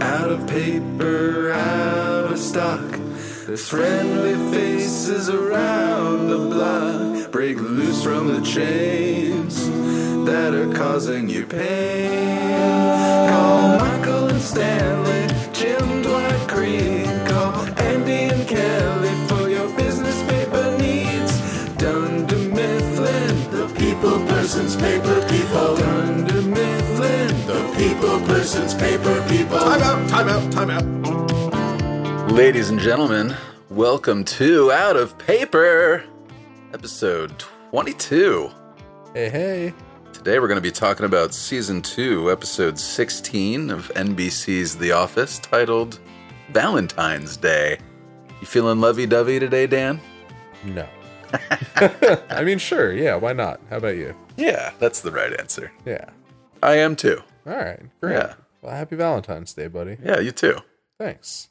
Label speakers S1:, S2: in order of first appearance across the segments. S1: out of paper, out of stock. There's friendly faces around the block. Break loose from the chains that are causing you pain. Call Michael and Stanley, Jim Dwight Creek. Call Andy and Kelly for your business paper needs. Dunder Mifflin, the people person's paper people. Dunder Mifflin, the people person's paper people.
S2: Time out, time out, time out.
S1: Ladies and gentlemen, welcome to Out of Paper, episode 22.
S2: Hey, hey.
S1: Today we're going to be talking about season 2, episode 16 of NBC's The Office, titled Valentine's Day. You feeling lovey dovey today, Dan?
S2: No. I mean, sure, yeah, why not? How about you?
S1: Yeah, that's the right answer.
S2: Yeah.
S1: I am too.
S2: All right, great.
S1: Yeah.
S2: Well, happy Valentine's Day, buddy.
S1: Yeah, you too.
S2: Thanks.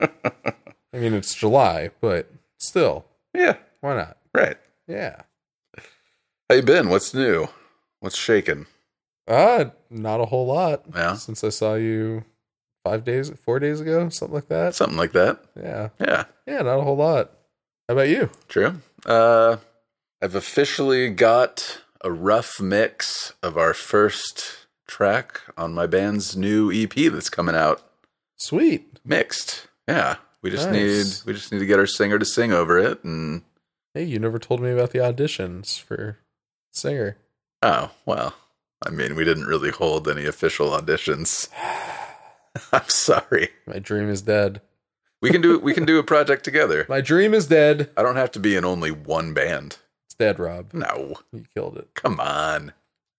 S2: I mean, it's July, but still,
S1: Yeah,
S2: why not?
S1: right.
S2: Yeah.
S1: How you been? What's new? What's shaking?
S2: Uh, not a whole lot
S1: Yeah.
S2: since I saw you five days, four days ago, something like that.
S1: Something like that.
S2: Yeah.
S1: Yeah.
S2: Yeah, not a whole lot. How about you?
S1: True. Uh, I've officially got a rough mix of our first track on my band's new EP that's coming out.
S2: Sweet.
S1: Mixed. Yeah. We just
S2: Nice.
S1: need we just need to get our singer to sing over it and
S2: Hey, you never told me about the auditions for singer.
S1: oh well. I mean we didn't really hold any official auditions. I'm sorry.
S2: My dream is dead.
S1: We can do we can do a project together.
S2: My dream is dead.
S1: I don't have to be in only one band.
S2: It's dead, Rob.
S1: No.
S2: You killed it.
S1: Come on.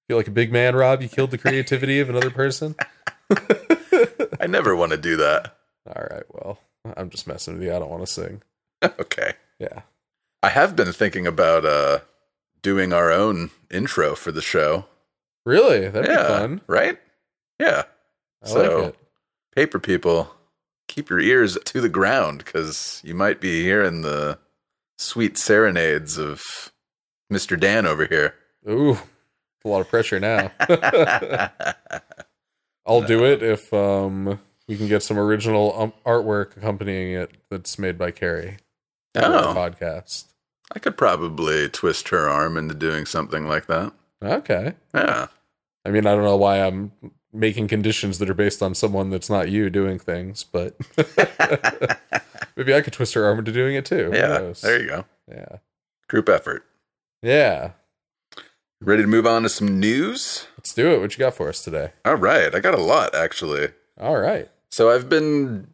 S2: Feel like a big man, Rob. You killed the creativity of another person.
S1: I never want to do that.
S2: All right, well, I'm just messing with you. I don't want to sing.
S1: Okay.
S2: Yeah.
S1: I have been thinking about uh doing our own intro for the show.
S2: Really? That'd
S1: yeah,
S2: be fun.
S1: right? Yeah.
S2: I
S1: So-
S2: like it.
S1: Paper people, keep your ears to the ground cuz you might be hearing the sweet serenades of Mr. Dan over here.
S2: Ooh, a lot of pressure now. I'll do it if um, we can get some original um, artwork accompanying it that's made by Carrie. for our
S1: oh,
S2: Podcast.
S1: I could probably twist her arm into doing something like that.
S2: Okay.
S1: Yeah.
S2: I mean, I don't know why I'm making conditions that are based on someone that's not you doing things, but maybe I could twist her arm into doing it too. Who
S1: yeah.
S2: knows?
S1: There you go.
S2: yeah.
S1: Group effort.
S2: Yeah.
S1: Ready to move on to some news?
S2: Let's do it. What you got for us today?
S1: All right. I got a lot actually.
S2: All right.
S1: So I've been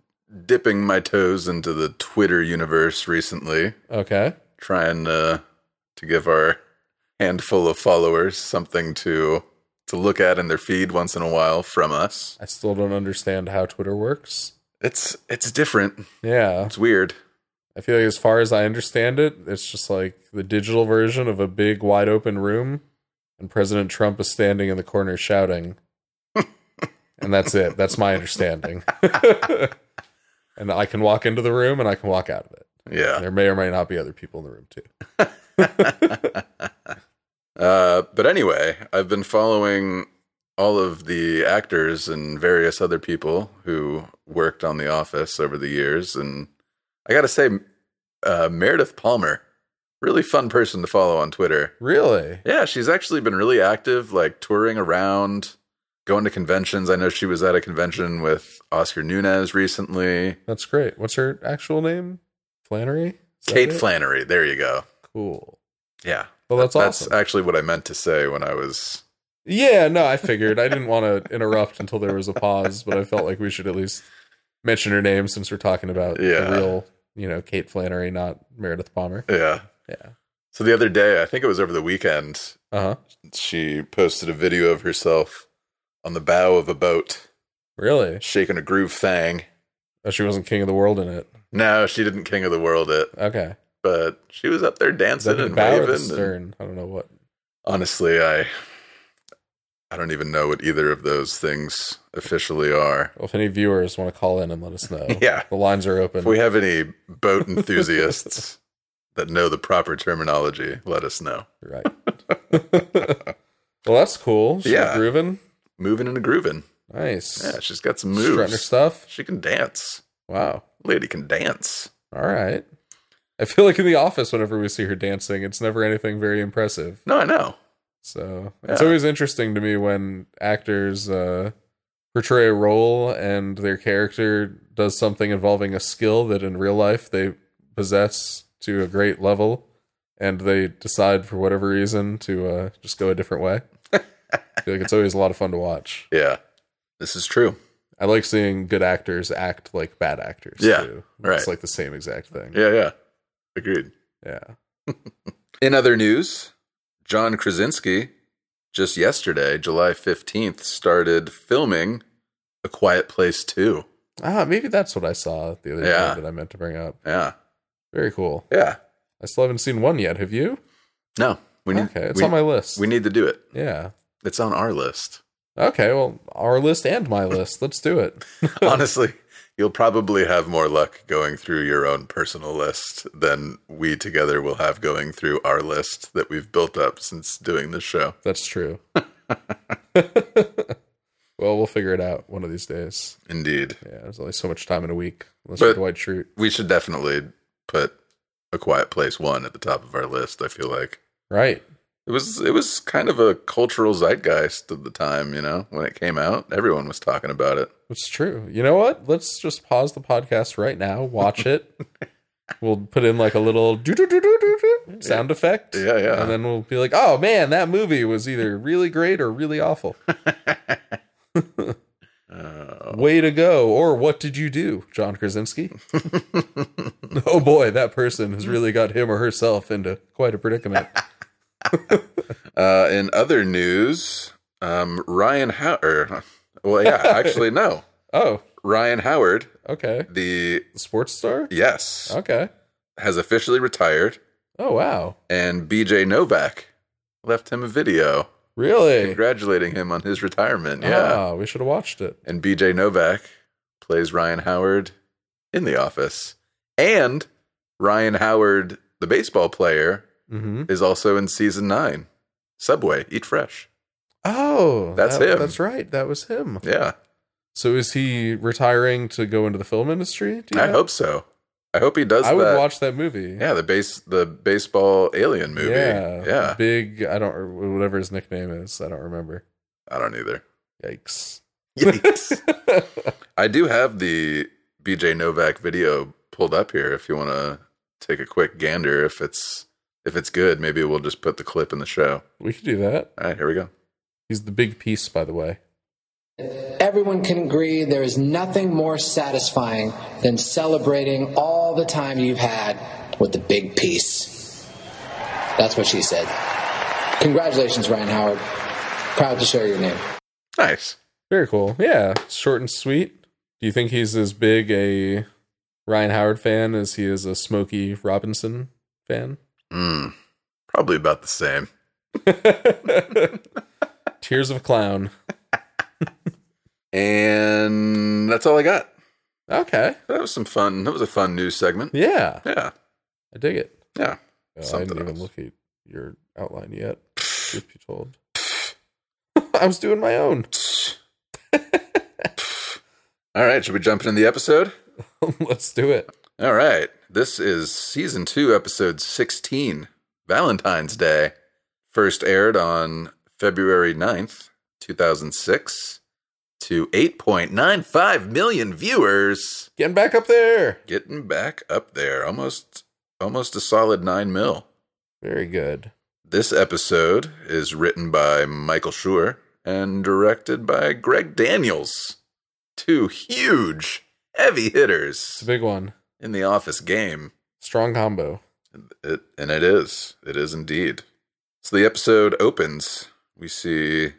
S1: dipping my toes into the Twitter universe recently,
S2: Okay.
S1: trying uh, to give our handful of followers something to to look at in their feed once in a while from us.
S2: I still don't understand how Twitter works.
S1: It's it's different.
S2: Yeah.
S1: It's weird.
S2: I feel like, as far as I understand it, it's just like the digital version of a big, wide open room, and President Trump is standing in the corner shouting. and that's it. That's my understanding. and I can walk into the room and I can walk out of it.
S1: Yeah.
S2: There may or may not be other people in the room, too.
S1: Uh, but anyway, I've been following all of the actors and various other people who worked on The Office over the years, and I gotta say, uh, Meredith Palmer, really fun person to follow on Twitter.
S2: Really?
S1: Yeah, she's actually been really active, like touring around, going to conventions. I know she was at a convention with Oscar Nunez recently.
S2: That's great. What's her actual name? Flannery? Is that
S1: Kate
S2: it?
S1: Flannery, there you go.
S2: Cool.
S1: Yeah,
S2: Well, that's,
S1: that's
S2: awesome.
S1: actually what I meant to say when I was
S2: Yeah, no, I figured. I didn't want to interrupt until there was a pause, but I felt like we should at least mention her name since we're talking about
S1: Yeah.
S2: the real, you know, Kate Flannery, not Meredith Palmer.
S1: yeah.
S2: Yeah.
S1: So the other day, I think it was over the weekend,
S2: Uh huh.
S1: she posted a video of herself on the bow of a boat,
S2: Really?
S1: shaking a groove thang.
S2: Oh, she wasn't king of the world in it.
S1: No, she didn't King of the World it,
S2: Okay.
S1: but she was up there
S2: Is that
S1: dancing
S2: the
S1: and
S2: bow or the
S1: waving. and-
S2: stern? I don't know what.
S1: honestly, I I don't even know what either of those things officially are.
S2: Well, if any viewers want to call in and let us know,
S1: Yeah.
S2: the lines are
S1: If
S2: open.
S1: we have any boat enthusiasts that know the proper terminology, let us know.
S2: right. well, that's cool. She's
S1: Yeah.
S2: grooving.
S1: Moving and grooving.
S2: Nice.
S1: Yeah, she's got some
S2: Strutting her
S1: moves.
S2: stuff.
S1: She can dance.
S2: Wow.
S1: Lady can dance.
S2: All right. I feel like in the office, whenever we see her dancing, it's never anything very impressive.
S1: No, I know.
S2: So it's
S1: Yeah.
S2: always interesting to me when actors uh, portray a role and their character does something involving a skill that in real life they possess to a great level, and they decide for whatever reason to uh, just go a different way. I feel like it's always a lot of fun to watch.
S1: Yeah, this is true.
S2: I like seeing good actors act like bad actors.
S1: Yeah,
S2: too.
S1: right.
S2: It's like the same exact thing.
S1: Yeah, yeah. Agreed.
S2: yeah.
S1: In other news, John Krasinski just yesterday, July 15th, started filming A Quiet Place 2.
S2: Ah, maybe that's what I saw the other
S1: Yeah.
S2: day that I meant to bring up.
S1: Yeah.
S2: Very cool.
S1: Yeah.
S2: I still haven't seen one yet. Have you?
S1: No, we need,
S2: okay, it's
S1: we,
S2: on my list.
S1: we need to do it.
S2: yeah.
S1: It's on our list.
S2: Okay, well, our list and my list. Let's do it.
S1: Honestly, you'll probably have more luck going through your own personal list than we together will have going through our list that we've built up since doing this show.
S2: That's true. well, we'll figure it out one of these days.
S1: Indeed.
S2: Yeah, there's only so much time in a week. Unless
S1: But-
S2: you're Dwight Schrute.
S1: We should definitely put A Quiet Place 1 at the top of our list, I feel like.
S2: Right.
S1: It was it was kind of a cultural zeitgeist at the time, you know, when it came out. Everyone was talking about it.
S2: That's true. You know what? Let's just pause the podcast right now, watch it. we'll put in like a little doo doo doo doo doo doo sound effect.
S1: Yeah, yeah.
S2: And then we'll be like, oh man, that movie was either really great or really awful.
S1: Uh,
S2: Way to go. Or what did you do, John Krasinski? oh boy, that person has really got him or herself into quite a predicament.
S1: uh, in other news, um, Ryan Howard. Well, yeah, actually, no.
S2: Oh,
S1: Ryan Howard,
S2: okay.
S1: the
S2: Sports star?
S1: yes,
S2: Okay.
S1: has officially retired,
S2: Oh, wow.
S1: and BJ Novak left him a video
S2: Really?
S1: congratulating him on his retirement. Yeah,
S2: Ah, we should have watched it.
S1: and BJ Novak plays Ryan Howard in The Office, and Ryan Howard, the baseball player,
S2: Mm-hmm.
S1: is also in season nine. Subway, eat fresh.
S2: Oh,
S1: That's
S2: that-
S1: him.
S2: That's right. That was him.
S1: Yeah,
S2: So is he retiring to go into the film industry? Do you
S1: I
S2: know?
S1: hope so. I hope he does.
S2: I would
S1: that.
S2: watch that movie.
S1: Yeah, the base, the baseball alien movie.
S2: Yeah.
S1: Yeah,
S2: Big. I don't. or Whatever his nickname is, I don't remember.
S1: I don't either.
S2: Yikes.
S1: Yikes. I do have the BJ Novak video pulled up here. If you want to take a quick gander, if it's if it's good, maybe we'll just put the clip in the show.
S2: we could do that.
S1: All right, here we go.
S2: He's the big piece, by the way.
S3: Everyone can agree there is nothing more satisfying than celebrating all the time you've had with the big piece. That's what she said. Congratulations, Ryan Howard. Proud to share your name.
S1: Nice.
S2: Very cool. Yeah, short and sweet. Do you think he's as big a Ryan Howard fan as he is a Smokey Robinson fan?
S1: Mm, probably about the same.
S2: Tears of a clown.
S1: And that's all I got.
S2: Okay.
S1: That was some fun. That was a fun news segment.
S2: Yeah,
S1: Yeah,
S2: I dig it.
S1: yeah.
S2: Uh, I
S1: Something
S2: didn't
S1: else.
S2: even look at your outline yet. Truth be told, I was doing my own.
S1: All right, should we jump into the episode?
S2: Let's do it.
S1: All right. This is season two, episode 16, Valentine's Day. First aired on February 9th, 2006, to 8.95 million viewers.
S2: Getting back up there.
S1: Getting back up there, almost almost a solid 9 mil.
S2: Very good.
S1: This episode is written by Michael Schur and directed by Greg Daniels. Two huge heavy
S2: It's a
S1: hitters
S2: big one.
S1: in the office game.
S2: Strong combo.
S1: It, and it is. It is indeed. So the episode opens. We see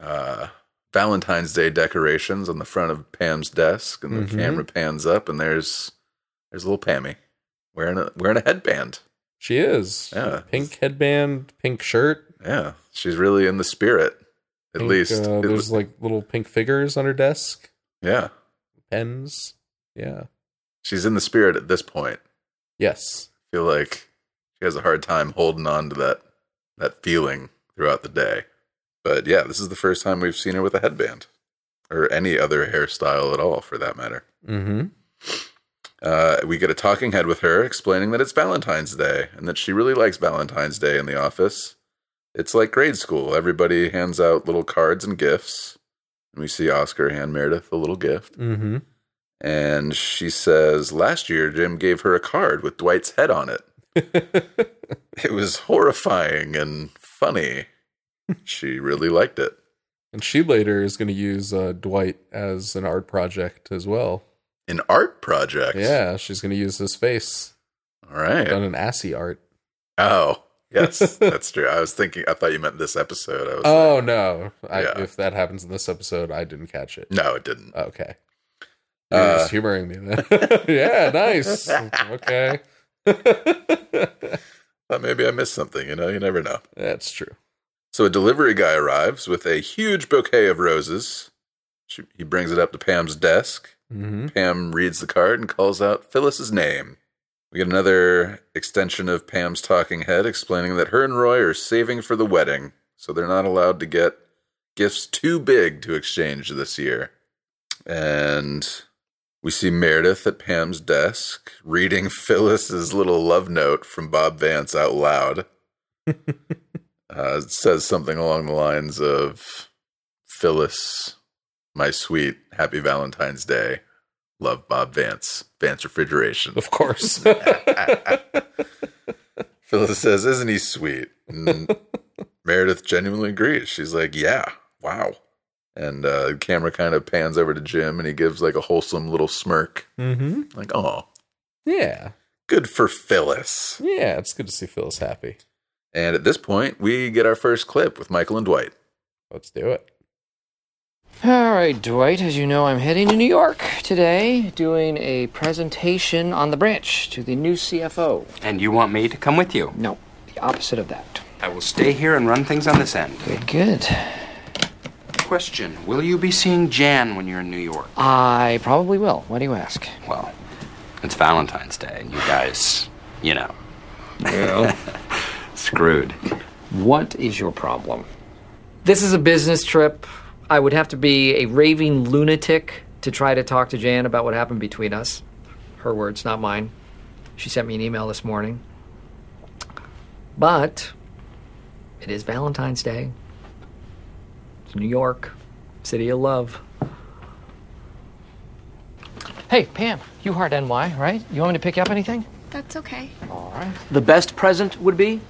S1: uh, Valentine's Day decorations on the front of Pam's desk, and the
S2: Mhm.
S1: camera pans up, and there's there's little Pammy wearing a wearing a headband.
S2: She is.
S1: Yeah.
S2: Pink headband, pink shirt.
S1: Yeah, she's really in the spirit. At
S2: pink,
S1: least,
S2: uh,
S1: It
S2: there's
S1: was-
S2: like little pink figures on her desk,
S1: yeah,
S2: pens. Yeah.
S1: she's in the spirit at this point.
S2: Yes.
S1: I feel like she has a hard time holding on to that that feeling throughout the day. But yeah, this is the first time we've seen her with a headband. or any other hairstyle at all for that matter.
S2: Mm-hmm.
S1: Uh, we get a talking head with her explaining that it's Valentine's Day and that she really likes Valentine's Day in the office. It's like grade school. Everybody hands out little cards and gifts. And we see Oscar hand Meredith a little gift.
S2: Mm-hmm.
S1: And she says, Last year, Jim gave her a card with Dwight's head on it. It was horrifying and funny. she really liked it.
S2: and she later is going to use uh, Dwight as an art project as well.
S1: An art project.
S2: Yeah, she's going to use his face
S1: All right.
S2: done in assy art.
S1: Oh, yes, that's true. I was thinking, I thought you meant this episode. I was like,
S2: Oh no! I,
S1: Yeah.
S2: If that happens in this episode, I didn't catch it.
S1: no, it didn't.
S2: Okay. You're just humoring me then. yeah, nice. Okay.
S1: Thought maybe I missed something, you know, you never know.
S2: That's true.
S1: So a delivery guy arrives with a huge bouquet of roses. She, he brings it up to Pam's desk.
S2: Mm-hmm.
S1: Pam reads the card and calls out Phyllis's name. We get another extension of Pam's talking head explaining that her and Roy are saving for the wedding, so they're not allowed to get gifts too big to exchange this year. And we see Meredith at Pam's desk reading Phyllis's little love note from Bob Vance out loud. uh, it says something along the lines of Phyllis, my sweet, happy Valentine's Day. Love Bob Vance, Vance Refrigeration.
S2: Of course.
S1: Phyllis says, Isn't he sweet? And Meredith genuinely agrees. She's like, Yeah, wow. And uh, the camera kind of pans over to Jim and he gives like a wholesome little smirk.
S2: mm-hmm.
S1: Like, Oh,
S2: Yeah.
S1: good for Phyllis.
S2: Yeah, it's good to see Phyllis happy.
S1: And at this point, we get our first clip with Michael and Dwight.
S2: Let's do it.
S4: All right, Dwight, as you know, I'm heading to New York today doing a presentation on the branch to the new CFO.
S5: And you want me to come with you?
S4: No, the opposite of that.
S5: I will stay here and run things on this end.
S4: Good, good.
S5: Question Will you be seeing Jan when you're in New York?
S4: I probably will. Why do you ask?
S5: Well, it's Valentine's Day, and you guys, you know. screwed.
S4: What is your problem? This is a business trip. I would have to be a raving lunatic to try to talk to Jan about what happened between us. Her words, not mine. She sent me an email this morning. But it is Valentine's Day. It's New York, city of love. Hey, Pam, you hard NY, right? You want me to pick you up anything?
S6: That's okay.
S7: The best present would be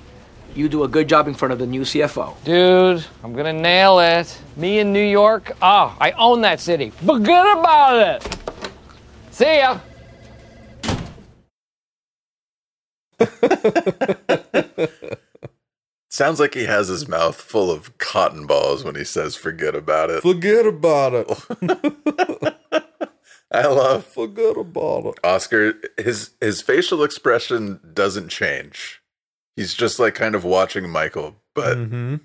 S7: you do a good job in front of the new CFO.
S4: Dude, I'm gonna nail it. Me in New York, ah, I own that city. Forget about it. See ya.
S1: Sounds like he has his mouth full of cotton balls when he says, Forget about it.
S2: Forget about it.
S1: I love
S2: Forget about it.
S1: Oscar. His, his facial expression doesn't change. He's just like kind of watching Michael, but
S2: Mm-hmm.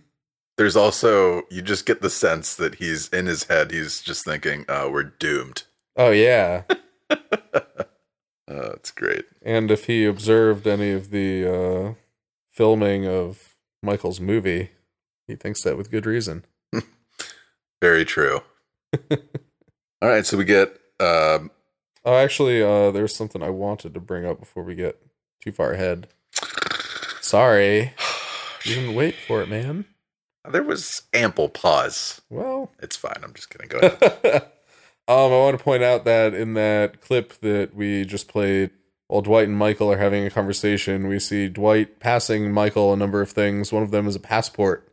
S1: there's also you just get the sense that he's in his head he's just thinking oh we're doomed
S2: Oh yeah.
S1: uh, it's great
S2: And if he observed any of the uh, filming of Michael's movie, he thinks that with good reason.
S1: very true all right so we get um,
S2: Oh, actually, uh, there's something I wanted to bring up before we get too far ahead. Sorry, you didn't wait for it, man.
S1: there was ample pause
S2: Well,
S1: it's fine i'm just gonna go ahead
S2: um, I want to point out that in that clip that we just played, while Dwight and Michael are having a conversation, we see Dwight passing Michael a number of things. One of them is a passport.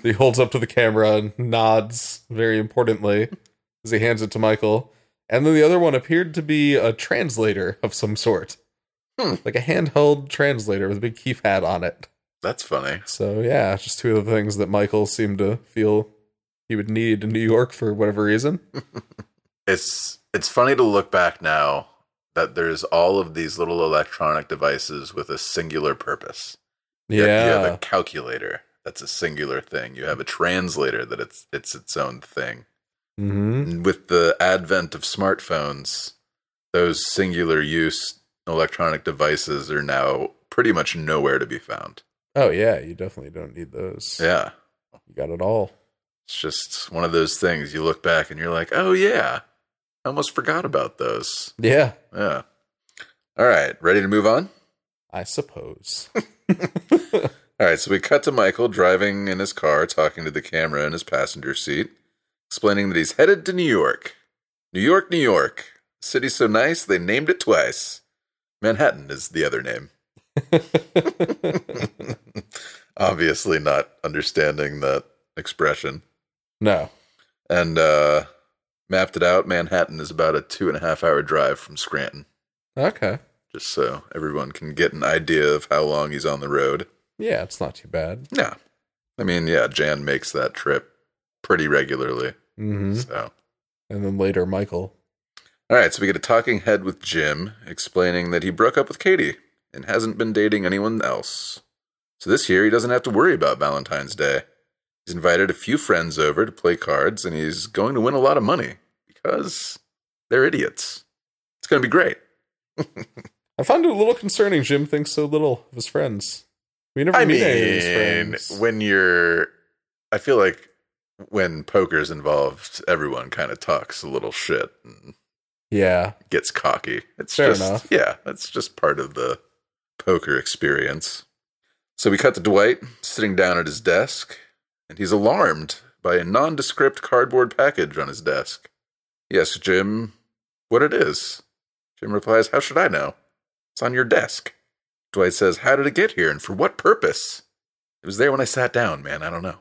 S2: he holds up to the camera and nods very importantly as he hands it to Michael. And then the other one appeared to be a translator of some sort,
S1: Hmm.
S2: like a handheld translator with a big keypad on it.
S1: that's funny
S2: So yeah, just two of the things that Michael seemed to feel he would need in New York for whatever reason.
S1: it's it's funny to look back now that there's all of these little electronic devices with a singular purpose You
S2: Yeah.
S1: have- you have a calculator that's a singular thing you have a translator that it's it's its own thing
S2: hmm
S1: with the advent of smartphones, those singular use electronic devices are now pretty much nowhere to be found.
S2: Oh yeah, you definitely don't need those.
S1: Yeah.
S2: You got it all.
S1: It's just one of those things you look back and you're like, oh yeah, I almost forgot about those.
S2: Yeah,
S1: Yeah. All right, ready to move on?
S2: I suppose.
S1: All right, so we cut to Michael driving in his car, talking to the camera in his passenger seat, explaining that he's headed to New York. New York, New York. City so nice, they named it twice. Manhattan is the other name. Obviously, not understanding that expression.
S2: no.
S1: And uh, mapped it out. Manhattan is about a two and a half hour drive from Scranton,
S2: Okay.
S1: just so everyone can get an idea of how long he's on the road.
S2: Yeah, it's not too bad.
S1: Yeah. I mean, yeah, Jan makes that trip pretty regularly.
S2: hmm
S1: So,
S2: And then later, Michael.
S1: all right. So we get a talking head with Jim explaining that he broke up with Katie and hasn't been dating anyone else. So this year, he doesn't have to worry about Valentine's Day. He's invited a few friends over to play cards and he's going to win a lot of money because they're idiots. It's going to be great.
S2: I find it a little concerning. Jim thinks so little of his friends. We never
S1: I
S2: meet any of his
S1: mean,
S2: friends.
S1: when you're, I feel like when poker's involved, everyone kind of talks a little shit and
S2: yeah,
S1: gets cocky. It's
S2: Fair
S1: just,
S2: enough.
S1: yeah, that's just part of the poker experience. So we cut to Dwight sitting down at his desk, and he's alarmed by a nondescript cardboard package on his desk. He asks Jim what it is. Jim replies, How should I know? It's on your desk. Dwight says, How did it get here and for what purpose? It was there when I sat down, man. I don't know.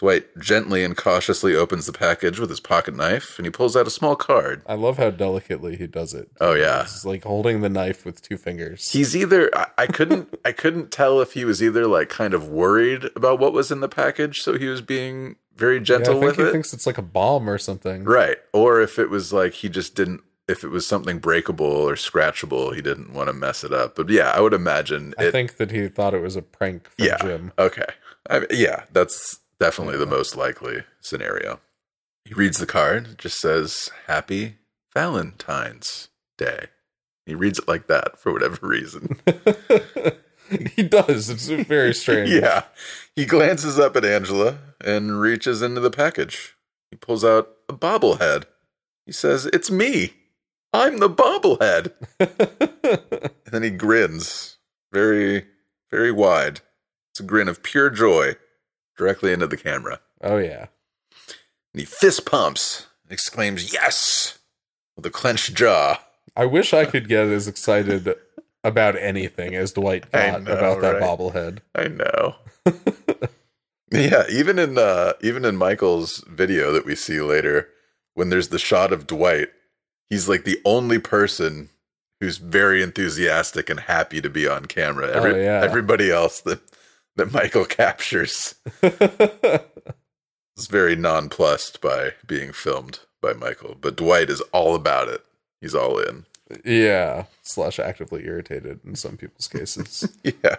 S1: Dwight gently and cautiously opens the package with his pocket knife and he pulls out a small card.
S2: I love how delicately he does it.
S1: Oh, yeah.
S2: He's like holding the knife with two fingers.
S1: He's either I, I couldn't I couldn't tell if he was either like kind of worried about what was in the package, so he was being very
S2: Yeah, I
S1: gentle
S2: think
S1: with
S2: he
S1: it,
S2: thinks it's like a bomb or something.
S1: right? Or if it was like he just didn't, if it was something breakable or scratchable, he didn't want to mess it up. But yeah, I would imagine
S2: I
S1: it.
S2: think that he thought it was a prank from
S1: yeah,
S2: Jim.
S1: okay, I mean, yeah, that's definitely the most likely scenario. He reads the card, it just says "Happy Valentine's Day." He reads it like that for whatever reason.
S2: he does. It's very strange.
S1: Yeah. He glances up at Angela and reaches into the package. He pulls out a bobblehead. He says, It's me. I'm the bobblehead. and then he grins very, very wide. It's a grin of pure joy directly into the camera.
S2: Oh yeah.
S1: And he fist pumps and exclaims, Yes! with a clenched jaw.
S2: I wish I could get as excited about anything as Dwight
S1: I
S2: got
S1: know,
S2: about that
S1: right?
S2: bobblehead.
S1: I know. yeah, even in uh even in Michael's video that we see later, when there's the shot of Dwight, he's like the only person who's very enthusiastic and happy to be on camera. Every,
S2: Oh, yeah.
S1: Everybody else that that Michael captures is very nonplussed by being filmed by Michael, but Dwight is all about it. He's all in.
S2: yeah. Slash actively irritated in some people's cases.
S1: Yeah.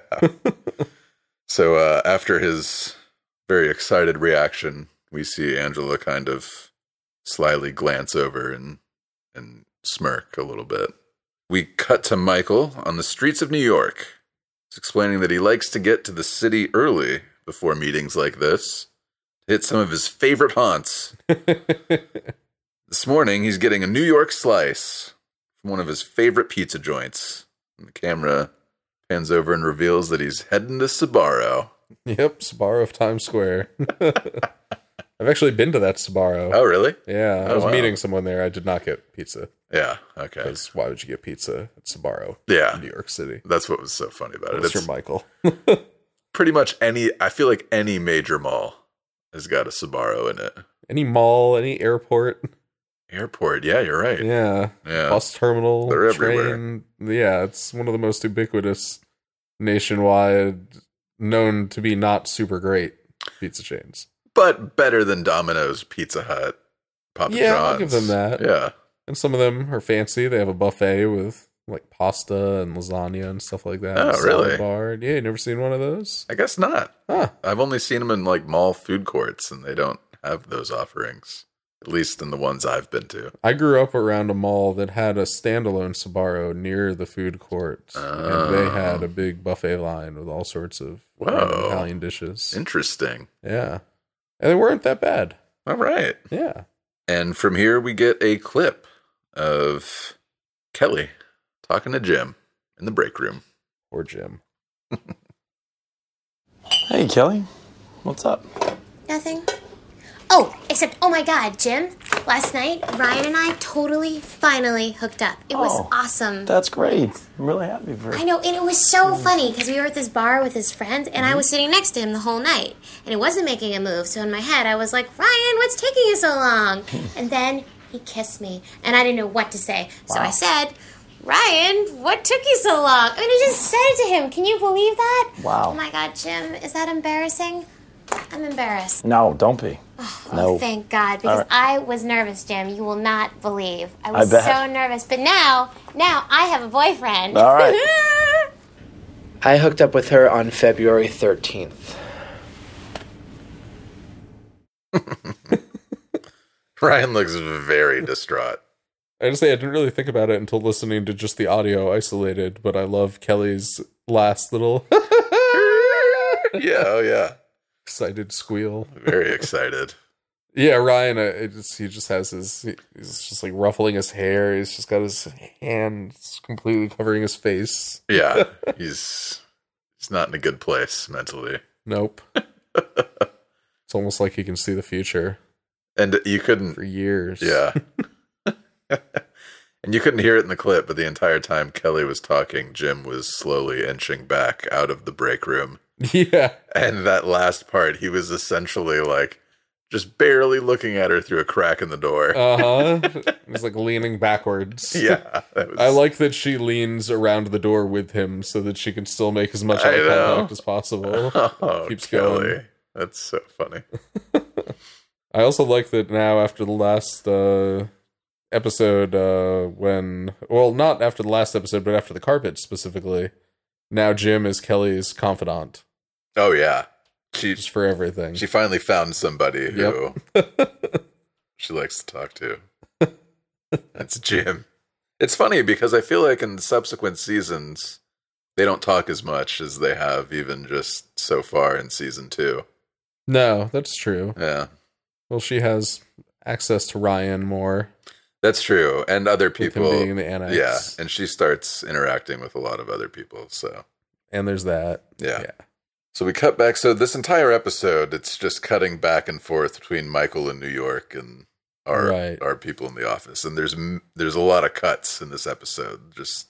S1: so uh, after his very excited reaction, we see Angela kind of slyly glance over and and smirk a little bit. We cut to Michael on the streets of New York. He's explaining that he likes to get to the city early before meetings like this, hit some of his favorite haunts. this morning, he's getting a New York slice from one of his favorite pizza joints. And the camera pans over and reveals that he's heading to Sabaro.
S2: yep, Sbarro of Times Square. I've actually been to that Sbarro.
S1: Oh, really?
S2: Yeah, I
S1: Oh,
S2: was
S1: wow.
S2: meeting someone there. I did not get pizza
S1: Yeah. Okay.
S2: because why would you get pizza at Sbarro,
S1: Yeah.
S2: New York City?
S1: That's what was so funny about it.
S2: That's
S1: It's
S2: from Michael.
S1: pretty much any. I feel like any major mall has got a Sabaro in it.
S2: Any mall, any airport.
S1: Airport. Yeah, you're right. Yeah.
S2: Yeah. Bus terminal,
S1: They're everywhere.
S2: train. Yeah, it's one of the most ubiquitous nationwide, known to be not super great pizza chains.
S1: But better than Domino's, Pizza Hut, Papa
S2: Yeah,
S1: John's.
S2: I'll give them that.
S1: Yeah.
S2: And some of them are fancy. They have a buffet with like pasta and lasagna and stuff like that.
S1: Oh,
S2: and salad
S1: really?
S2: Bar. Yeah, you never seen one of those?
S1: I guess not.
S2: Huh.
S1: I've only seen them in like mall food courts, and they don't have those offerings. At least in the ones I've been to.
S2: I grew up around a mall that had a standalone Sbarro near the food court, and they had a big buffet line with all sorts of random
S1: Oh. Whoa.
S2: Italian dishes.
S1: Interesting.
S2: Yeah, and they weren't that bad.
S1: All right.
S2: Yeah.
S1: And from here, we get a clip of Kelly talking to Jim in the break room.
S2: Or Jim.
S6: Hey, Kelly. What's up?
S8: Nothing. Oh, except, oh my god, Jim, last night, Ryan and I totally, finally hooked up. It was
S6: Oh,
S8: awesome.
S6: That's great. I'm really happy for
S8: I know, and it was so funny because we were at this bar with his friends, and
S6: Mm-hmm.
S8: I was sitting next to him the whole night, and it wasn't making a move. So in my head, I was like, "Ryan, what's taking you so long?" and then he kissed me, and I didn't know what to say, so I said, "Ryan, what took you so long?" I mean, I just said it to him. Can you believe that?
S6: Wow.
S8: Oh my God, Jim, is that embarrassing? I'm embarrassed.
S6: No, don't be.
S8: Oh,
S6: no.
S8: thank God, because
S6: right.
S8: I was nervous, Jim. You will not believe. I was
S6: bet.
S8: so nervous, but now, now I have a boyfriend.
S6: All right.
S3: I hooked up with her on February 13th.
S1: Ryan looks very distraught.
S2: I just say I didn't really think about it until listening to just the audio isolated, but I love Kelly's last little
S1: Yeah, oh yeah.
S2: excited squeal.
S1: Very excited.
S2: Yeah, Ryan, uh, it's, he just has his, he- he's just like ruffling his hair. He's just got his hands completely covering his face.
S1: Yeah. He's he's not in a good place mentally.
S2: Nope. it's almost like he can see the future
S1: And you couldn't
S2: for years.
S1: Yeah. and you couldn't hear it in the clip, but the entire time Kelly was talking, Jim was slowly inching back out of the break room.
S2: Yeah.
S1: And that last part, he was essentially like just barely looking at her through a crack in the door.
S2: Uh huh. he's like leaning backwards.
S1: yeah. that was-
S2: I like that she leans around the door with him so that she can still make as much
S1: I
S2: eye
S1: know.
S2: contact as possible.
S1: Oh,
S2: Keeps
S1: Kelly.
S2: going.
S1: That's so funny.
S2: I also like that now after the last uh, episode, uh, when well, not after the last episode, but after the carpet specifically. Now Jim is Kelly's confidant
S1: Oh yeah. She
S2: just for everything.
S1: she finally found somebody who she likes to talk to. That's Jim. It's funny because I feel like in subsequent seasons they don't talk as much as they have even just so far in season two.
S2: no, that's true.
S1: Yeah.
S2: Well, she has access to Ryan more
S1: That's true. And other
S2: with
S1: people
S2: him being in the annex.
S1: Yeah. And she starts interacting with a lot of other people, so
S2: and there's that.
S1: Yeah. So we cut back. So this entire episode, it's just cutting back and forth between Michael in New York and our
S2: Right.
S1: our people in the office. And there's m- there's a lot of cuts in this episode, just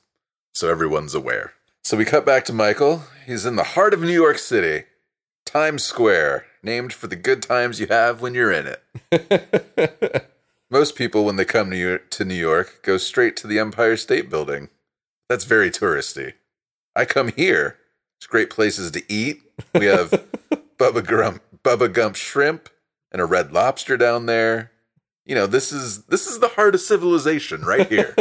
S1: so everyone's aware. So we cut back to Michael. He's in the heart of New York City, Times Square, named for the good times you have when you're in it. Most people, when they come to, Yo- to New York, go straight to the Empire State Building. That's very touristy. I come here. It's great places to eat. We have Bubba Gump, Bubba Gump shrimp, and a Red Lobster down there. You know, this is this is the heart of civilization right here.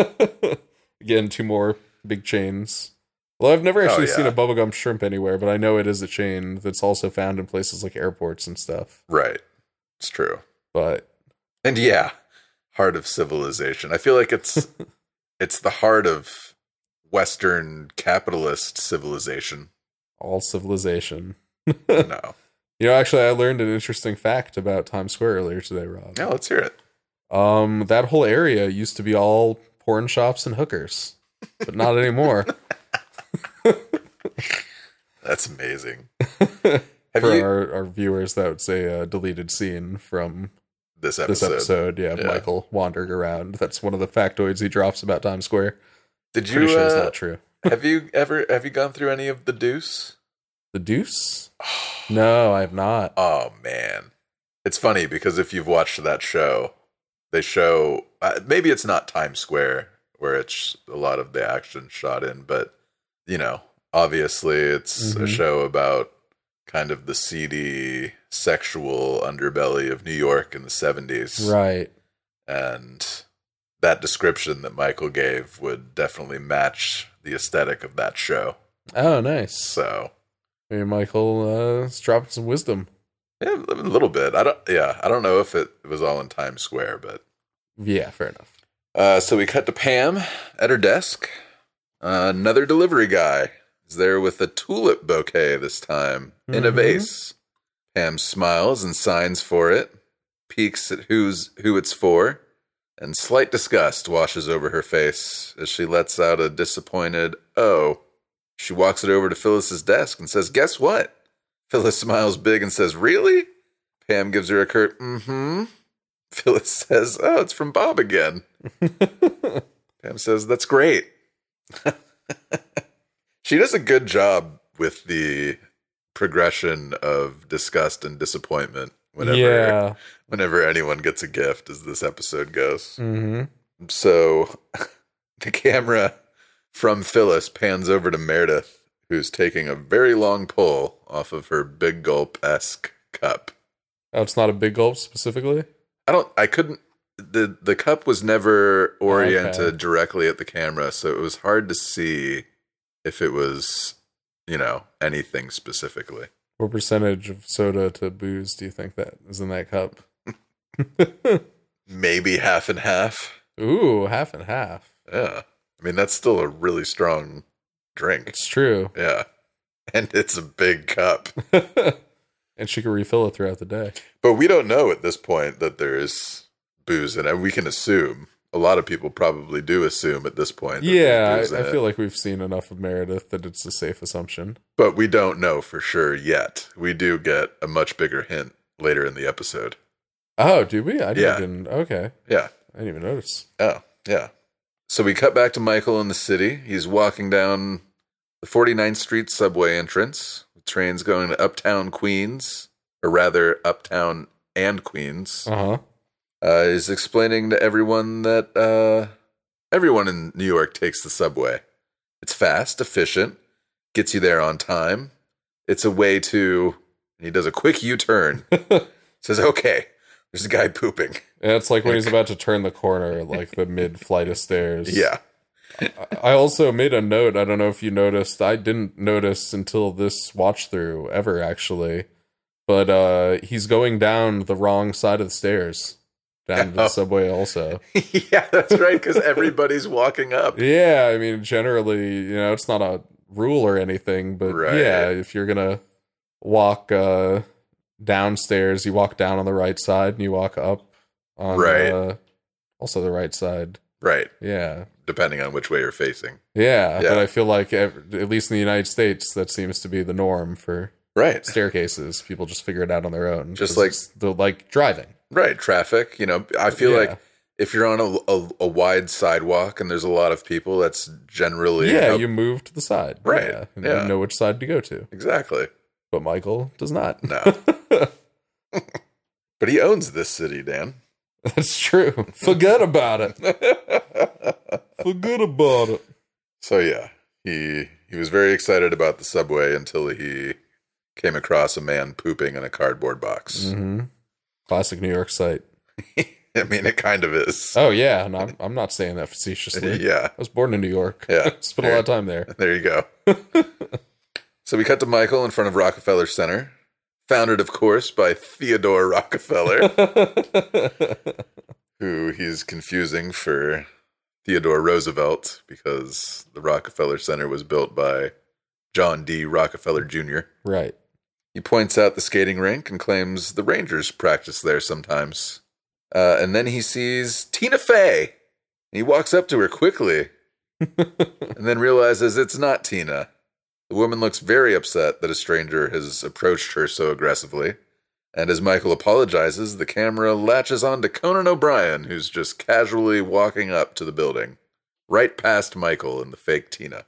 S2: Again, two more big chains. Well, I've never actually
S1: Oh, yeah.
S2: seen a bubblegum shrimp anywhere, but I know it is a chain that's also found in places like airports and stuff.
S1: right, it's true.
S2: But
S1: And yeah, heart of civilization. I feel like it's it's the heart of Western capitalist civilization.
S2: all civilization.
S1: No,
S2: You know, actually, I learned an interesting fact about Times Square earlier today, Rob.
S1: no, let's hear it.
S2: Um, that whole area used to be all porn shops and hookers, but not anymore.
S1: That's amazing. Have
S2: For
S1: you
S2: our, our viewers, that would say a deleted scene from
S1: this episode?
S2: this episode. Yeah,
S1: Yeah.
S2: Michael wandering around. That's one of the factoids he drops about Times Square.
S1: Did you
S2: Pretty sure it's
S1: uh,
S2: not true.
S1: have you ever have you gone through any of the Deuce?
S2: The Deuce? No, I have not.
S1: Oh man, it's funny because if you've watched that show, they show uh, maybe it's not Times Square where it's a lot of the action shot in, but you know, obviously it's a
S2: Mhm.
S1: show about kind of the seedy sexual underbelly of New York in the seventies,
S2: Right.
S1: and that description that Michael gave would definitely match the aesthetic of that show.
S2: Oh, nice.
S1: So
S2: Maybe Michael uh, is dropping some wisdom.
S1: Yeah, a little bit. I don't. Yeah, I don't know if it was all in Times Square, but
S2: Yeah, fair enough.
S1: uh, so we cut to Pam at her desk. Uh, another delivery guy is there with a tulip bouquet this time in a
S2: Mhm.
S1: vase. Pam smiles and signs for it. peeks at who's who it's for, and slight disgust washes over her face as she lets out a disappointed "Oh." She walks it over to Phyllis's desk and says, "Guess what?" Phyllis smiles big and says, "Really?" Pam gives her a curt "Mm-hmm." Phyllis says, "Oh, it's from Bob again." Pam says, "That's great." she does a good job with the progression of disgust and disappointment whenever
S2: Yeah.
S1: whenever anyone gets a gift as this episode goes.
S2: Mm-hmm.
S1: So the camera from Phyllis pans over to Meredith, who's taking a very long pull off of her big gulp esque cup.
S2: Oh, it's not a big gulp specifically.
S1: I don't I couldn't the the cup was never oriented
S2: Okay.
S1: directly at the camera, so it was hard to see if it was, you know, anything specifically.
S2: What percentage of soda to booze do you think that is in that cup?
S1: Maybe half and half.
S2: Ooh, half and half.
S1: Yeah. I mean, that's still a really strong drink.
S2: It's true.
S1: Yeah. And it's a big cup.
S2: and she can refill it throughout the day.
S1: But we don't know at this point that there's booze in it. We can assume. A lot of people probably do assume at this point. that
S2: Yeah,
S1: there's booze
S2: I,
S1: in
S2: I
S1: it.
S2: feel like we've seen enough of Meredith that it's a safe assumption.
S1: But we don't know for sure yet. We do get a much bigger hint later in the episode.
S2: Oh, do we? I
S1: Yeah.
S2: didn't. Okay,
S1: Yeah.
S2: I didn't even notice.
S1: Oh, yeah. So we cut back to Michael in the city. He's walking down the 49th Street subway entrance. The train's going to uptown Queens, or rather, uptown and Queens.
S2: Uh huh.
S1: Uh, he's explaining to everyone that uh, everyone in New York takes the subway. It's fast, efficient, gets you there on time. It's a way to. And he does a quick U turn. says, okay, there's a guy pooping.
S2: It's like when he's about to turn the corner, like the mid flight of stairs.
S1: Yeah.
S2: I also made a note. I don't know if you noticed. I didn't notice until this watch through ever actually. But uh he's going down the wrong side of the stairs. Down to
S1: Oh.
S2: the subway also.
S1: yeah, that's right, because everybody's walking up.
S2: Yeah, I mean generally, you know, it's not a rule or anything, but
S1: Right.
S2: yeah, if you're gonna walk uh downstairs, you walk down on the right side and you walk up on
S1: Right.
S2: uh, also the right side.
S1: Right,
S2: Yeah.
S1: depending on which way you're facing.
S2: Yeah,
S1: Yeah.
S2: but I feel like ev- at least in the United States, that seems to be the norm for
S1: Right.
S2: staircases. People just figure it out on their own,
S1: Just
S2: 'cause
S1: like-
S2: it's the like driving.
S1: Right, traffic. You know, I feel
S2: Yeah.
S1: like if you're on a, a, a wide sidewalk and there's a lot of people, that's generally
S2: yeah,
S1: how-
S2: you move to the side,
S1: Right,
S2: Yeah, and
S1: yeah.
S2: you know which side to go to.
S1: exactly.
S2: But Michael does not.
S1: No. But he owns this city, Dan.
S2: That's true. Forget about it. Forget about it.
S1: So yeah, he he was very excited about the subway until he came across a man pooping in a cardboard box.
S2: hmm Classic New York site.
S1: I mean, it kind of is.
S2: Oh yeah, and I'm I'm not saying that facetiously.
S1: yeah.
S2: I was born in New York.
S1: Yeah.
S2: spent a lot of time there.
S1: There you go. so we cut to Michael in front of Rockefeller Center, founded, of course, by Theodore Rockefeller, who he's confusing for Theodore Roosevelt because the Rockefeller Center was built by John D. Rockefeller Jr.
S2: Right.
S1: He points out the skating rink and claims the Rangers practice there sometimes. Uh, and then he sees Tina Fey. He walks up to her quickly and then realizes it's not Tina. The woman looks very upset that a stranger has approached her so aggressively. And as Michael apologizes, the camera latches on to Conan O'Brien, who's just casually walking up to the building, right past Michael and the fake Tina.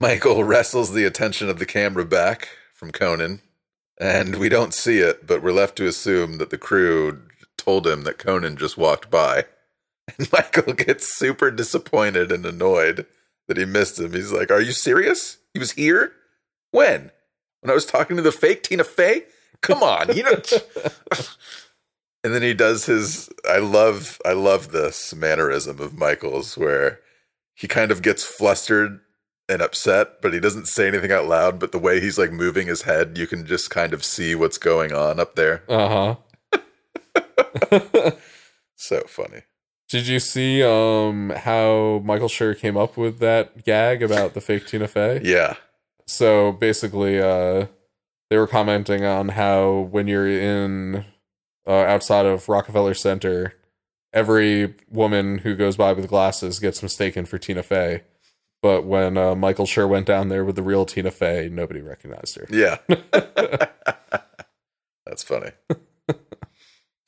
S1: Michael wrestles the attention of the camera back from Conan, and we don't see it, but we're left to assume that the crew told him that Conan just walked by. And Michael gets super disappointed and annoyed that he missed him. He's like, Are you serious? He was here? When? When I was talking to the fake Tina Fey? Come on, you know. and then he does his I love I love this mannerism of Michael's where he kind of gets flustered and upset, but he doesn't say anything out loud. But the way he's like moving his head, you can just kind of see what's going on up there.
S2: Uh huh.
S1: So funny.
S2: Did you see um how Michael Schur came up with that gag about the fake Tina Fey?
S1: Yeah.
S2: So basically, uh they were commenting on how when you're in uh, outside of Rockefeller Center, every woman who goes by with glasses gets mistaken for Tina Fey. But when uh, Michael Schur went down there with the real Tina Fey, nobody recognized her.
S1: Yeah. That's funny. so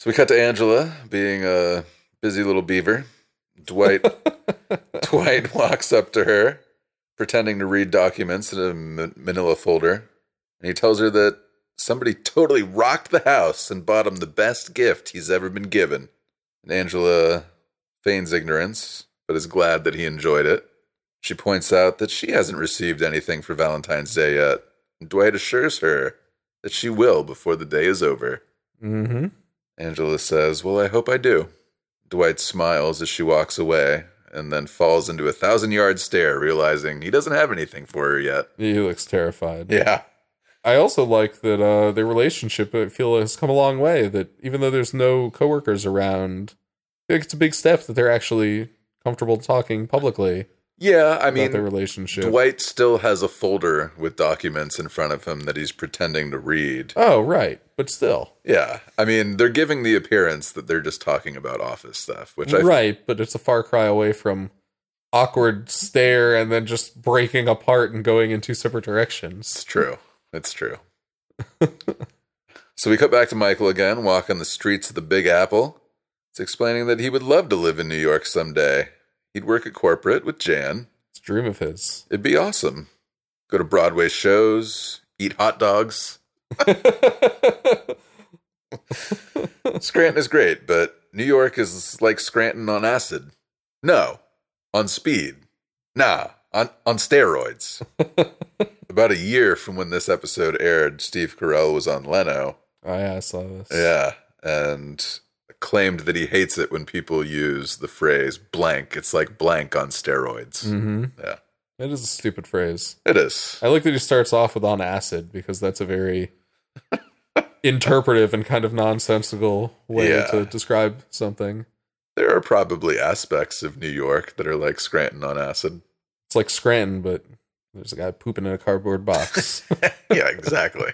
S1: we cut to Angela being a busy little beaver. Dwight Dwight walks up to her, pretending to read documents in a ma- manila folder, and he tells her that somebody totally rocked the house and bought him the best gift he's ever been given. And Angela feigns ignorance, but is glad that he enjoyed it. She points out that she hasn't received anything for Valentine's Day yet. and Dwight assures her that she will before the day is over.
S2: Mm-hmm.
S1: Angela says, Well, I hope I do. Dwight smiles as she walks away and then falls into a thousand yard stare, realizing he doesn't have anything for her yet.
S2: He looks terrified.
S1: Yeah.
S2: I also like that uh, their relationship. I feel has come a long way. That even though there's no coworkers around, I think it's a big step that they're actually comfortable talking publicly
S1: Yeah, I
S2: about their
S1: mean,
S2: relationship.
S1: Dwight still has a folder with documents in front of him that he's pretending to read.
S2: oh, right, but still,
S1: Yeah. I mean, they're giving the appearance that they're just talking about office stuff, which I
S2: right. But it's a far cry away from awkward stare and then just breaking apart and going in two separate directions.
S1: It's true. It's true. so we cut back to Michael again, walking the streets of the Big Apple. It's explaining that he would love to live in New York someday. He'd work at corporate with Jan.
S2: It's a dream of his.
S1: It'd be awesome. Go to Broadway shows, eat hot dogs. Scranton is great, but New York is like Scranton on acid. No, on speed. Nah, on, on steroids. About a year from when this episode aired, Steve Carell was on Leno.
S2: Oh, yeah, I saw this.
S1: Yeah, and claimed that he hates it when people use the phrase blank. It's like blank on steroids.
S2: Mm-hmm.
S1: Yeah,
S2: That is a stupid phrase.
S1: it is.
S2: I like that he starts off with on acid because that's a very interpretive and kind of nonsensical way
S1: Yeah.
S2: to describe something.
S1: There are probably aspects of New York that are like Scranton on acid.
S2: It's like Scranton, but there's a guy pooping in a cardboard box.
S1: yeah, exactly.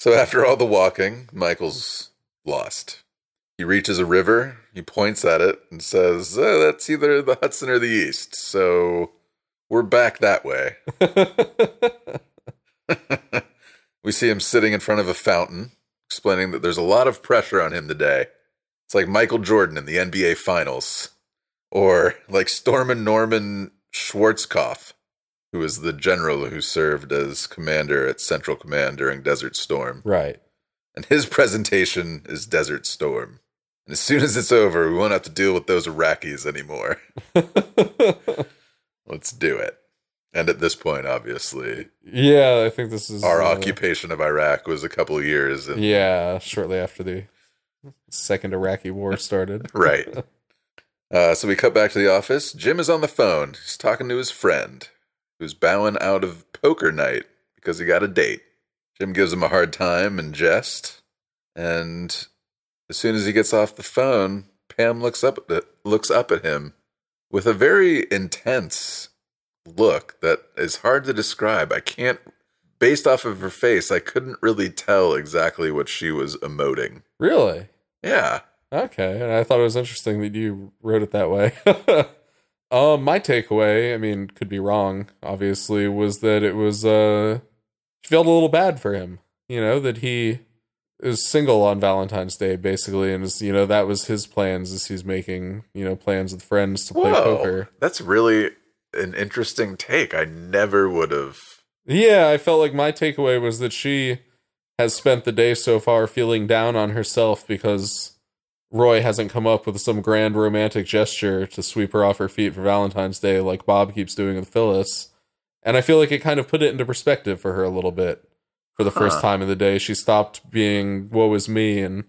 S1: So after all the walking, Michael's lost. He reaches a river, he points at it, and says, "Uh, That's either the Hudson or the East. So we're back that way. we see him sitting in front of a fountain, explaining that there's a lot of pressure on him today. It's like Michael Jordan in the NBA Finals, or like Stormin Norman Schwarzkopf, who was the general who served as commander at Central Command during Desert Storm.
S2: right.
S1: And his presentation is Desert Storm. And as soon as it's over, we won't have to deal with those Iraqis anymore. Let's do it. And at this point, obviously,
S2: Yeah, I think this is
S1: our
S2: uh,
S1: occupation of Iraq was a couple of years in,
S2: Yeah, shortly after the second Iraqi war started.
S1: right. Uh, so we cut back to the office. Jim is on the phone. He's talking to his friend who's bowing out of poker night because he got a date. Jim gives him a hard time and jest. And as soon as he gets off the phone, Pam looks up at looks up at him with a very intense look that is hard to describe. I can't based off of her face, I couldn't really tell exactly what she was emoting.
S2: Really?
S1: Yeah.
S2: Okay, and I thought it was interesting that you wrote it that way. um, my takeaway, I mean, could be wrong, obviously, was that it was uh, she felt a little bad for him. You know that he is single on Valentine's Day, basically, and is, you know that was his plans as he's making you know plans with friends to play poker.
S1: That's really an interesting take. I never would have.
S2: Yeah, I felt like my takeaway was that she has spent the day so far feeling down on herself because Roy hasn't come up with some grand romantic gesture to sweep her off her feet for Valentine's Day like Bob keeps doing with Phyllis. And I feel like it kind of put it into perspective for her a little bit for the first time of the day. She stopped being woe is me and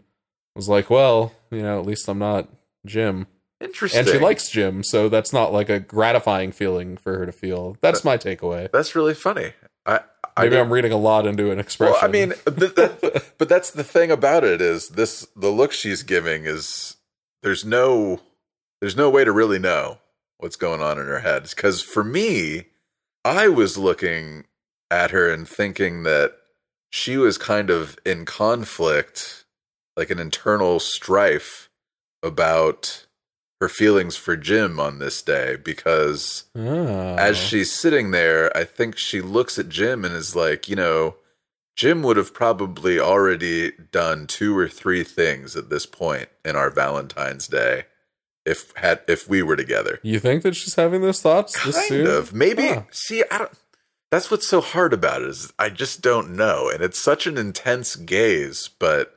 S2: was like, well, you know, at least I'm not Jim.
S1: Interesting.
S2: And she likes Jim, so that's not like a gratifying feeling for her to feel. That's my takeaway.
S1: That's really funny. I. I
S2: Maybe
S1: didn't-
S2: I'm reading a lot into an expression.
S1: Well, I mean, th- th- but that's the thing about it is this: the look she's giving is there's no there's no way to really know what's going on in her head. Because for me, I was looking at her and thinking that she was kind of in conflict, like an internal strife about her feelings for Jim on this day because
S2: Oh.
S1: as she's sitting there, I think she looks at Jim and is like, you know, Jim would have probably already done two or three things at this point in our Valentine's Day if had if we were together.
S2: you think that she's having those thoughts this Ah.
S1: Kind
S2: soon?
S1: of. Maybe
S2: Huh.
S1: see, I don't that's what's so hard about it is I just don't know. And it's such an intense gaze, but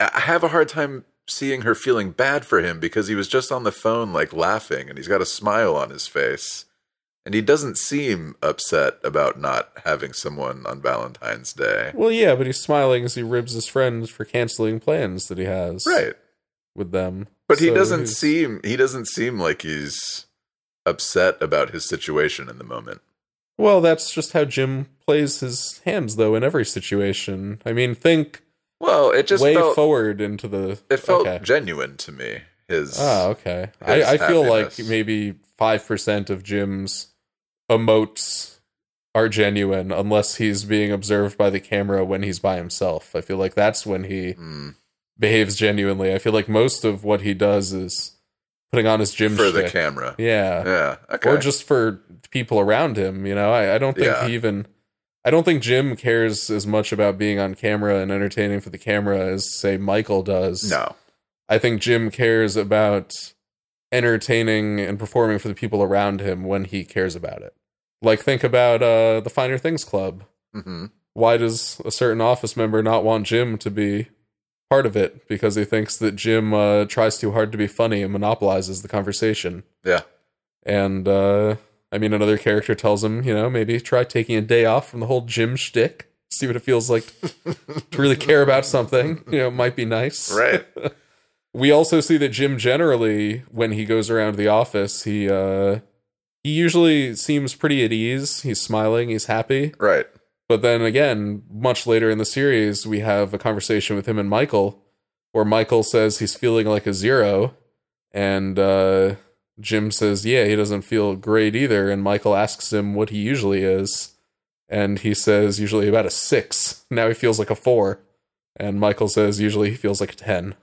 S1: I I have a hard time seeing her feeling bad for him because he was just on the phone like laughing and he's got a smile on his face. And he doesn't seem upset about not having someone on Valentine's Day.
S2: Well, yeah, but he's smiling as he ribs his friends for canceling plans that he has
S1: Right.
S2: with them.
S1: But he
S2: So
S1: doesn't
S2: he's-
S1: seem he doesn't seem like he's upset about his situation in the moment.
S2: Well, that's just how Jim plays his hands, though, in every situation. I mean, think
S1: Well, it just
S2: way
S1: felt
S2: forward into the.
S1: It felt
S2: Okay.
S1: genuine to me. His
S2: Ah, okay.
S1: his
S2: I, I feel like
S1: happiness.
S2: maybe 5% of Jim's emotes are genuine unless he's being observed by the camera when he's by himself. I feel like that's when he
S1: Hmm.
S2: behaves genuinely. I feel like most of what he does is putting on his gym
S1: for the
S2: shtick.
S1: camera.
S2: Yeah.
S1: Yeah. Okay.
S2: Or just for people around him, you know. I, I don't think
S1: Yeah.
S2: he even I don't think Jim cares as much about being on camera and entertaining for the camera as say Michael does.
S1: no.
S2: I think Jim cares about entertaining and performing for the people around him when he cares about it. Like think about uh the Finer Things Club.
S1: hmm
S2: Why does a certain office member not want Jim to be part of it because he thinks that Jim uh, tries too hard to be funny and monopolizes the conversation?
S1: Yeah.
S2: And uh I mean another character tells him, you know, maybe try taking a day off from the whole Jim shtick. See what it feels like to really care about something. You know, it might be nice.
S1: Right.
S2: We also see that Jim generally, when he goes around the office, he uh he usually seems pretty at ease. He's smiling, he's happy.
S1: right.
S2: But then again, much later in the series, we have a conversation with him and Michael, where Michael says he's feeling like a zero, and uh, Jim says, "Yeah, he doesn't feel great either." And Michael asks him what he usually is, and he says usually about a six. Now he feels like a four, and Michael says usually he feels like a ten.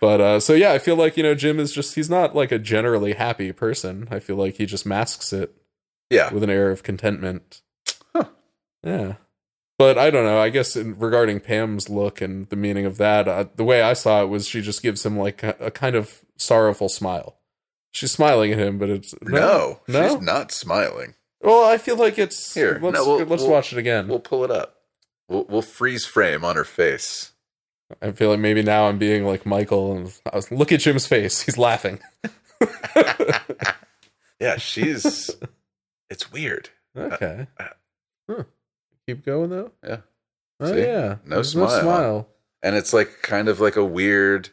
S2: but uh, so yeah, I feel like you know Jim is just—he's not like a generally happy person. I feel like he just masks it
S1: Yeah.
S2: with an air of contentment. Yeah. But I don't know. I guess in, regarding Pam's look and the meaning of that, uh, the way I saw it was she just gives him like a, a kind of sorrowful smile. She's smiling at him, but it's
S1: No.
S2: no.
S1: She's not smiling.
S2: Well, I feel like it's
S1: Here,
S2: Let's
S1: no, we'll-
S2: let's
S1: we'll-
S2: watch it again.
S1: We'll pull it up. We'll, we'll freeze frame on her face.
S2: I feel like maybe now I'm being like Michael and I was, look at Jim's face. He's laughing.
S1: Yeah. She's. it's weird.
S2: Okay.
S1: uh.
S2: Huh. Keep going though.
S1: Yeah.
S2: Oh
S1: See?
S2: yeah.
S1: No
S2: There's
S1: smile. and it's like kind of like a weird.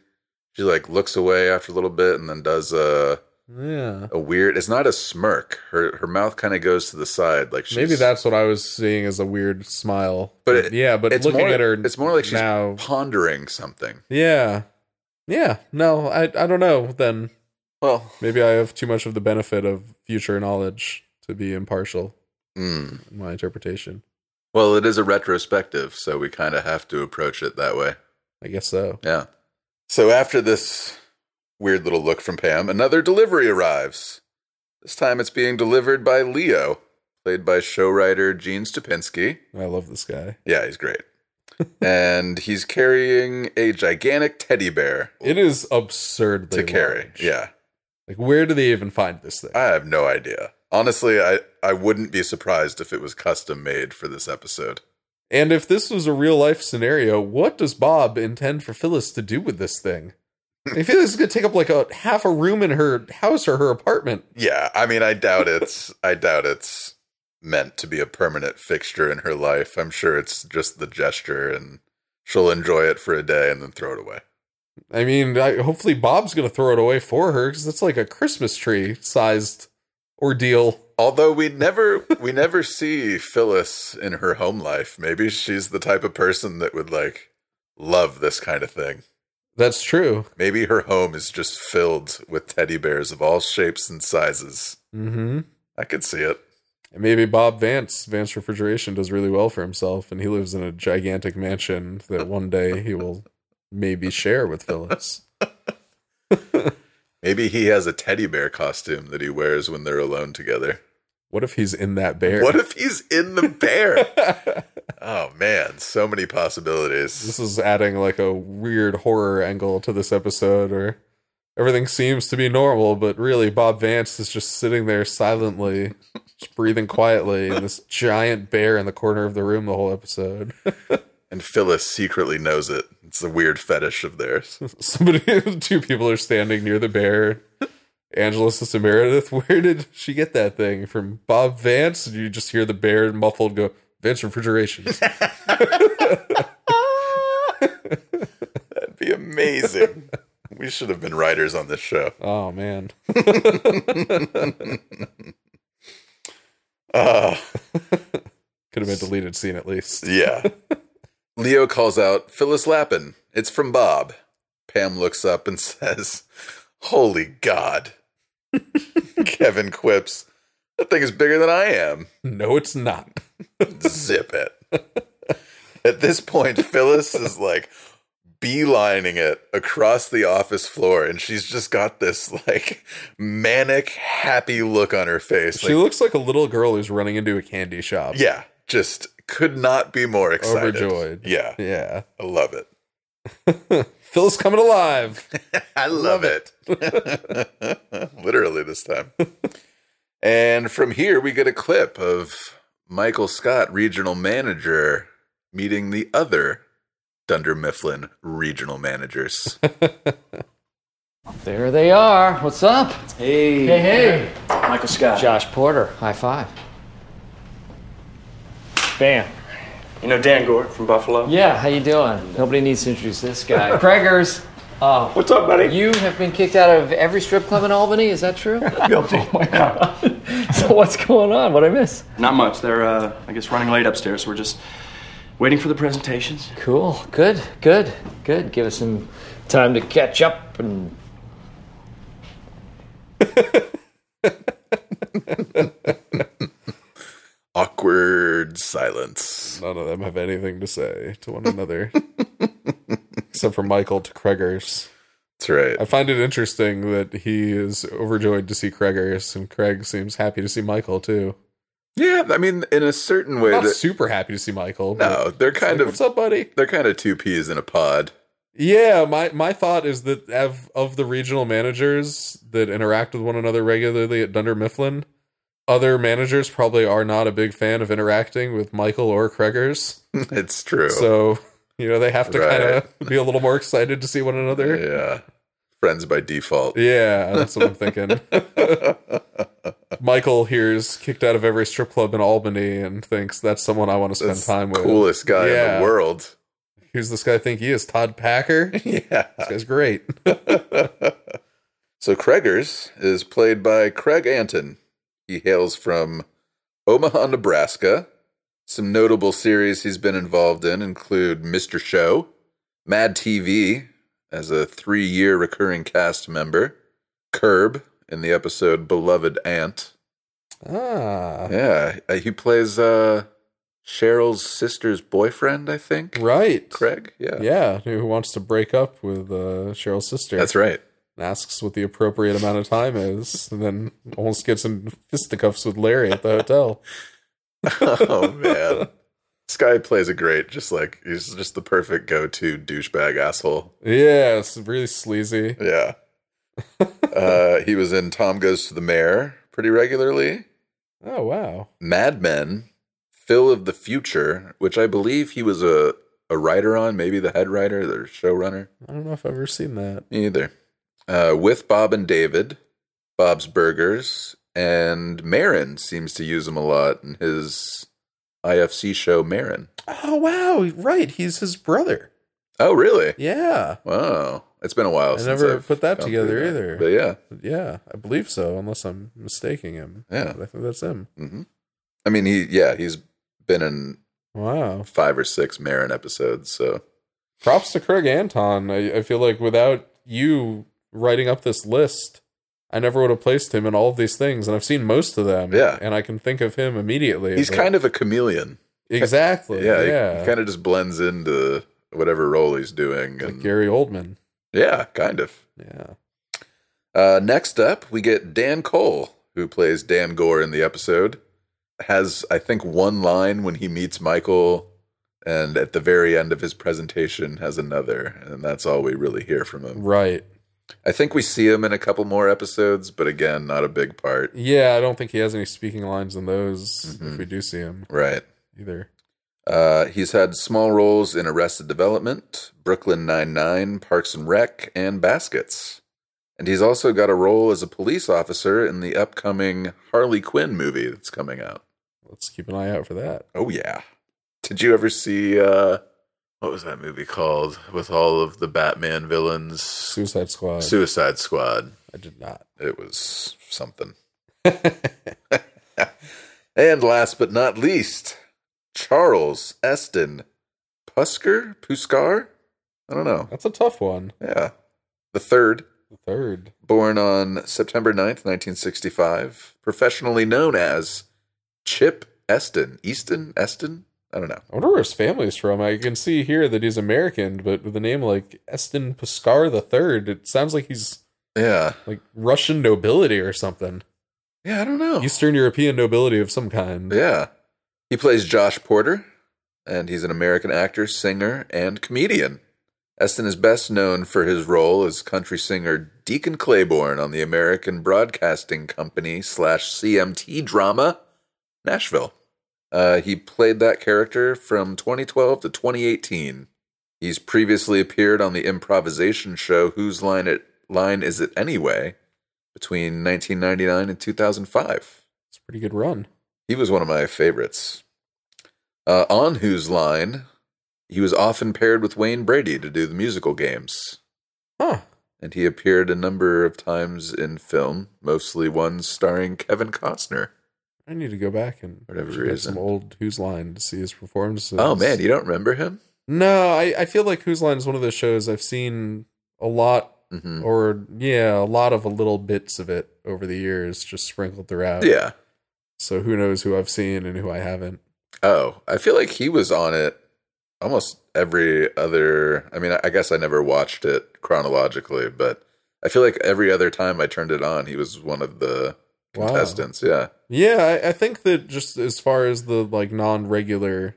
S1: She like looks away after a little bit and then does a
S2: Yeah.
S1: a weird. It's not a smirk. Her her mouth kind of goes to the side like she's,
S2: Maybe that's what I was seeing as a weird smile.
S1: But it-
S2: yeah, but
S1: it's
S2: looking
S1: more-
S2: at her,
S1: it's more like she's
S2: now.
S1: pondering something.
S2: Yeah, yeah. No, I I don't know. Then
S1: Well,
S2: maybe I have too much of the benefit of future knowledge to be impartial
S1: mm.
S2: in my interpretation.
S1: Well, it is a retrospective, so we kind of have to approach it that way.
S2: I guess so.
S1: Yeah. So after this weird little look from Pam, another delivery arrives. This time it's being delivered by Leo, played by show writer Gene Stupinski.
S2: I love this guy.
S1: Yeah, he's great. and he's carrying a gigantic teddy bear
S2: It is absurdly
S1: to carry.
S2: large.
S1: Yeah.
S2: Like, where do they even find this thing?
S1: I have no idea. Honestly, I, I wouldn't be surprised if it was custom made for this episode.
S2: And if this was a real life scenario, what does Bob intend for Phyllis to do with this thing? I feel this is going to take up like a half a room in her house or her apartment.
S1: Yeah, I mean, I doubt it's. I doubt it's meant to be a permanent fixture in her life. I'm sure it's just the gesture, and she'll enjoy it for a day and then throw it away.
S2: I mean, I, hopefully Bob's going to throw it away for her because it's like a Christmas tree sized ordeal.
S1: Although we never, we never see Phyllis in her home life. Maybe she's the type of person that would like love this kind of thing.
S2: That's true.
S1: Maybe her home is just filled with teddy bears of all shapes and sizes.
S2: Mm-hmm.
S1: I could see it.
S2: And maybe Bob Vance, Vance Refrigeration, does really well for himself, and he lives in a gigantic mansion that one day he will maybe share with Phyllis.
S1: Maybe he has a teddy bear costume that he wears when they're alone together.
S2: What if he's in that bear?
S1: What if he's in the bear? oh man, so many possibilities.
S2: this is adding like a weird horror angle to this episode or everything seems to be normal but really bob vance is just sitting there silently just breathing quietly and this giant bear in the corner of the room the whole episode
S1: And Phyllis secretly knows it. It's a weird fetish of theirs.
S2: somebody two people are standing near the bear angela says to meredith where did she get that thing from bob vance and you just hear the bear muffled go vance refrigeration
S1: That'd be amazing. we should have been writers on this show.
S2: oh man
S1: Oh,
S2: could have been a deleted scene at least
S1: yeah. Leo calls out Phyllis Lappin. It's from Bob. Pam looks up and says, Holy God. Kevin quips, That thing is bigger than I am.
S2: no it's not
S1: zip it. At this point, Phyllis is like beelining it across the office floor, and she's just got this like manic, happy look on her face.
S2: she
S1: Like,
S2: looks like a little girl who's running into a candy shop.
S1: yeah, just could not be more excited.
S2: Overjoyed.
S1: Yeah,
S2: Yeah.
S1: I love it.
S2: Phil's coming alive.
S1: I love, it. Literally this time. and from here, we get a clip of Michael Scott, regional manager, meeting the other Dunder Mifflin regional managers.
S4: There they are. What's up?
S6: Hey,
S4: Hey, hey.
S6: Michael Scott.
S4: Josh Porter. High five. Bam.
S6: You know Dan Gort from Buffalo?
S4: Yeah, how you doing? Nobody needs to introduce this guy. Preggers. Oh,
S6: What's up, buddy?
S4: you have been kicked out of every strip club in Albany. Is that true?
S6: guilty.
S9: Oh,
S4: so what's going on? What I miss?
S9: Not much. They're, uh, I guess, running late upstairs. We're just waiting for the presentations.
S4: Cool. Good. Good. Good. Give us some time to catch up and.
S1: Awkward silence.
S2: None of them have anything to say to one another. Except for Michael to Kregers.
S1: That's right.
S2: I find it interesting that he is overjoyed to see Kregers, and Craig seems happy to see Michael too.
S1: Yeah, I mean, in a certain way,
S2: Not
S1: that,
S2: super happy to see Michael. but
S1: no, they're kind
S2: what's
S1: of
S2: up, buddy?
S1: they're kind of two peas in a pod.
S2: Yeah, my, my thought is that of, of the regional managers that interact with one another regularly at Dunder Mifflin, other managers probably are not a big fan of interacting with Michael or Kregers.
S1: it's true.
S2: So, you know, they have to
S1: Right.
S2: kind of be a little more excited to see one another.
S1: yeah, friends by default.
S2: Yeah, that's what I'm thinking. Michael hears kicked out of every strip club in Albany and thinks that's someone I want to spend
S1: That's
S2: time with.
S1: coolest guy in
S2: Yeah.
S1: the world.
S2: Who's this guy I think he is? Todd Packer? this
S1: Yeah.
S2: guy's great.
S1: So Craigers is played by Craig Anton. He hails from Omaha, Nebraska. Some notable series he's been involved in include Mr. Show, Mad TV as a three year recurring cast member, Curb in the episode Beloved Aunt.
S2: Ah,
S1: Yeah, uh, he plays uh, Cheryl's sister's boyfriend, I think.
S2: right.
S1: Craig? Yeah.
S2: Yeah, who wants to break up with uh, Cheryl's sister?
S1: That's right.
S2: And asks what the appropriate amount of time is, and then almost gets in fisticuffs with Larry at the hotel.
S1: oh man. This guy plays a great, just like he's just the perfect go-to douchebag asshole.
S2: Yeah, it's really sleazy.
S1: Yeah. uh, he was in Tom Goes to the Mayor pretty regularly.
S2: Oh wow.
S1: Mad Men, Phil of the Future, which I believe he was a a writer on, maybe the head writer, the showrunner.
S2: I don't know if I've ever seen that.
S1: Me either. Uh, with Bob and David, Bob's Burgers, and Marin seems to use him a lot in his IFC show Marin.
S2: Oh wow, right. He's his brother.
S1: Oh, really?
S2: Yeah.
S1: Wow. It's been a while
S2: I
S1: since
S2: never
S1: I've
S2: put that
S1: gone
S2: together
S1: through
S2: either.
S1: But yeah.
S2: Yeah, I believe so, unless I'm mistaking him.
S1: Yeah.
S2: But I think that's him.
S1: hmm I mean, he, yeah, he's been in
S2: Wow.
S1: five or six Marin episodes. So
S2: Props to Craig Anton. I, I feel like without you writing up this list, I never would have placed him in all of these things, and I've seen most of them.
S1: Yeah.
S2: and I can think of him immediately.
S1: He's kind of a chameleon.
S2: exactly.
S1: yeah,
S2: Yeah,
S1: he- He, kind of just blends into whatever role he's doing. And,
S2: Gary Oldman.
S1: yeah, kind of.
S2: Yeah,
S1: Uh, next up, we get Dan Cole, who plays Dan Gore in the episode. Has, I think, one line when he meets Michael, and at the very end of his presentation, has another. And that's all we really hear from him.
S2: right.
S1: I think we see him in a couple more episodes, but again, not a big part.
S2: Yeah, I don't think he has any speaking lines in those.
S1: Mm-hmm.
S2: If we do see him
S1: Right.
S2: either,
S1: Uh, he's had small roles in Arrested Development, Brooklyn Nine-Nine, Parks and Rec, and Baskets. And he's also got a role as a police officer in the upcoming Harley Quinn movie that's coming out.
S2: let's keep an eye out for that.
S1: Oh, yeah. Did you ever see, uh, what was that movie called with all of the Batman villains?
S2: Suicide Squad.
S1: Suicide Squad.
S2: I did not.
S1: It was something. and last but not least, Charles Eston Pusker? Puskar? I don't know.
S2: That's a tough one.
S1: Yeah. The third,
S2: The third.
S1: born on September 9th, 1965, professionally known as Chip Eston. Easton? Eston? I don't know.
S2: I wonder where his family's from. I can see here that he's American, but with a name like Eston Puskar the Third, it sounds like he's
S1: Yeah.
S2: like Russian nobility or something.
S1: Yeah, I don't know.
S2: Eastern European nobility of some kind.
S1: Yeah. He plays Josh Porter, and he's an American actor, singer, and comedian. Eston is best known for his role as country singer Deacon Claiborne on the American Broadcasting Company slash CMT drama Nashville. Uh, he played that character from 2012 to 2018. He's previously appeared on the improvisation show Whose Line It Line Is It Anyway between 1999 and 2005.
S2: It's a pretty good run.
S1: He was one of my favorites. Uh, on whose line, he was often paired with Wayne Brady to do the musical games,
S2: Huh.
S1: and he appeared a number of times in film, mostly ones starring Kevin Costner.
S2: I need to go back and
S1: Whatever
S2: check out
S1: reason.
S2: some old Who's Line to see his performances.
S1: Oh man, you don't remember him?
S2: No, I, I feel like Who's Line is one of those shows I've seen a lot
S1: hmm
S2: or yeah, a lot of little bits of it over the years just sprinkled throughout.
S1: Yeah.
S2: So who knows who I've seen and who I haven't.
S1: Oh, I feel like he was on it almost every other. I mean, I- I guess I never watched it chronologically, but I feel like every other time I turned it on, he was one of the
S2: Wow.
S1: contestants. Yeah.
S2: Yeah, I, I think that just as far as the like non regular,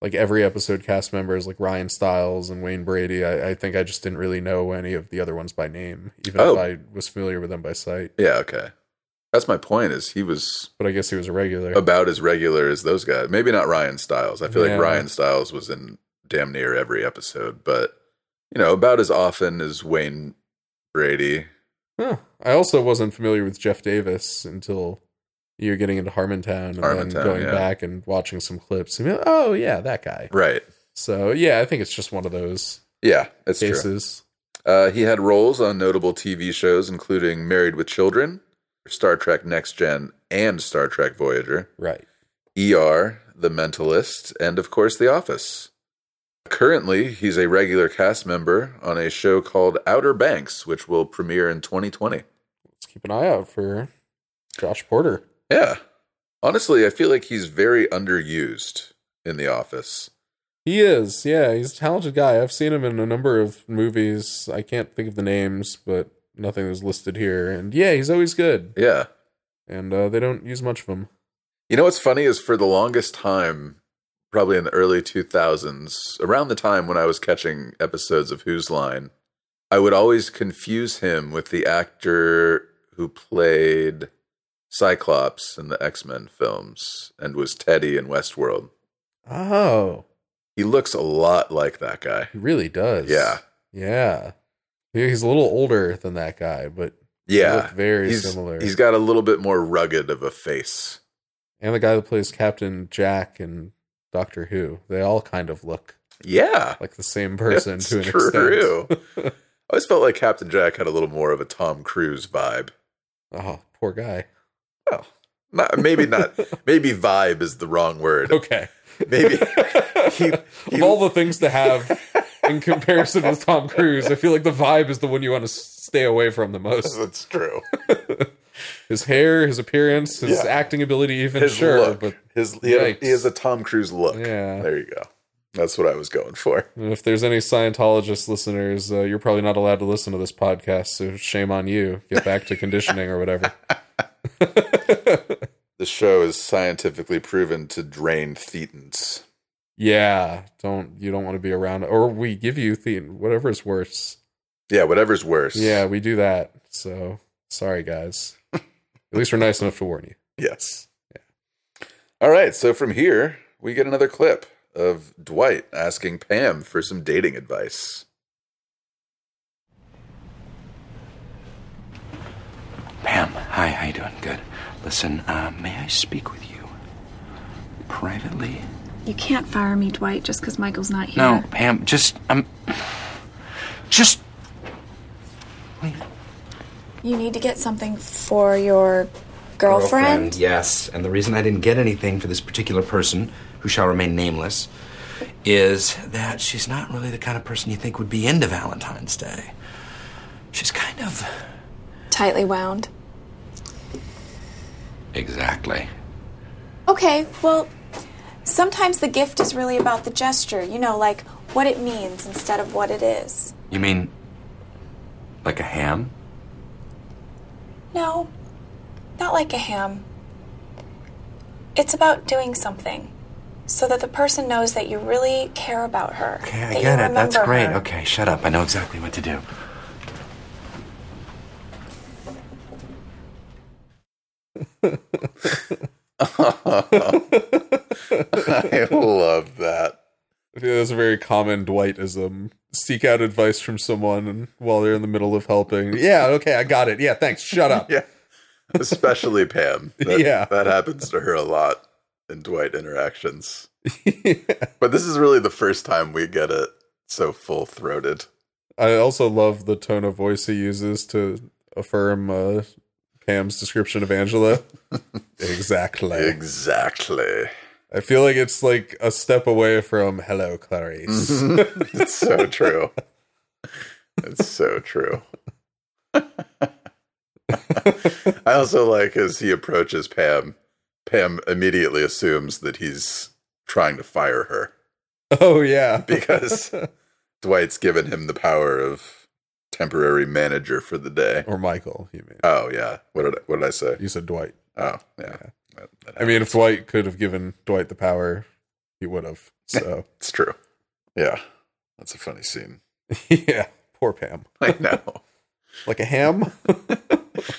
S2: like every episode cast members like Ryan Stiles and Wayne Brady, I, I think I just didn't really know any of the other ones by name, even
S1: Oh.
S2: if I was familiar with them by sight.
S1: Yeah, okay. That's my point is he was
S2: But I guess he was a regular.
S1: about as regular as those guys. Maybe not Ryan Stiles. I feel
S2: Yeah.
S1: like Ryan Stiles was in damn near every episode, but you know, about as often as Wayne Brady.
S2: Huh. I also wasn't familiar with Jeff Davis until you were getting into Harmontown and then
S1: Harmontown,
S2: going
S1: yeah.
S2: back and watching some clips. And, oh yeah, that guy.
S1: Right.
S2: So yeah, I think it's just one of those
S1: Yeah, that's true.
S2: cases.
S1: Uh, he had roles on notable TV shows including Married with Children, Star Trek Next Gen, and Star Trek Voyager.
S2: Right.
S1: ER, The Mentalist, and of course The Office. Currently, he's a regular cast member on a show called Outer Banks, which will premiere in 2020.
S2: Let's keep an eye out for Josh Porter.
S1: Yeah. Honestly, I feel like he's very underused in The Office.
S2: He is, yeah, he's a talented guy. I've seen him in a number of movies. I can't think of the names, but nothing is listed here. And yeah, he's always good.
S1: Yeah.
S2: And uh, they don't use much of him.
S1: You know what's funny is for the longest time, probably in the early 2000s, around the time when I was catching episodes of Who's Line, I would always confuse him with the actor who played Cyclops in the X Men films and was Teddy in Westworld.
S2: Oh,
S1: He looks a lot like that guy.
S2: he really does.
S1: Yeah.
S2: yeah. Yeah, He's a little older than that guy, but
S1: Yeah.
S2: look very
S1: He's-
S2: similar.
S1: He's got a little bit more rugged of a face.
S2: and the guy that plays Captain Jack and Doctor Who, they all kind of look
S1: Yeah.
S2: like the same person
S1: That's
S2: to an extent.
S1: true. I always felt like Captain Jack had a little more of a Tom Cruise vibe.
S2: Oh, poor guy.
S1: Well, not, maybe not. maybe vibe is the wrong word.
S2: Okay.
S1: Maybe he,
S2: of all the things to have in comparison with Tom Cruise. I feel like the vibe is the one you want to stay away from the most.
S1: That's true.
S2: his hair, his appearance, his
S1: Yeah.
S2: acting ability, even
S1: His
S2: sure,
S1: look.
S2: but
S1: His he, had a- he
S2: Yikes.
S1: has a Tom Cruise look.
S2: Yeah.
S1: There you go. That's what I was going for.
S2: And if there's any Scientologist listeners, uh, you're probably not allowed to listen to this podcast, so shame on you. Get back to conditioning or whatever.
S1: The show is scientifically proven to drain thetans.
S2: Yeah, don't you don't want to be around, or we give you the whatever is worse.
S1: Yeah, whatever's worse.
S2: Yeah, we do that. So sorry, guys. At least we're nice enough to warn you.
S1: Yes. All right. So from here, we get another clip of Dwight asking Pam for some dating advice.
S5: Pam, hi, how you doing? Good. Listen, uh, may I speak with you privately?
S10: You can't fire me, Dwight, just because Michael's not here.
S5: No, Pam, just I'm just
S10: You need to get something for your girlfriend.
S5: Yes, and the reason I didn't get anything for this particular person, who shall remain nameless, is that she's not really the kind of person you think would be into Valentine's Day. She's kind of
S10: Tightly wound.
S5: exactly.
S10: Okay, well, sometimes the gift is really about the gesture, you know, like what it means instead of what it is.
S5: You mean like a ham?
S10: No, not like a ham. It's about doing something so that the person knows that you really care about her.
S5: Okay,
S10: that
S5: I
S10: you
S5: get it. That's
S10: remember
S5: great.
S10: her.
S5: Okay, shut up. I know exactly what to do.
S1: I love that.
S2: I think that's a very common Dwightism. Seek out advice from someone while they're in the middle of helping. Yeah, okay, I got it. Yeah, thanks. Shut up.
S1: Yeah. Especially Pam. That,
S2: Yeah.
S1: That happens to her a lot in Dwight interactions. But this is really the first time we get it so full throated.
S2: I also love the tone of voice he uses to affirm uh, Pam's description of Angela. exactly.
S1: Exactly.
S2: I feel like it's like a step away from "Hello, Clarice."
S1: it's so true. It's so true. I also like as he approaches Pam, Pam immediately assumes that he's trying to fire her
S2: oh yeah,
S1: because Dwight's given him the power of temporary manager for the day.
S2: or Michael. You mean
S1: Oh yeah. What did I, what did I say?
S2: you said Dwight?
S1: Oh yeah. That- that
S2: I mean, if Dwight could have given Dwight the power, he would have. So
S1: It's true. Yeah. That's a funny scene.
S2: yeah, poor Pam,
S1: I know.
S2: like a ham.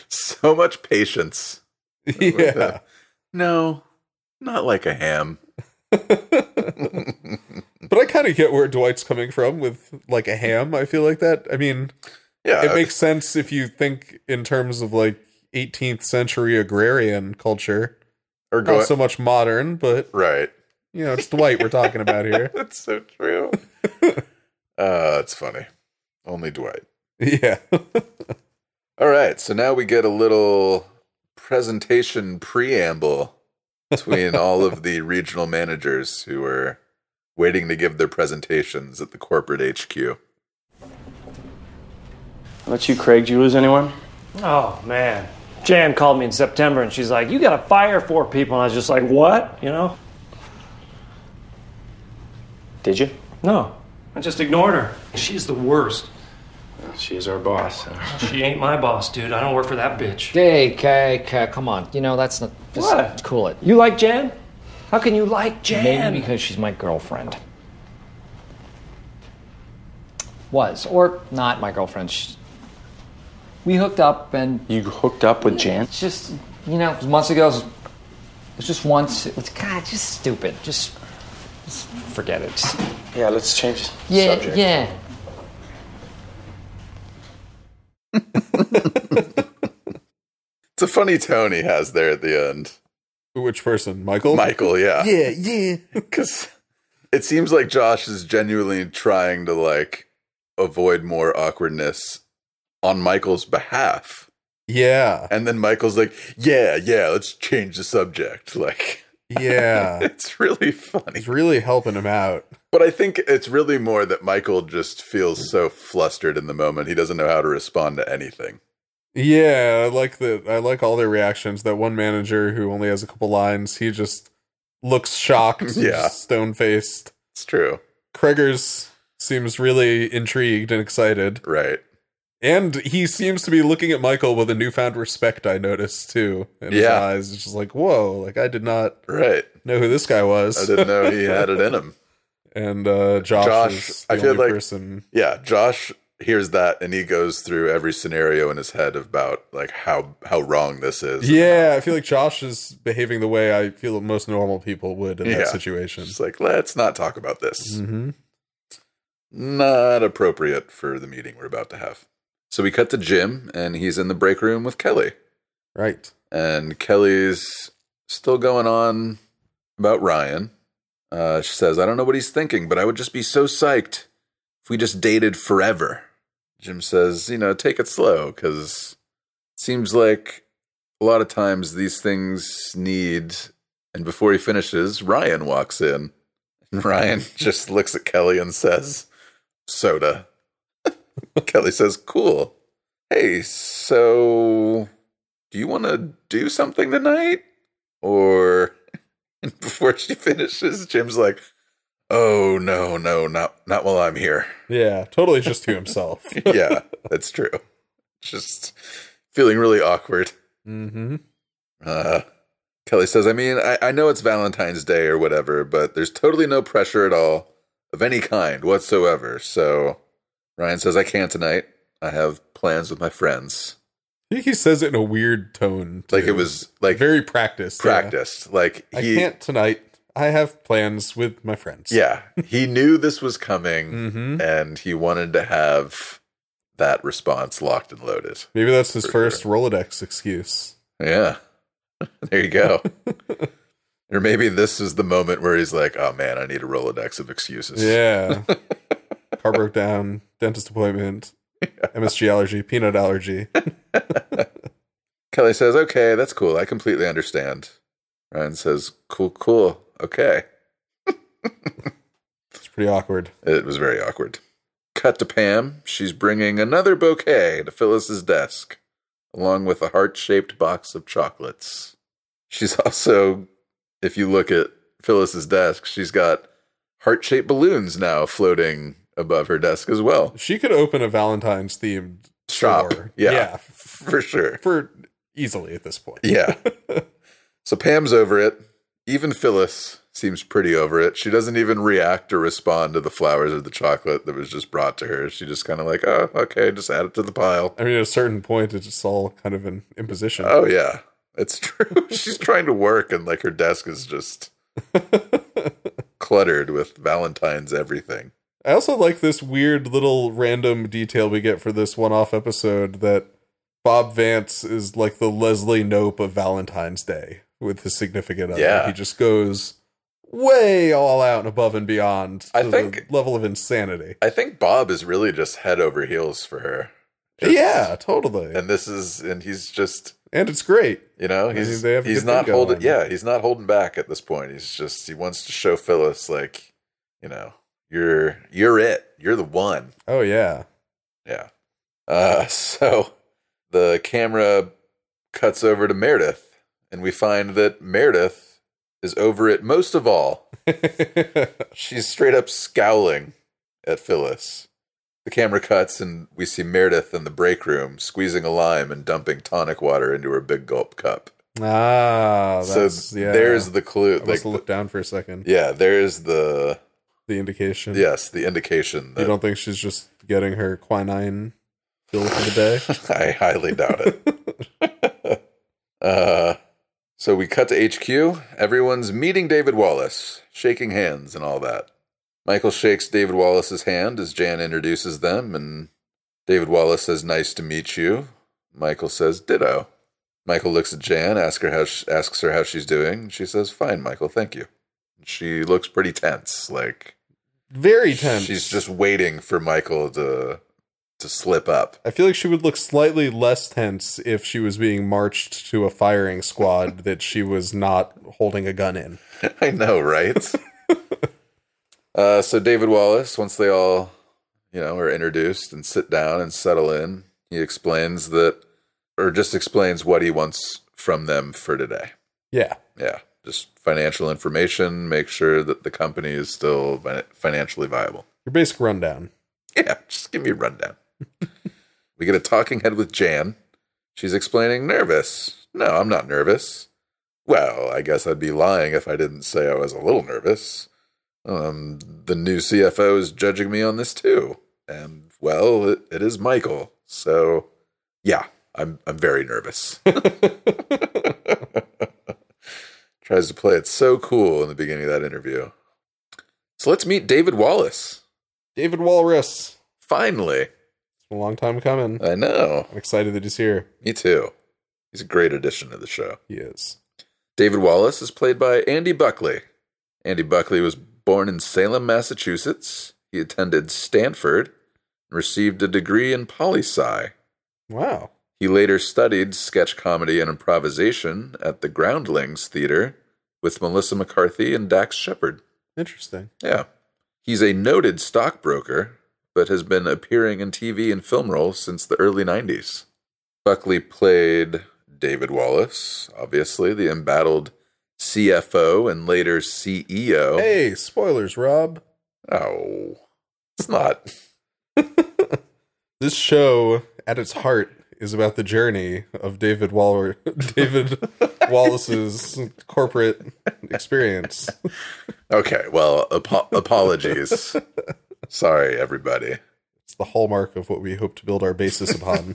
S1: so much patience.
S2: yeah,
S1: No, not like a ham.
S2: but I kind of get where Dwight's coming from with like a ham. I feel like that. I mean,
S1: Yeah.
S2: it makes sense if you think in terms of like 18th century agrarian culture.
S1: or go
S2: Not so much modern, but
S1: right.
S2: you know, it's Dwight we're talking about here.
S1: That's so true. uh, it's funny. Only Dwight.
S2: Yeah.
S1: All right, so now we get a little presentation preamble between all of the regional managers who are waiting to give their presentations at the corporate HQ.
S6: How about you, Craig? Did you lose anyone?
S11: Oh man. Jan called me in September and she's like, You gotta fire four people and I was just like, What? You know?
S6: Did you?
S11: No. I just ignored her. She's the worst.
S6: She is our boss.
S11: She ain't my boss, dude. I don't work for that bitch.
S4: Hey, K, K, come on. You know, that's not. Just
S11: What?
S4: Cool it.
S11: You like Jan? How can you like Jan?
S4: Maybe because she's my girlfriend. Was, or not my girlfriend. She, we hooked up and
S6: You hooked up with Jan?
S4: it's just, you know, it was months ago. It was, it was just once. It was, God, it's just stupid. Just, just forget it. Just-
S6: Yeah, let's change
S4: yeah,
S6: subject.
S4: yeah.
S1: It's a funny tone he has there at the end.
S2: Which person? Michael?
S1: Michael, yeah.
S2: Oh. Yeah, yeah.
S1: Because it seems like Josh is genuinely trying to like avoid more awkwardness on Michael's behalf.
S2: Yeah.
S1: And then Michael's like, yeah, yeah, let's change the subject. Like,
S2: Yeah.
S1: it's really funny.
S2: He's really helping him out.
S1: But I think it's really more that Michael just feels so flustered in the moment. He doesn't know how to respond to anything.
S2: Yeah, I like the I like all their reactions. That one manager who only has a couple lines, he just looks shocked,
S1: Yeah.
S2: stone faced.
S1: It's true.
S2: Kreger's seems really intrigued and excited.
S1: Right.
S2: And he seems to be looking at Michael with a newfound respect I noticed too. In his
S1: Yeah.
S2: eyes. It's just like, whoa, like I did not
S1: Right.
S2: know who this guy was.
S1: I didn't know he had it in him.
S2: And uh Josh,
S1: Josh,
S2: is the
S1: I feel
S2: only
S1: like-
S2: person
S1: Yeah, Josh hears that and he goes through every scenario in his head about like how how wrong this is.
S2: Yeah, I feel like Josh is behaving the way I feel most normal people would in
S1: Yeah.
S2: that situation.
S1: It's like let's not talk about this.
S2: Mhm.
S1: Not appropriate for the meeting we're about to have. So we cut to Jim and he's in the break room with Kelly.
S2: Right.
S1: And Kelly's still going on about Ryan. Uh, she says, I don't know what he's thinking, but I would just be so psyched if we just dated forever. Jim says, you know, take it slow because it seems like a lot of times these things need. And before he finishes, Ryan walks in. And Ryan just looks at Kelly and says, soda. Kelly says, cool. Hey, so do you want to do something tonight? Or and before she finishes, Jim's like, oh no, no, not not while I'm here.
S2: Yeah, totally just to himself.
S1: yeah, that's true. Just feeling really awkward.
S2: Mm-hmm.
S1: Uh, Kelly says, I mean, I, I know it's Valentine's Day or whatever, but there's totally no pressure at all of any kind whatsoever. So Ryan says, I can't tonight. I have plans with my friends.
S2: I think he says it in a weird tone.
S1: Like
S2: too.
S1: it was like
S2: very practiced. yeah.
S1: practiced. Like
S2: I can't tonight. I have plans with my friends.
S1: Yeah, he knew this was coming,
S2: Mhm.
S1: and he wanted to have that response locked and loaded.
S2: Maybe that's his
S1: For
S2: first Rolodex excuse.
S1: Yeah, there you go. or maybe this is the moment where he's like, "Oh man, I need a Rolodex of excuses."
S2: Yeah. Car broke down, dentist appointment, MSG allergy, peanut allergy.
S1: Kelly says, "Okay, that's cool. I completely understand." Ryan says, "Cool, cool. Okay."
S2: It's pretty awkward.
S1: It was very awkward. Cut to Pam. She's bringing another bouquet to Phyllis's desk, along with a heart shaped box of chocolates. She's also, if you look at Phyllis's desk, she's got heart shaped balloons now floating above her desk as well.
S2: She could open a Valentine's themed
S1: Shop.
S2: store.
S1: Yeah, for sure.
S2: For easily at this point.
S1: Yeah. so Pam's over it. Even Phyllis seems pretty over it. She doesn't even react or respond to the flowers or the chocolate that was just brought to her. She just kind of like, oh, okay, just add it to the pile.
S2: I mean, at a certain point, it's just all kind of an imposition.
S1: Oh yeah, it's true. She's trying to work, and like her desk is just cluttered with Valentine's everything.
S2: I also like this weird little random detail we get for this one off episode that Bob Vance is like the Leslie Nope of Valentine's Day with his significant other.
S1: Yeah.
S2: He just goes way all out and above and beyond
S1: I
S2: to
S1: think-
S2: the level of insanity.
S1: I think Bob is really just head over heels for her,
S2: yeah, totally. And,
S1: and this is, and he's just,
S2: it's great.
S1: you know,
S2: I mean,
S1: he's
S2: they have a
S1: he's
S2: good
S1: not
S2: thing going
S1: holding,
S2: on.
S1: yeah, he's not holding back at this point. He's just he wants to show Phyllis like, you know, you're you're it, you're the one.
S2: Oh yeah.
S1: Yeah. Uh, so the camera cuts over to Meredith, and we find that Meredith is over it most of all. She's straight up scowling at Phyllis. The camera cuts, and we see Meredith in the break room squeezing a lime and dumping tonic water into her big gulp cup.
S2: Ah,
S1: so
S2: that's, yeah.
S1: there's the clue.
S2: I must
S1: Like,
S2: have looked down for a second.
S1: yeah, there's the
S2: The indication.
S1: yes, the indication
S2: Hmm. You
S1: that
S2: don't think she's just getting her quinine pill for the day?
S1: I highly doubt it. uh, so we cut to HQ. Everyone's meeting David Wallace, shaking hands and all that. Michael shakes David Wallace's hand as Jan introduces them, and David Wallace says, "Nice to meet you." Michael says, "Ditto." Michael looks at Jan, asks her how she, asks her how she's doing. She says, "Fine, Michael, thank you." She looks pretty tense, like
S2: Very tense.
S1: she's just waiting for Michael to to slip up.
S2: I feel like she would look slightly less tense if she was being marched to a firing squad that she was not holding a gun in.
S1: I know, right? Uh, so David Wallace, once they all, you know, are introduced and sit down and settle in, he explains that, or just explains what he wants from them for today.
S2: Yeah.
S1: Yeah, just financial information. Make sure that the company is still fin- financially viable.
S2: Your basic rundown.
S1: Yeah, just give me a rundown. we get a talking head with Jan. She's explaining, nervous. No, I'm not nervous. Well, I guess I'd be lying if I didn't say I was a little nervous. Um, the new CFO is judging me on this too. And, well, it, it is Michael. So, yeah, I'm, I'm very nervous. Tries to play it so cool in the beginning of that interview. So let's meet David Wallace.
S2: David Walrus.
S1: Finally.
S2: It's been a long time coming.
S1: I know.
S2: I'm excited that he's here.
S1: Me too. He's a great addition to the show.
S2: He is.
S1: David Wallace is played by Andy Buckley. Andy Buckley was born in Salem, Massachusetts. He attended Stanford and received a degree in poli sci.
S2: Wow.
S1: He later studied sketch comedy and improvisation at the Groundlings Theater with Melissa McCarthy and Dax Shepard.
S2: Interesting.
S1: Yeah. He's a noted stockbroker, but has been appearing in TV and film roles since the early 90s. Buckley played David Wallace, obviously, the embattled CFO and later CEO.
S2: Hey, spoilers, Rob.
S1: Oh, it's not.
S2: This show, at its heart, is about the journey of David Waller, David Wallace's corporate experience.
S1: Okay, well, apo- apologies. Sorry, everybody.
S2: It's the hallmark of what we hope to build our basis upon.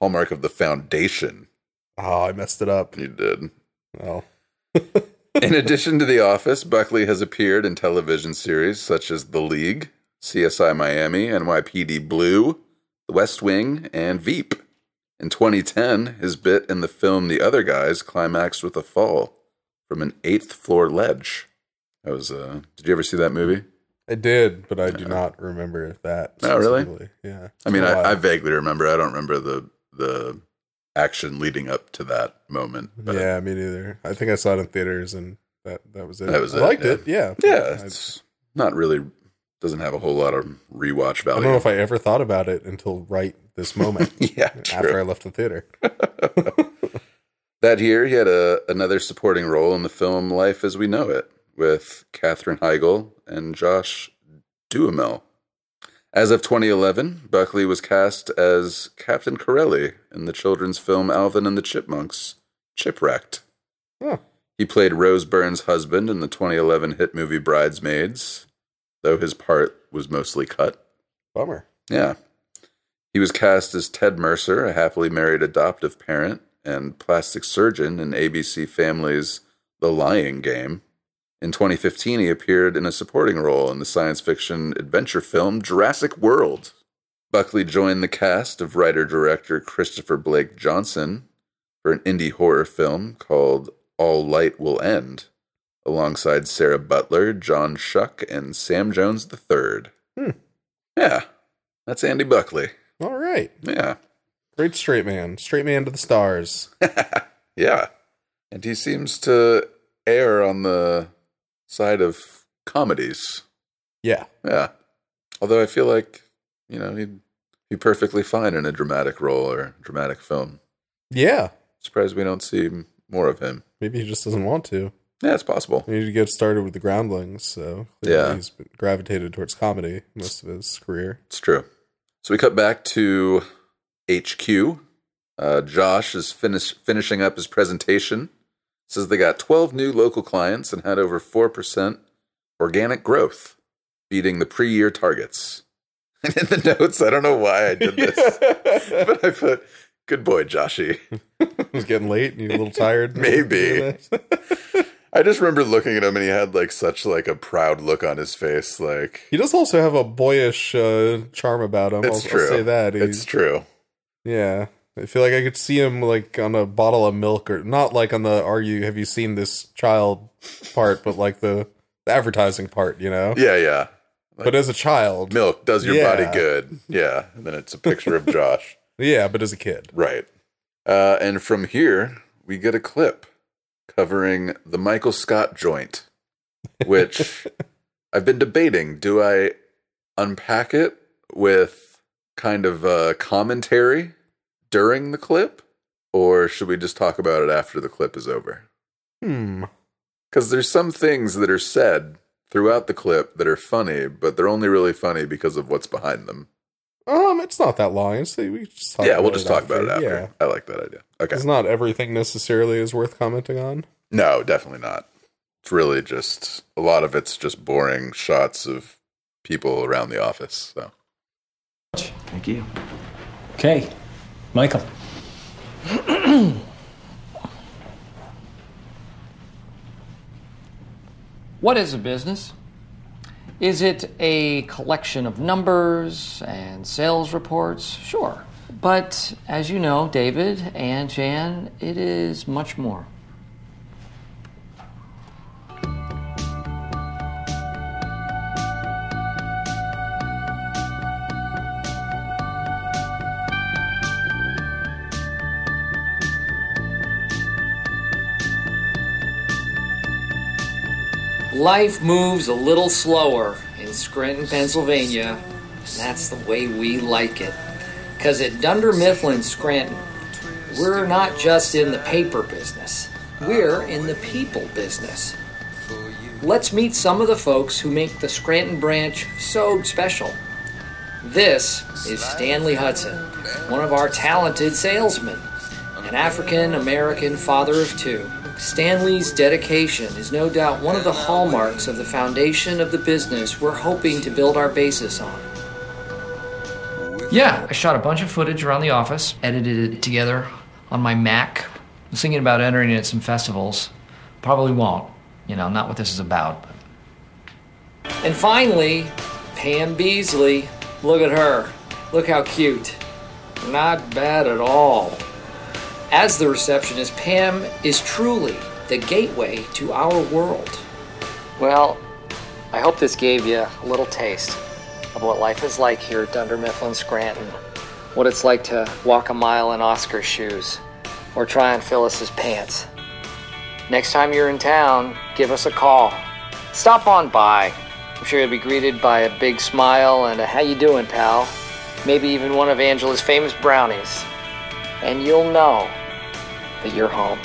S1: Hallmark of the foundation.
S2: oh, I messed it up.
S1: You did.
S2: Well,
S1: In addition to The Office, Buckley has appeared in television series such as The League, CSI Miami, NYPD Blue, The West Wing, and Veep. In 2010, his bit in the film The Other Guys climaxed with a fall from an eighth floor ledge. That was, uh, did you ever see that movie?
S2: I did, but I do not remember that.
S1: Oh, really?
S2: specifically. Yeah.
S1: I mean,
S2: It's been a
S1: I, I
S2: while.
S1: vaguely remember. I don't remember the, the action leading up to that moment. but-
S2: yeah, me neither. I think I saw it in theaters, and that that was it.
S1: That was
S2: I
S1: it,
S2: liked
S1: yeah.
S2: it. Yeah.
S1: Yeah,
S2: I-
S1: it's not really doesn't have a whole lot of rewatch
S2: I
S1: value.
S2: don't know if I ever thought about it until right this moment
S1: yeah,
S2: after
S1: true.
S2: I left the theater.
S1: That year, he had a another supporting role in the film Life as We Know It with Katherine Heigl and Josh Duhamel. As of 2011, Buckley was cast as Captain Corelli in the children's film Alvin and the Chipmunks, Chipwrecked.
S2: Huh.
S1: He played Rose Byrne's husband in the 2011 hit movie Bridesmaids, though his part was mostly cut.
S2: Bummer.
S1: Yeah. He was cast as Ted Mercer, a happily married adoptive parent and plastic surgeon in ABC Family's The Lying Game. In 2015, he appeared in a supporting role in the science fiction adventure film Jurassic World. Buckley joined the cast of writer director Christopher Blake Johnson for an indie horror film called All Light Will End, alongside Sarah Butler, John Shuck, and Sam Jones III.
S2: Hmm.
S1: Yeah, that's Andy Buckley.
S2: All right.
S1: Yeah.
S2: Great straight man. Straight man to the stars.
S1: Yeah. And he seems to err on the side of comedies.
S2: Yeah.
S1: Yeah. Although I feel like, you know, he'd be perfectly fine in a dramatic role or dramatic film.
S2: Yeah.
S1: Surprised we don't see more of him.
S2: Maybe he just doesn't want to.
S1: Yeah, it's possible.
S2: We need to get started with the groundlings, so
S1: Yeah.
S2: he's been gravitated towards comedy most of his career.
S1: It's true. So we cut back to HQ. Uh, Josh is finish, finishing up his presentation. Says they got 12 new local clients and had over 4% organic growth, beating the pre year targets. And in the notes, I don't know why I did this, but I put, good boy, Joshy.
S2: It was getting late and you're a little tired.
S1: Maybe. I just remember looking at him and he had like such like a proud look on his face. Like,
S2: He does also have a boyish uh, charm about him. I'll,
S1: it's true.
S2: I'll say that. eh?
S1: It's
S2: He-
S1: true.
S2: Yeah. I feel like I could see him like on a bottle of milk or not like on the are you have you seen this child part, but like the, the advertising part, you know?
S1: Yeah, yeah.
S2: but as a child.
S1: milk does your body
S2: Yeah.
S1: good. Yeah. And then it's a picture of Josh.
S2: Yeah, but as a kid.
S1: Right. Uh, and from here, we get a clip covering the Michael Scott joint which I've been debating. Do I unpack it with kind of uh, commentary during the clip, or should we just talk about it after the clip is over?
S2: Hmm.
S1: Because there's some things that are said throughout the clip that are funny, but they're only really funny because of what's behind them.
S2: Um, it's not that long. It's, we can just talk
S1: yeah, we'll
S2: about
S1: just
S2: it
S1: talk about it after.
S2: Yeah.
S1: I like that idea. Okay.
S2: It's not everything necessarily is worth commenting on.
S1: No, definitely not. It's really just a lot of it's just boring shots of people around the office. So
S9: Thank you.
S12: Okay, Michael.
S4: What is a business? Is it a collection of numbers and sales reports? Sure. But as you know, David and Jan, it is much more. Life moves a little slower in Scranton, Pennsylvania. And that's the way we like it. Because at Dunder Mifflin, Scranton, we're not just in the paper business, we're in the people business. Let's meet some of the folks who make the Scranton branch so special. This is Stanley Hudson, one of our talented salesmen, an African American father of two. Stanley's dedication is no doubt one of the hallmarks of the foundation of the business we're hoping to build our basis on. Yeah, I shot a bunch of footage around the office, edited it together on my Mac. I was thinking about entering it at some festivals. Probably won't, you know, not what this is about. And finally, Pam Beasley. Look at her. Look how cute. Not bad at all. As the receptionist, Pam is truly the gateway to our world. Well, I hope this gave you a little taste of what life is like here at Dunder Mifflin Scranton. What it's like to walk a mile in Oscar's shoes or try on Phyllis's pants. Next time you're in town, give us a call. Stop on by. I'm sure you'll be greeted by a big smile and a how you doing, pal? Maybe even one of Angela's famous brownies. And you'll know that you're home.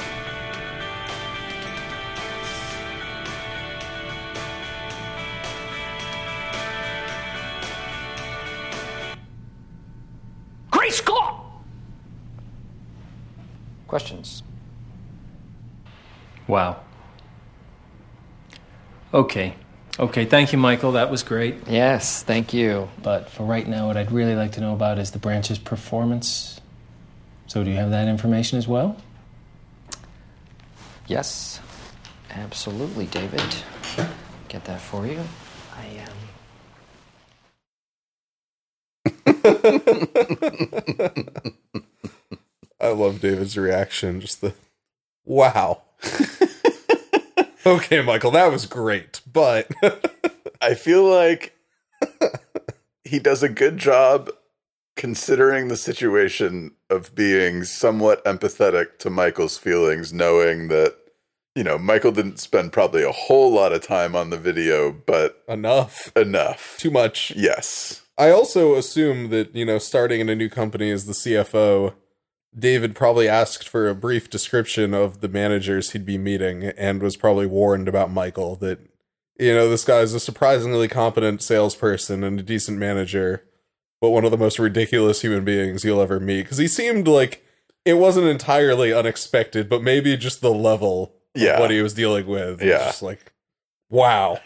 S4: Great Scott! Questions?
S12: Wow. Okay. Okay, thank you, Michael. That was great.
S4: Yes, thank you.
S12: But for right now, what I'd really like to know about is the branch's performance. So, do you have that information as well?
S4: Yes, absolutely, David. Get that for you. I um, am.
S2: I love David's reaction. Just the wow. okay, Michael, that was great, but
S1: I feel like he does a good job considering the situation of being somewhat empathetic to Michael's feelings, knowing that, you know, Michael didn't spend probably a whole lot of time on the video, but
S2: enough.
S1: Enough.
S2: Too much.
S1: Yes.
S2: I also assume that, you know, starting in a new company as the CFO, David probably asked for a brief description of the managers he'd be meeting and was probably warned about Michael that, you know, this guy's a surprisingly competent salesperson and a decent manager, but one of the most ridiculous human beings you'll ever meet. Because he seemed like it wasn't entirely unexpected, but maybe just the level
S1: Yeah.
S2: of what he was dealing with. was
S1: Yeah.
S2: Just like, wow.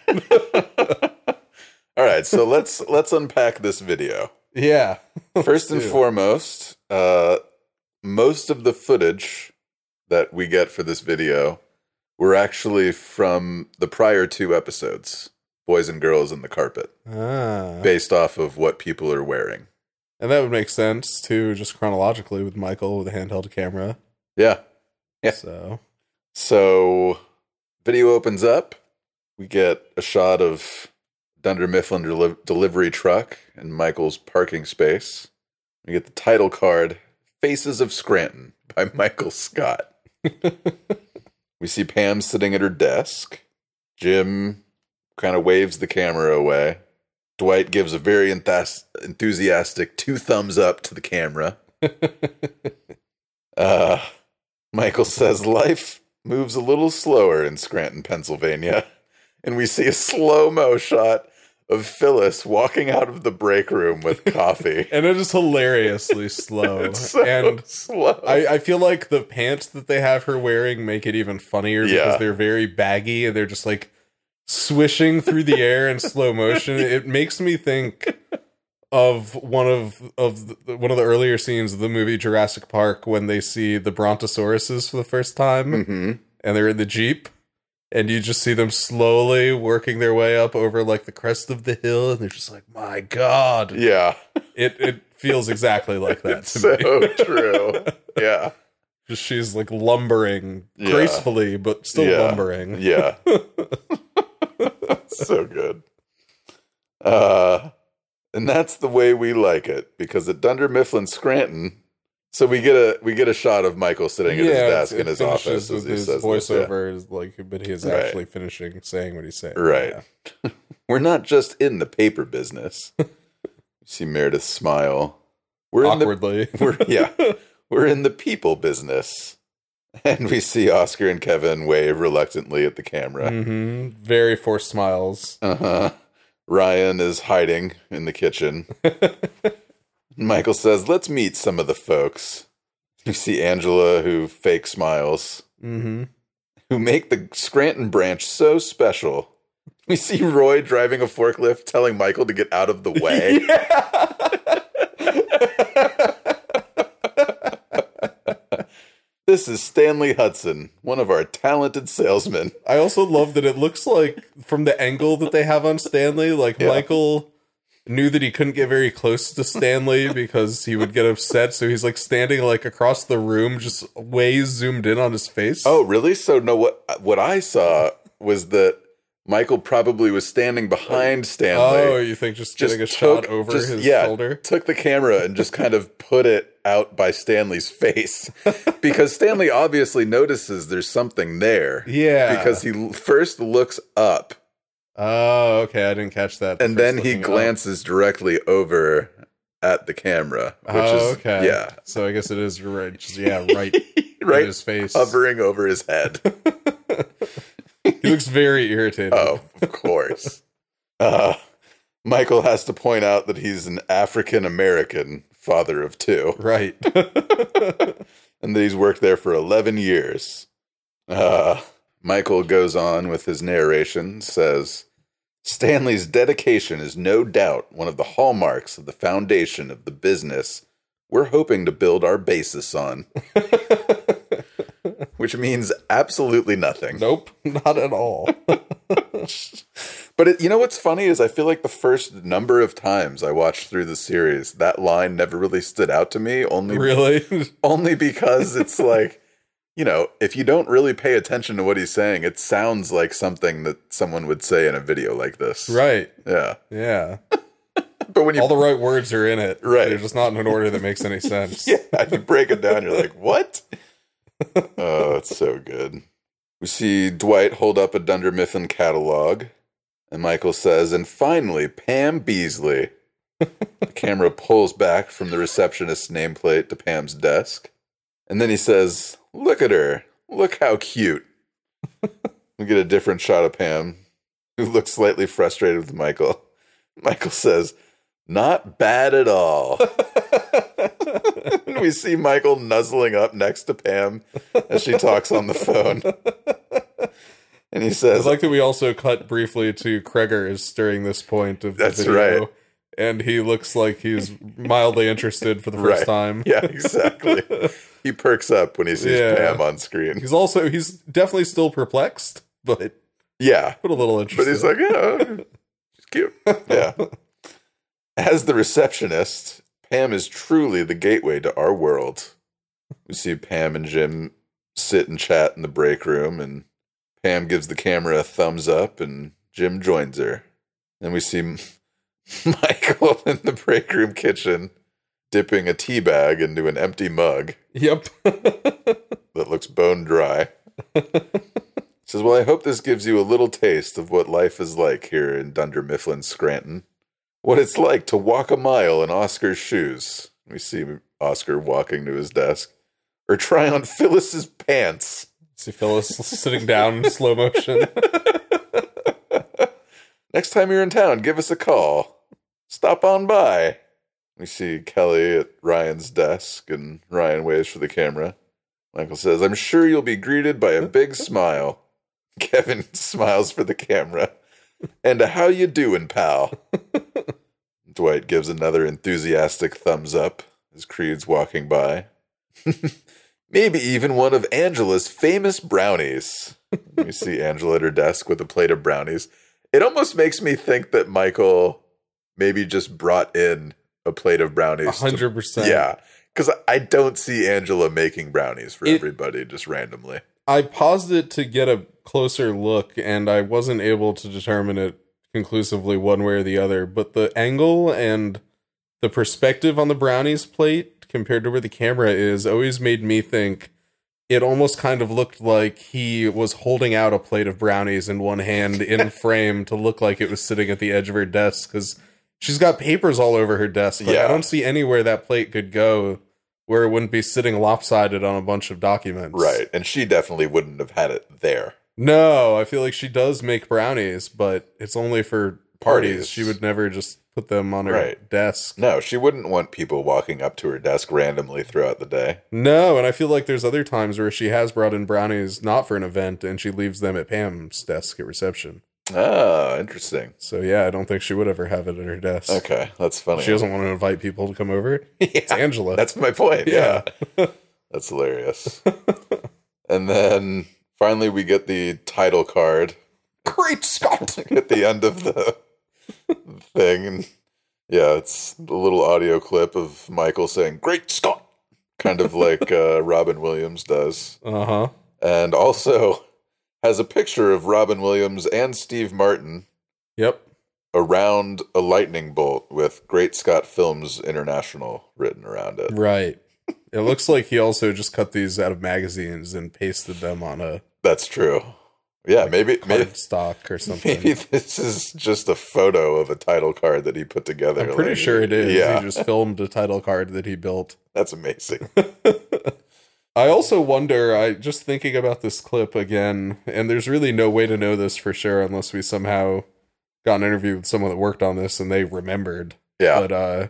S1: All right, so let's let's unpack this video.
S2: Yeah.
S1: First and
S2: do it.
S1: foremost, uh, most of the footage that we get for this video were actually from the prior two episodes, Boys and Girls in the Carpet,
S2: Ah.
S1: based off of what people are wearing.
S2: And that would make sense too, just chronologically with Michael with a handheld camera.
S1: Yeah. Yeah.
S2: So
S1: So, video opens up. We get a shot of Dunder Mifflin deli- delivery truck and Michael's parking space. We get the title card, Faces of Scranton by Michael Scott. we see Pam sitting at her desk. Jim kind of waves the camera away. Dwight gives a very enthas- enthusiastic two thumbs up to the camera. uh, Michael says life moves a little slower in Scranton, Pennsylvania. And we see a slow mo shot of Phyllis walking out of the break room with coffee.
S2: and it is hilariously slow.
S1: It's so
S2: and
S1: slow.
S2: I, I feel like the pants that they have her wearing make it even funnier
S1: Yeah.
S2: because they're very baggy and they're just like swishing through the air in slow motion. It makes me think of one of of the, one of the earlier scenes of the movie Jurassic Park when they see the brontosauruses for the first time
S1: Mm-hmm.
S2: and they're in the jeep and you just see them slowly working their way up over like the crest of the hill and they're just like my god
S1: yeah
S2: it it feels exactly like that to
S1: so
S2: me
S1: true yeah
S2: just she's like lumbering
S1: Yeah.
S2: gracefully but still
S1: Yeah.
S2: lumbering
S1: Yeah. so good. Uh, and that's the way we like it because at Dunder Mifflin Scranton, so we get a we get a shot of Michael sitting at his
S2: Yeah,
S1: desk
S2: it-
S1: in
S2: it
S1: his
S2: finishes
S1: office as
S2: with
S1: he
S2: his
S1: says this, yeah.
S2: voiceover is like but he is
S1: Right.
S2: actually finishing saying what he's saying
S1: Right. We're not just in the paper business. You See Meredith smile. We're
S2: Awkwardly.
S1: In the, we're, yeah. We're in the people business. And we see Oscar and Kevin wave reluctantly at the camera.
S2: hmm very forced smiles
S1: Uh-huh. Ryan is hiding in the kitchen. Michael says, "Let's meet some of the folks." You see Angela who fake smiles,
S2: mm-hmm
S1: who make the Scranton branch so special. We see Roy driving a forklift telling Michael to get out of the way. this is Stanley Hudson, one of our talented salesmen.
S2: I also love that it looks like from the angle that they have on Stanley, like
S1: Yeah.
S2: Michael knew that he couldn't get very close to Stanley because he would get upset, so he's like standing like across the room, just way zoomed in on his face.
S1: Oh, really? So no, what what I saw was that Michael probably was standing behind Stanley.
S2: Oh, you think just, getting a shot over
S1: just-
S2: his
S1: yeah,
S2: shoulder?
S1: Took the camera and just kind of put it out by Stanley's face because Stanley obviously notices there's something there.
S2: Yeah.
S1: because he l- first looks up
S2: Oh, okay, I didn't catch that.
S1: and then he glances directly over at the camera, which
S2: oh,
S1: is
S2: okay.
S1: yeah,
S2: So I guess it is right. Just, yeah, right.
S1: Right
S2: in his face.
S1: hovering over his head.
S2: He looks very irritated.
S1: Oh, of course. uh, Michael has to point out that he's an African American father of two.
S2: Right.
S1: and that he's worked there for 11 years. Uh, Michael goes on with his narration, says, Stanley's dedication is no doubt one of the hallmarks of the foundation of the business we're hoping to build our basis on. Which means absolutely nothing.
S2: Nope, not at all.
S1: But it, you know what's funny is I feel like the first number of times I watched through the series, that line never really stood out to me. Only
S2: Really?
S1: only because it's like, you know, if you don't really pay attention to what he's saying, it sounds like something that someone would say in a video like this.
S2: Right.
S1: Yeah.
S2: Yeah. but
S1: when you
S2: all the right words are in it,
S1: Right.
S2: They're just not in an order that makes any sense.
S1: yeah, you break it down, you're like, what? oh, it's so good. We see Dwight hold up a Dunder Mifflin catalog, and Michael says, and finally, Pam Beasley. the camera pulls back from the receptionist's nameplate to Pam's desk, and then he says, look at her. Look how cute. we get a different shot of Pam, who looks slightly frustrated with Michael. Michael says, not bad at all. and we see Michael nuzzling up next to Pam as she talks on the phone. And he
S2: I
S1: says,
S2: like that we also cut briefly to Kreger is during this point of the
S1: That's
S2: video,
S1: right.
S2: and he looks like he's mildly interested for the first
S1: Right.
S2: time.
S1: Yeah, exactly. he perks up when he sees
S2: Yeah.
S1: Pam on screen.
S2: he's also he's definitely still perplexed, but
S1: Yeah.
S2: but a little
S1: But
S2: interested.
S1: he's like, yeah, she's cute. Yeah. As the receptionist, Pam is truly the gateway to our world. We see Pam and Jim sit and chat in the break room, and Pam gives the camera a thumbs up, and Jim joins her. Then we see M- Michael in the break room kitchen dipping a tea bag into an empty mug
S2: yep.
S1: that looks bone dry. Says says, Well, I hope this gives you a little taste of what life is like here in Dunder Mifflin, Scranton. What it's like to walk a mile in Oscar's shoes. We see Oscar walking to his desk. Or try on Phyllis's pants.
S2: See Phyllis sitting down in slow motion.
S1: Next time you're in town, give us a call. Stop on by. We see Kelly at Ryan's desk, and Ryan waves for the camera. Michael says, I'm sure you'll be greeted by a big smile. Kevin smiles for the camera. And a how you doin', pal? Dwight gives another enthusiastic thumbs up as Creed's walking by. Maybe even one of Angela's famous brownies. we see Angela at her desk with a plate of brownies. It almost makes me think that Michael maybe just brought in a plate of brownies. to-
S2: 100%.
S1: Yeah. Because I don't see Angela making brownies for
S2: It-
S1: everybody just randomly.
S2: I paused it to get a closer look, and I wasn't able to determine it conclusively one way or the other. But the angle and the perspective on the brownies plate compared to where the camera is always made me think it almost kind of looked like he was holding out a plate of brownies in one hand in frame to look like it was sitting at the edge of her desk because she's got papers all over her desk. But I
S1: Yeah.
S2: don't see anywhere that plate could go where it wouldn't be sitting lopsided on a bunch of documents.
S1: Right. And she definitely wouldn't have had it there.
S2: No, I feel like she does make brownies, but it's only for parties.
S1: Parties.
S2: She would never just put them on her
S1: Right.
S2: desk.
S1: No, she wouldn't want people walking up to her desk randomly throughout the day.
S2: No, and I feel like there's other times where she has brought in brownies not for an event and she leaves them at Pam's desk at reception.
S1: Ah, interesting.
S2: So yeah, I don't think she would ever have it at her desk.
S1: Okay, that's funny.
S2: She doesn't want to invite people to come over. It's Angela.
S1: That's my point. Yeah. That's hilarious. and then finally we get the title card. Great Scott! at the end of the thing. And yeah, it's a little audio clip of Michael saying, Great Scott! Kind of like uh, Robin Williams does.
S2: Uh-huh.
S1: And also has a picture of Robin Williams and Steve Martin.
S2: Yep.
S1: Around a lightning bolt with Great Scott Films International written around it.
S2: Right. It looks like he also just cut these out of magazines and pasted them on a
S1: That's true. Yeah, maybe maybe
S2: stock or something.
S1: Maybe this is just a photo of a title card that he put together.
S2: I'm pretty
S1: like-
S2: sure it is.
S1: Yeah,
S2: He just filmed a title card that he built.
S1: that's amazing.
S2: I also wonder, I just thinking about this clip again, and there's really no way to know this for sure unless we somehow got an interview with someone that worked on this and they remembered.
S1: Yeah.
S2: But uh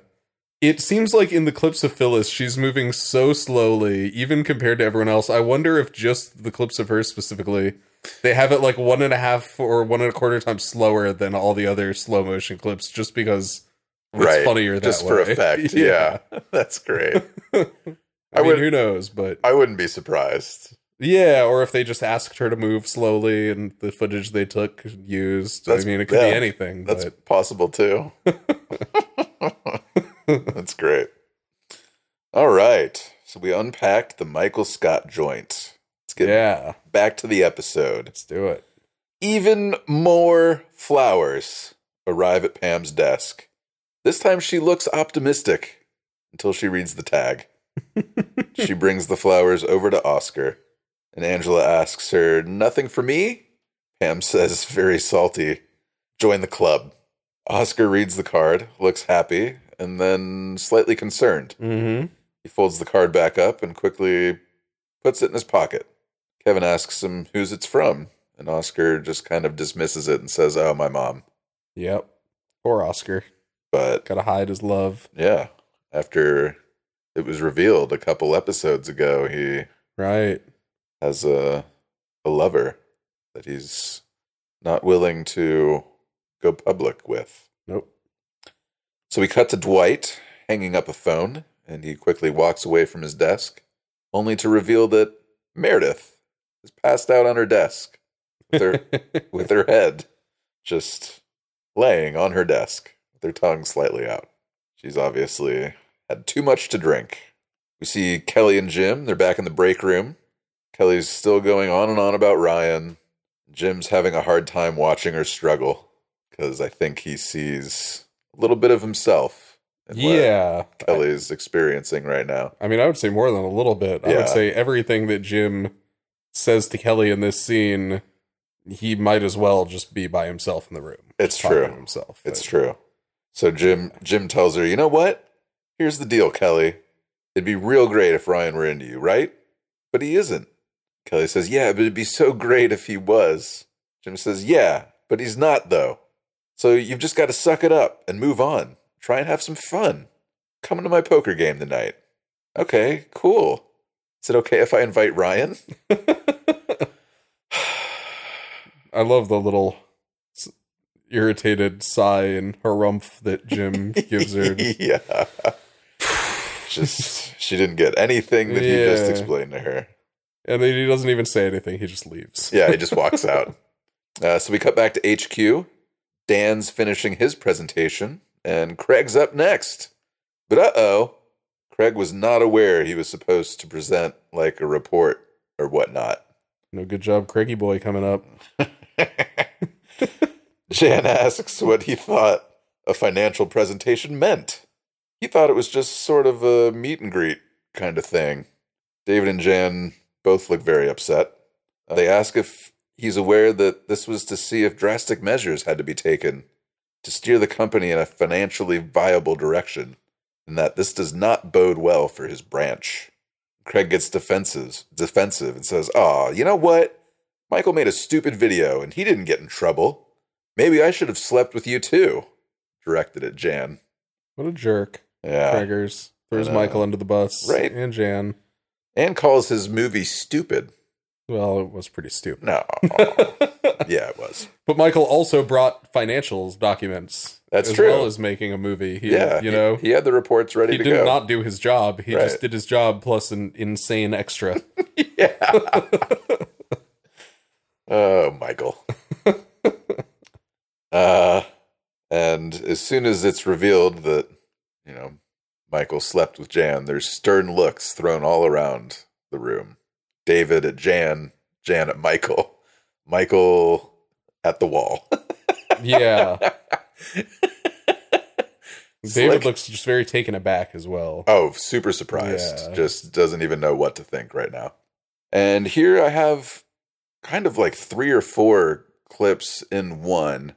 S2: it seems like in the clips of Phyllis, she's moving so slowly, even compared to everyone else. I wonder if just the clips of her specifically, they have it like one and a half or one and a quarter times slower than all the other slow motion clips, just because it's
S1: right,
S2: funnier that
S1: just
S2: way.
S1: for effect. Yeah, that's great.
S2: I, mean, who knows? But
S1: I wouldn't be surprised.
S2: yeah, or if they just asked her to move slowly and the footage they took used. I mean, it could
S1: yeah,
S2: be anything.
S1: That's
S2: but
S1: possible too. that's great. All right, so we unpacked the Michael Scott joint. Let's get
S2: yeah,
S1: back to the episode.
S2: let's do it.
S1: Even more flowers arrive at Pam's desk. This time she looks optimistic until she reads the tag. she brings the flowers over to Oscar, and Angela asks her, Nothing for me? Pam says, very salty, Join the club. Oscar reads the card, looks happy, and then slightly concerned.
S2: Mm-hmm.
S1: He folds the card back up and quickly puts it in his pocket. Kevin asks him whose it's from, and Oscar just kind of dismisses it and says, Oh, my mom.
S2: Yep. Poor Oscar.
S1: But
S2: Gotta hide his love.
S1: yeah, after it was revealed a couple episodes ago, he
S2: Right.
S1: has a, a lover that he's not willing to go public with.
S2: Nope.
S1: So we cut to Dwight hanging up a phone, and he quickly walks away from his desk, only to reveal that Meredith is passed out on her desk with her, with her head just laying on her desk, with her tongue slightly out. She's obviously had too much to drink. We see Kelly and Jim, they're back in the break room. Kelly's still going on and on about Ryan. Jim's having a hard time watching her struggle because I think he sees a little bit of himself in what
S2: Yeah.
S1: Kelly's experiencing right now.
S2: I mean, I would say more than a little bit. I
S1: Yeah.
S2: would say everything that Jim says to Kelly in this scene he might as well just be by himself in the room.
S1: It's
S2: talking
S1: true.
S2: to himself.
S1: It's true. So Jim Jim tells her, "You know what? Here's the deal, Kelly. It'd be real great if Ryan were into you, right? But he isn't." Kelly says, "Yeah, but it'd be so great if he was." Jim says, "Yeah, but he's not though. So you've just got to suck it up and move on. Try and have some fun. Coming to my poker game tonight. Okay, cool. Is it okay if I invite Ryan?"
S2: I love the little s- irritated sigh and harumph that Jim gives her.
S1: yeah. Just she didn't get anything that he just
S2: Yeah.
S1: explained to her.
S2: And then he doesn't even say anything. He just leaves.
S1: Yeah, he just walks out. Uh, so we cut back to HQ. Dan's finishing his presentation, and Craig's up next. But uh oh, Craig was not aware he was supposed to present like a report or whatnot.
S2: No good job, Craigie boy coming up.
S1: Jan asks what he thought a financial presentation meant. He thought it was just sort of a meet and greet kind of thing. David and Jan both look very upset. They ask if he's aware that this was to see if drastic measures had to be taken to steer the company in a financially viable direction, and that this does not bode well for his branch. Craig gets defensive, defensive and says, "Ah, you know what? Michael made a stupid video and he didn't get in trouble. Maybe I should have slept with you too." Directed at Jan.
S2: What a jerk.
S1: Yeah.
S2: Craigers. Throws
S1: I know.
S2: Michael under the bus.
S1: Right.
S2: And Jan.
S1: And calls his movie stupid.
S2: Well, it was pretty stupid.
S1: No. yeah, it was.
S2: But Michael also brought financials documents.
S1: That's
S2: as
S1: true.
S2: well as making a movie. He,
S1: yeah,
S2: You know,
S1: he, he had the reports ready
S2: he
S1: to
S2: did
S1: go.
S2: not do his job. He
S1: Right.
S2: just did his job plus an insane extra.
S1: Oh, Michael. uh, and as soon as it's revealed that, you know, Michael slept with Jan, there's stern looks thrown all around the room. David at Jan, Jan at Michael, Michael at the wall.
S2: yeah. David
S1: like-
S2: looks just very taken aback as well.
S1: Oh, super surprised.
S2: Yeah.
S1: Just doesn't even know what to think right now. And here I have kind of like three or four clips in one,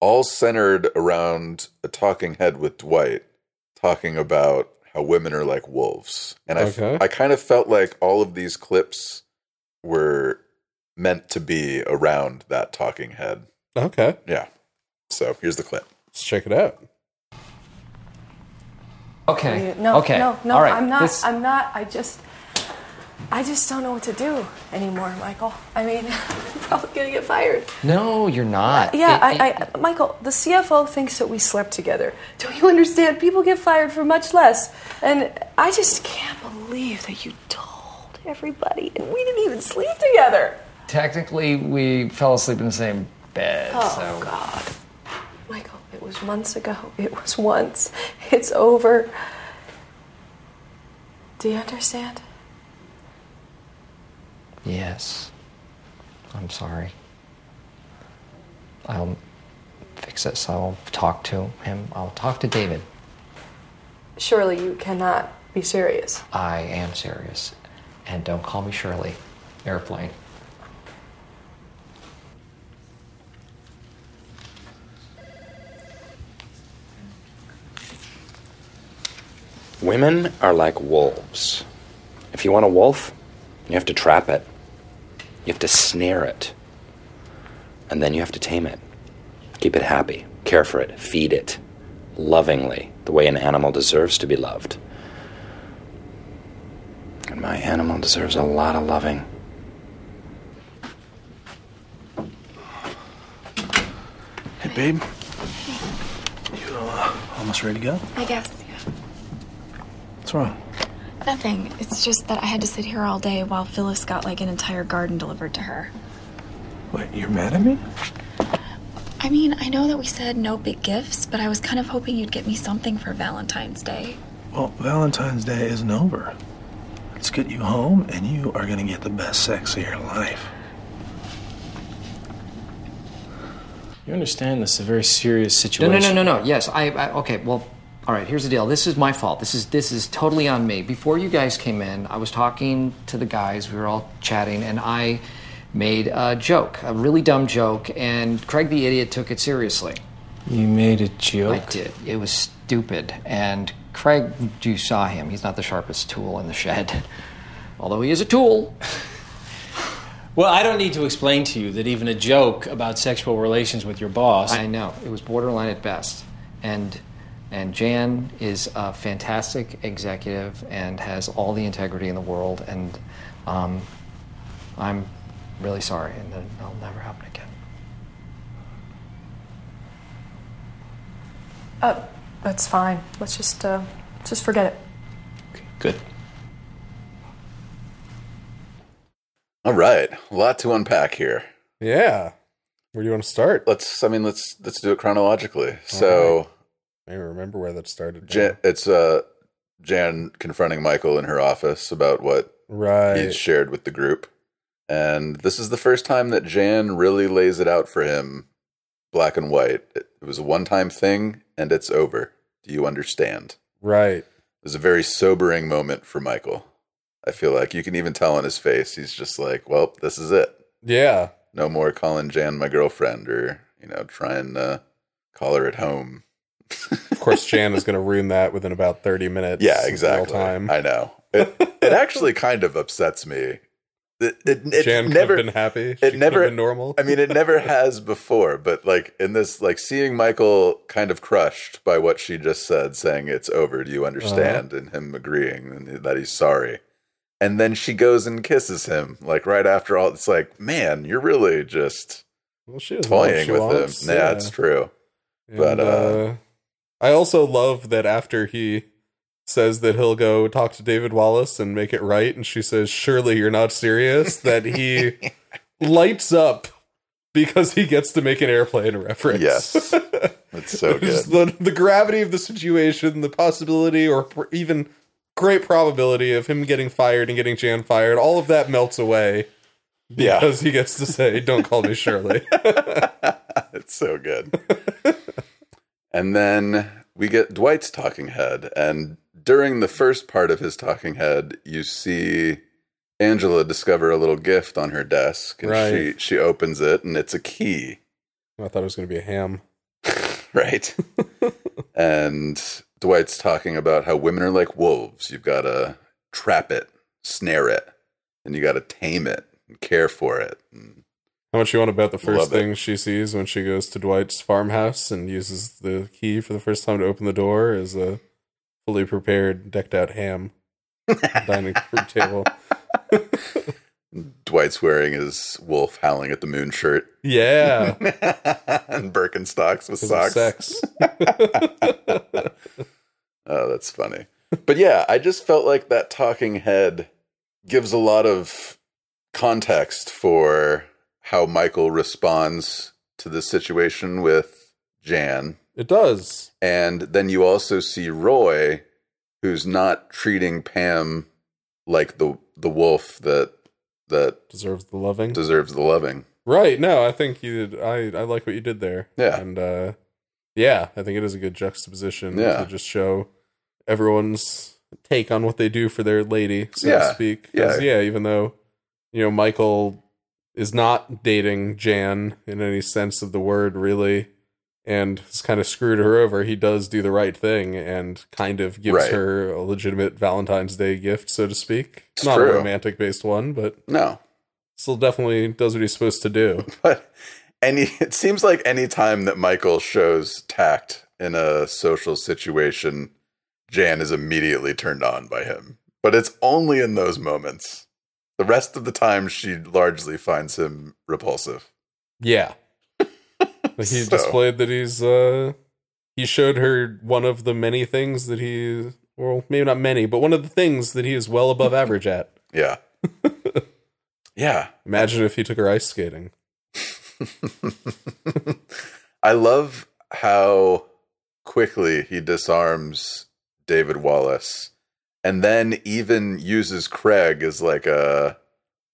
S1: all centered around a talking head with Dwight talking about how women are like wolves. And I f-
S2: Okay.
S1: I kind of felt like all of these clips were meant to be around that talking head.
S2: Okay.
S1: Yeah. So here's the clip.
S2: Let's check it out.
S4: Okay.
S13: No,
S4: okay.
S13: no, no,
S4: All right.
S13: I'm not.
S4: This-
S13: I'm not. I just, I just don't know what to do anymore, Michael. I mean, I'm probably gonna get fired.
S4: no, you're not.
S13: Uh, Yeah,
S4: It-
S13: I, I, Michael, the CFO thinks that we slept together. Don't you understand? People get fired for much less, and I just can't believe that you told everybody, and we didn't even sleep together.
S4: technically, we fell asleep in the same bed.
S13: Oh,
S4: so. God.
S13: Michael, it was months ago. It was once. It's over. Do you understand?
S4: Yes. I'm sorry. I'll fix this. I'll talk to him. I'll talk to David.
S13: Surely you cannot be serious.
S4: I am serious. And don't call me Shirley. Airplane.
S14: Women are like wolves. If you want a wolf, you have to trap it, you have to snare it, and then you have to tame it. Keep it happy, care for it, feed it lovingly, the way an animal deserves to be loved. And my animal deserves a lot of loving.
S9: Hey, babe. You uh, almost ready to go?
S10: I guess.
S9: What's wrong?
S10: Nothing. It's just that I had to sit here all day while Phyllis got like an entire garden delivered to her.
S9: Wait, you're mad at me?
S10: I mean, I know that we said no big gifts, but I was kind of hoping you'd get me something for Valentine's Day.
S9: Well, Valentine's Day isn't over. Let's get you home, and you are gonna get the best sex of your life.
S12: You understand this is a very serious
S4: No,
S12: situation.
S4: no, no, no, no. Yes, I, I. Okay. Well, all right. Here's the deal. This is my fault. This is this is totally on me. Before you guys came in, I was talking to the guys. We were all chatting, and I made a joke, a really dumb joke, and Craig the Idiot took it seriously.
S12: You made a joke.
S4: I did. It was stupid. And Craig, you saw him. He's not the sharpest tool in the shed, although he is a tool.
S12: Well, I don't need to explain to you that even a joke about sexual relations with your boss.
S4: I know it was borderline at best, and and Jan is a fantastic executive and has all the integrity in the world. And um, I'm really sorry, and that- that'll never happen again.
S13: Uh, that's fine. Let's just uh, just forget it.
S1: All right, a lot to unpack here.
S2: Yeah. Where do you want to start?
S1: Let's. I mean, let's let's do it chronologically. so
S2: I don't remember where that started.
S1: Jan, it's uh, Jan confronting Michael in her office about what
S2: Right.
S1: he's shared with the group, and this is the first time that Jan really lays it out for him, black and white. It, it was a one-time thing, and it's over. Do you understand?
S2: Right.
S1: It was a very sobering moment for Michael. I feel like you can even tell on his face. He's just like, "Well, this is it."
S2: Yeah.
S1: no more calling Jan my girlfriend or, you know, trying to call her at home.
S2: Of course, Jan is going to ruin that within about 30 minutes.
S1: yeah,
S2: real
S1: exactly.
S2: time.
S1: I know. It, it actually kind of upsets me. It, it, it
S2: Jan could
S1: never
S2: have been happy. She
S1: It
S2: could have
S1: never
S2: been normal.
S1: I mean, it never has before, but like in this, like seeing Michael kind of crushed by what she just said, saying it's over. Do you
S2: Uh-huh.
S1: understand? And him agreeing and that he's sorry. And then she goes and kisses him, like right after all. It's like, man, you're really just
S2: Well, she doesn't know what
S1: toying
S2: she
S1: with
S2: wants,
S1: him. Yeah,
S2: yeah.
S1: it's true.
S2: And,
S1: but uh,
S2: uh, I also love that after he says that he'll go talk to David Wallace and make it right, and she says, "Surely you're not serious." that he lights up because he gets to make an airplane reference.
S1: Yes. that's so good.
S2: Just the, the gravity of the situation, the possibility, or pr- even great probability of him getting fired and getting Jan fired, all of that melts away.
S1: Yeah.
S2: Because he gets to say, Don't call me Shirley.
S1: it's so good. and then we get Dwight's talking head, and during the first part of his talking head, you see Angela discover a little gift on her desk, and
S2: Right.
S1: she she opens it, and it's a key,
S2: I thought it was going to be a ham.
S1: right? and Dwight's talking about how women are like wolves. You've got to trap it, snare it, and you got to tame it and care for it.
S2: How much you want to bet the first
S1: Love it.
S2: thing she sees when she goes to Dwight's farmhouse and uses the key for the first time to open the door is a fully prepared, decked out ham on the dining room table.
S1: Dwight's wearing his wolf howling at the moon shirt.
S2: Yeah.
S1: and Birkenstocks with
S2: Because of
S1: socks.
S2: sex.
S1: oh, that's funny. But yeah, I just felt like that talking head gives a lot of context for how Michael responds to the situation with Jan.
S2: It does.
S1: And then you also see Roy, who's not treating Pam like the the wolf that that
S2: deserves the loving.
S1: Deserves the loving.
S2: Right. No, I think you did. I, I like what you did there.
S1: Yeah.
S2: And uh, yeah, I think it is a good juxtaposition
S1: Yeah.
S2: to just show everyone's take on what they do for their lady, so
S1: Yeah.
S2: to speak. 'Cause,
S1: Yeah.
S2: yeah, even though, you know, Michael is not dating Jan in any sense of the word, really, and has kind of screwed her over, he does do the right thing and kind of gives
S1: Right.
S2: her a legitimate Valentine's Day gift, so to speak.
S1: It's
S2: not
S1: true.
S2: a romantic based one, but
S1: No.
S2: still definitely does what he's supposed to do.
S1: But any it seems like any time that Michael shows tact in a social situation, Jan is immediately turned on by him. But it's only in those moments. The rest of the time she largely finds him repulsive.
S2: Yeah. he
S1: So-
S2: displayed that he's uh he showed her one of the many things that he well, maybe not many, but one of the things that he is well above average at.
S1: Yeah. yeah.
S2: Imagine if he took her ice skating.
S1: I love how quickly he disarms David Wallace and then even uses Craig as like a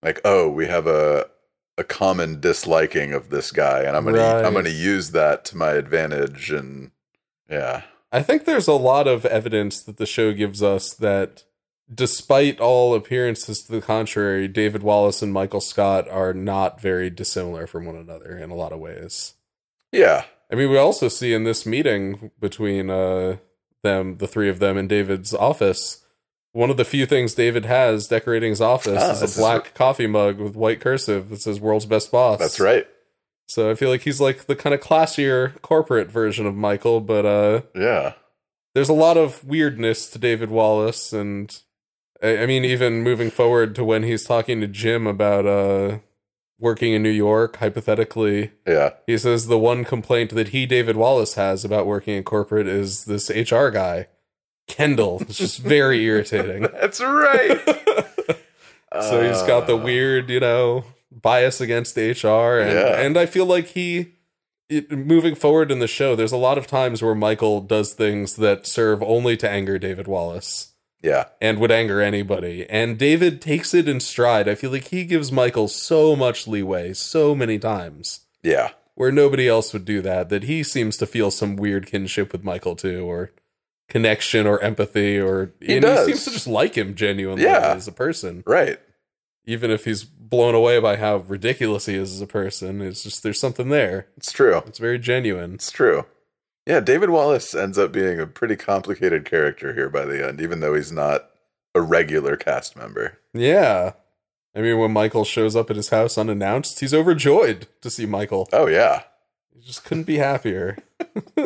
S1: like oh we have a a common disliking of this guy and I'm going to I'm
S2: Right.
S1: going to use that to my advantage and yeah
S2: I think there's a lot of evidence that the show gives us that despite all appearances to the contrary, David Wallace and Michael Scott are not very dissimilar from one another in a lot of ways.
S1: Yeah.
S2: I mean, we also see in this meeting between uh, them, the three of them, in David's office, one of the few things David has decorating his office
S1: Ah, this
S2: is
S1: is
S2: a black coffee mug with white cursive that says "World's Best Boss."
S1: That's right.
S2: So I feel like he's like the kind of classier corporate version of Michael, but uh
S1: yeah.
S2: There's a lot of weirdness to David Wallace and I, I mean even moving forward to when he's talking to Jim about uh working in New York hypothetically.
S1: Yeah.
S2: He says the one complaint that he David Wallace has about working in corporate is this HR guy, Kendall. It's just very irritating.
S1: That's right.
S2: So he's got the weird, you know, bias against HR, and
S1: Yeah.
S2: and I feel like he, it, moving forward in the show, there's a lot of times where Michael does things that serve only to anger David Wallace,
S1: Yeah.
S2: and would anger anybody. And David takes it in stride. I feel like he gives Michael so much leeway, so many times,
S1: Yeah.
S2: where nobody else would do that. That he seems to feel some weird kinship with Michael too, or connection, or empathy, or
S1: He
S2: and
S1: does.
S2: he seems to just like him genuinely
S1: Yeah.
S2: as a person,
S1: Right.
S2: even if he's blown away by how ridiculous he is as a person, it's just there's something there.
S1: It's true.
S2: It's very genuine.
S1: It's true. Yeah, David Wallace ends up being a pretty complicated character here by the end, even though he's not a regular cast member.
S2: Yeah. I mean, when Michael shows up at his house unannounced, he's overjoyed to see Michael.
S1: Oh, yeah.
S2: He just couldn't be happier.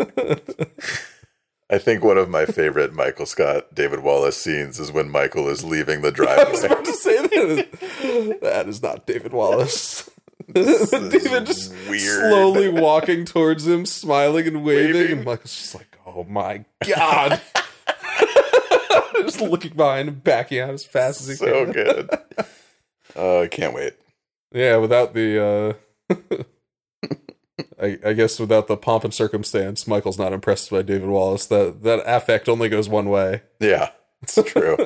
S1: I think one of my favorite Michael Scott, David Wallace scenes is when Michael is leaving the driveway.
S2: to say that. That is not David Wallace. David just slowly walking towards him, smiling and waving, and Michael's just like, "Oh my god!" just looking behind and backing out as fast as he
S1: So
S2: can.
S1: good. Uh, I can't wait.
S2: Yeah, without the, uh, I, I guess without the pomp and circumstance, Michael's not impressed by David Wallace. That that affect only goes one way.
S1: Yeah, it's true.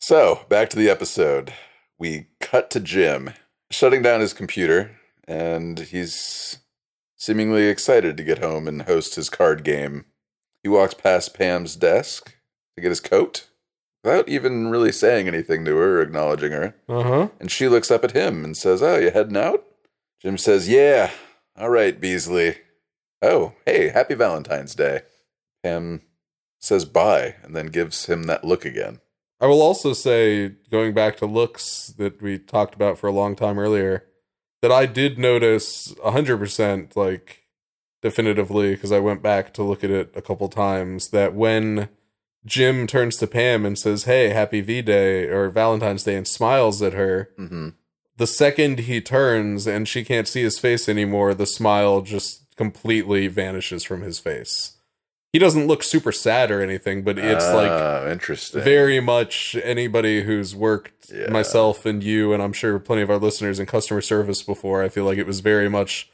S1: so, back to the episode. We cut to Jim shutting down his computer, and he's seemingly excited to get home and host his card game. He walks past Pam's desk to get his coat without even really saying anything to her or acknowledging her.
S2: Uh huh.
S1: And she looks up at him and says, Oh, you heading out? Jim says, Yeah. All right, Beasley. Oh, hey, happy Valentine's Day. Pam says bye and then gives him that look again.
S2: I will also say, going back to looks that we talked about for a long time earlier, that I did notice 100%, like definitively, because I went back to look at it a couple times, that when Jim turns to Pam and says, Hey, happy V Day or Valentine's Day, and smiles at her,
S1: Mhm.
S2: the second he turns and she can't see his face anymore, the smile just completely vanishes from his face. He doesn't look super sad or anything, but it's like
S1: Ah, interesting.
S2: very much anybody who's worked myself and you and i'm sure plenty of our listeners in customer service before i feel like it was very much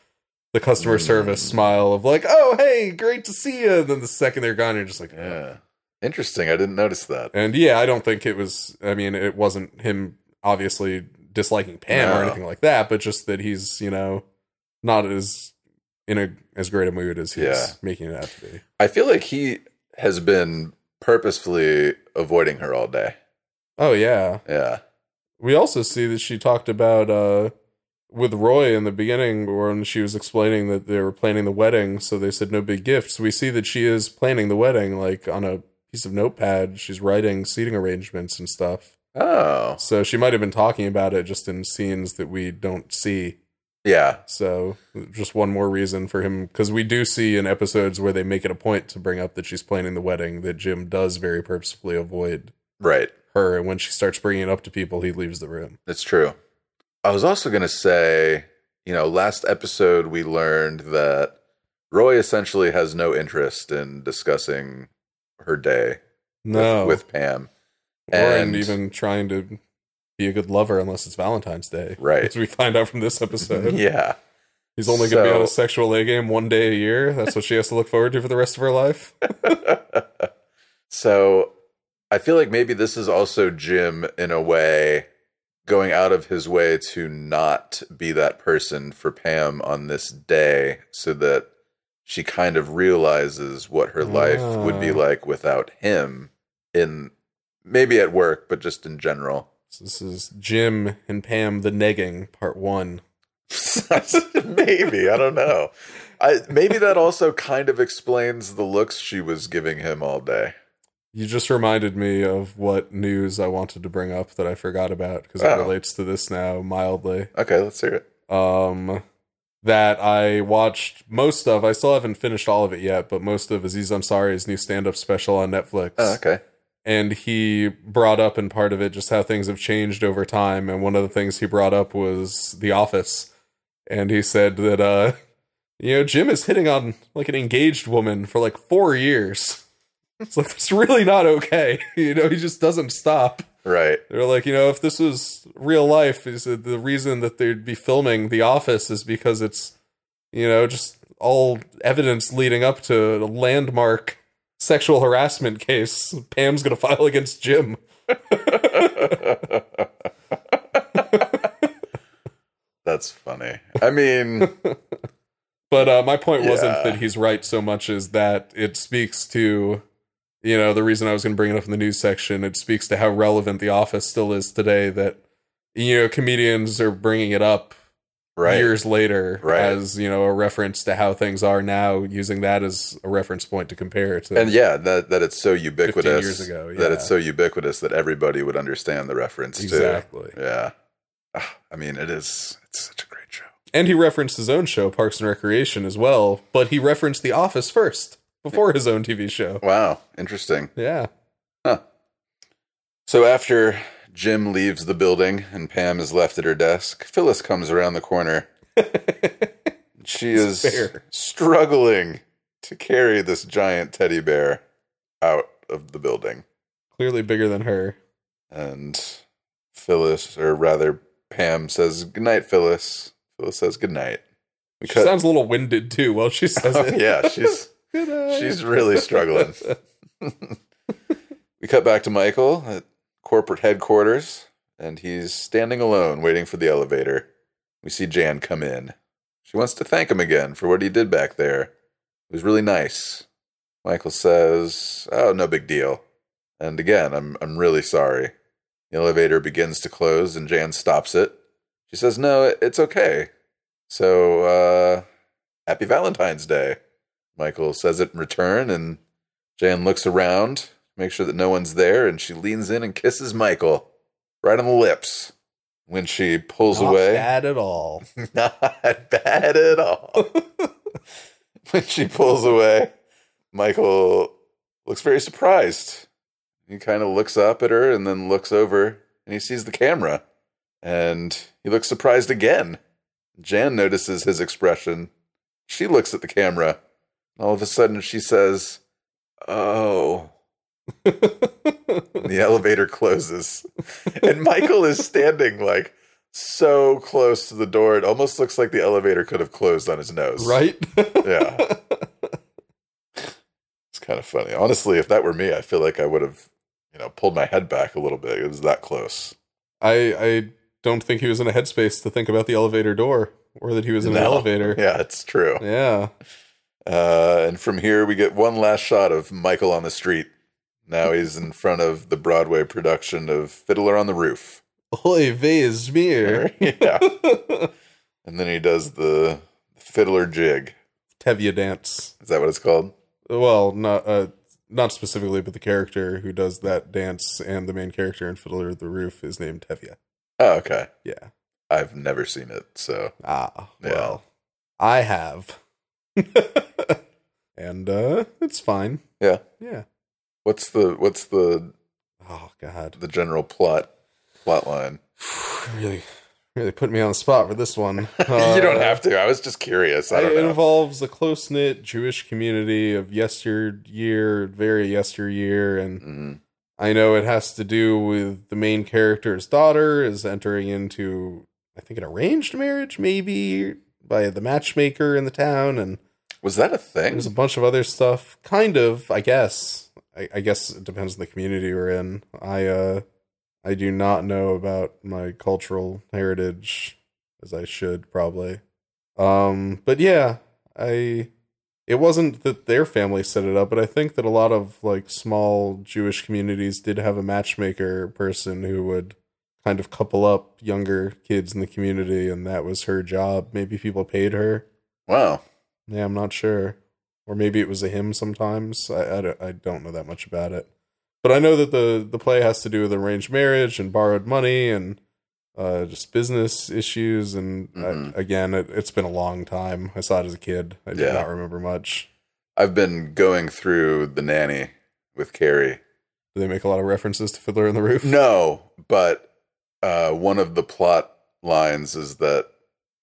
S2: the
S1: Mm.
S2: customer service smile of like oh hey great to see you and then the second they're gone you're just like
S1: yeah interesting i didn't notice that
S2: and yeah i don't think it was i mean it wasn't him obviously disliking pam or
S1: No.
S2: anything like that but just that he's you know not as in a as great a mood as he's
S1: Yeah.
S2: making it out to be
S1: I feel like he has been purposefully avoiding her all day.
S2: oh yeah
S1: Yeah.
S2: We also see that she talked about uh with Roy in the beginning when she was explaining that they were planning the wedding, so they said no big gifts. We see that she is planning the wedding like on a piece of notepad. She's writing seating arrangements and stuff.
S1: Oh.
S2: So she might have been talking about it just in scenes that we don't see.
S1: Yeah.
S2: So just one more reason for him cuz we do see in episodes where they make it a point to bring up that she's planning the wedding that Jim does very purposefully avoid
S1: Right.
S2: her and when she starts bringing it up to people he leaves the room.
S1: That's true. I was also going to say, you know, last episode we learned that Roy essentially has no interest in discussing her day
S2: No.
S1: with, with Pam.
S2: or and even trying to be a good lover unless it's Valentine's Day,
S1: Right.
S2: As we find out from this episode,
S1: Yeah.
S2: he's only going to be on a
S1: So-
S2: sexual A game one day a year. That's what she has to look forward to for the rest of her life.
S1: So I feel like maybe this is also Jim in a way going out of his way to not be that person for Pam on this day so that she kind of realizes what her life would be
S2: Ah.
S1: like without him in Maybe at work, but just in general.
S2: This is Jim and Pam the negging part one.
S1: maybe I don't know. I maybe that also kind of explains the looks she was giving him all day.
S2: You just reminded me of what news I wanted to bring up that I forgot about because it
S1: Oh.
S2: relates to this now mildly.
S1: Okay, let's hear
S2: it. Um, that I watched most of. I still haven't finished all of it yet, but most of Aziz Ansari's new stand-up special on Netflix.
S1: Oh, okay.
S2: And he brought up in part of it just how things have changed over time, and one of the things he brought up was The Office, and he said that uh, you know Jim is hitting on like an engaged woman for like four years. It's like that's really not okay. You know, he just doesn't stop.
S1: Right.
S2: They're like, you know, if this was real life, is that the reason that they'd be filming The Office is because it's, you know, just all evidence leading up to a landmark sexual harassment case. Pam's gonna file against Jim.
S1: That's funny. I mean,
S2: But uh, my point wasn't
S1: Yeah.
S2: that he's right so much as that it speaks to, you know, the reason I was going to bring it up in the news section. It speaks to how relevant The Office still is today. That you know, comedians are bringing it up
S1: Right.
S2: years later
S1: Right.
S2: as you know a reference to how things are now, using that as a reference point to compare to.
S1: and yeah, that that it's so ubiquitous.
S2: years ago,
S1: that
S2: yeah.
S1: it's so ubiquitous that everybody would understand the reference. too.
S2: Exactly.
S1: Yeah. Ah, I mean, it is. It's such a great show.
S2: and he referenced his own show, Parks and Recreation, as well. But he referenced The Office first before his own TV show.
S1: Wow, interesting.
S2: Yeah.
S1: So after Jim leaves the building and Pam is left at her desk, Phyllis comes around the corner. she is
S2: Fair.
S1: struggling to carry this giant teddy bear out of the building.
S2: Clearly bigger than her.
S1: And Phyllis, or rather, Pam says, Good night, Phyllis. Phyllis says, Good night.
S2: She sounds a little winded too while she says it.
S1: yeah, she's
S2: Good eye.
S1: she's really struggling. we cut back to Michael at corporate headquarters, and he's standing alone waiting for the elevator. We see Jan come in. She wants to thank him again for what he did back there. It was really nice. Michael says, "Oh, no big deal." And again, I'm I'm really sorry. The elevator begins to close, and Jan stops it. She says, "No, it- it's okay." So, uh, happy Valentine's Day. Michael says it in return, and Jan looks around, makes sure that no one's there, and she leans in and kisses Michael right on the lips. When she pulls
S2: Not
S1: away,
S2: bad at all.
S1: not bad at all. when she pulls away, Michael looks very surprised. He kind of looks up at her and then looks over and he sees the camera. And he looks surprised again. Jan notices his expression. She looks at the camera. And all of a sudden she says, Oh. And the elevator closes. And Michael is standing like so close to the door. It almost looks like the elevator could have closed on his nose.
S2: Right?
S1: yeah. It's kind of funny. Honestly, if that were me, I feel like I would have, you know, pulled my head back a little bit. It was that close.
S2: I I don't think he was in a headspace to think about the elevator door or that he was in an
S1: No.
S2: elevator.
S1: Yeah, it's true.
S2: Yeah.
S1: Uh, and from here, we get one last shot of Michael on the street. Now he's in front of the Broadway production of Fiddler on the Roof.
S2: Oy vey is mir.
S1: yeah. And then he does the Fiddler Jig.
S2: Tevye dance.
S1: Is that what it's called?
S2: Well, not uh not specifically, but the character who does that dance and the main character in Fiddler of the Roof is named Tevye.
S1: Oh, okay.
S2: Yeah.
S1: I've never seen it, so.
S2: Ah,
S1: Yeah.
S2: well. I have. and uh it's fine.
S1: Yeah.
S2: Yeah.
S1: What's the what's the
S2: Oh god.
S1: The general plot plot line.
S2: Really really put me on the spot for this one. Uh,
S1: you don't have to. I was just curious. Uh, I don't
S2: it
S1: know.
S2: involves a close knit Jewish community of yesteryear, very yesteryear, and
S1: Mm-hmm.
S2: I know it has to do with the main character's daughter is entering into, I think, an arranged marriage, maybe by the matchmaker in the town, and
S1: was that a thing?
S2: There's a bunch of other stuff, kind of, I guess. I, I guess it depends on the community we're in. I uh, I do not know about my cultural heritage as I should probably. Um, but yeah, I it wasn't that their family set it up, but I think that a lot of like small Jewish communities did have a matchmaker person who would kind of couple up younger kids in the community, and that was her job. Maybe people paid her.
S1: Wow.
S2: Yeah, I'm not sure. Or maybe it was a hymn sometimes. I, I, don't, I don't know that much about it. But I know that the, the play has to do with arranged marriage and borrowed money and uh, just business issues. And I- again, it, it's been a long time. I saw it as a kid. I did
S1: Mm-hmm. Yeah.
S2: not remember much.
S1: I've been going through the nanny with Carrie.
S2: Do they make a lot of references to Fiddler on the Roof?
S1: No, but uh, one of the plot lines is that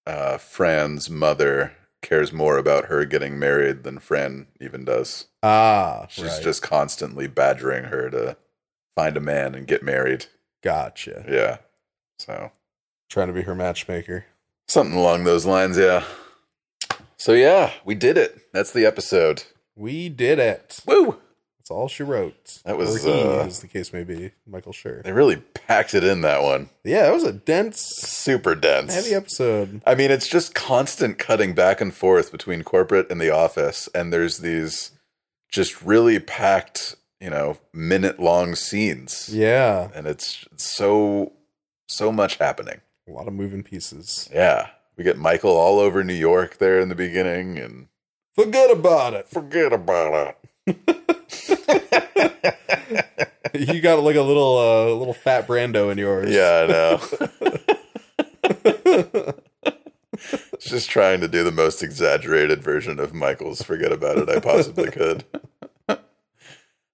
S1: uh, Fran's mother cares more about her getting married than Fran even does.
S2: Ah,
S1: She's
S2: right.
S1: just constantly badgering her to find a man and get married.
S2: Gotcha.
S1: Yeah. So
S2: trying to be her matchmaker.
S1: Something along those lines, yeah. So yeah, we did it. That's the episode.
S2: We did it.
S1: Woo!
S2: That's all she wrote.
S1: That was,
S2: or he,
S1: uh,
S2: as the case may be. Michael Schur.
S1: They really packed it in that one.
S2: Yeah, that was a dense,
S1: super dense,
S2: heavy episode.
S1: I mean, it's just constant cutting back and forth between corporate and the office, and there's these just really packed, you know, minute long scenes.
S2: Yeah.
S1: And it's so, so much happening.
S2: A lot of moving pieces.
S1: Yeah. We get Michael all over New York there in the beginning, and
S2: forget about it.
S1: Forget about it.
S2: you got like a little, uh, little fat Brando in yours.
S1: Yeah, I know. It's just trying to do the most exaggerated version of Michael's Forget About It I possibly could.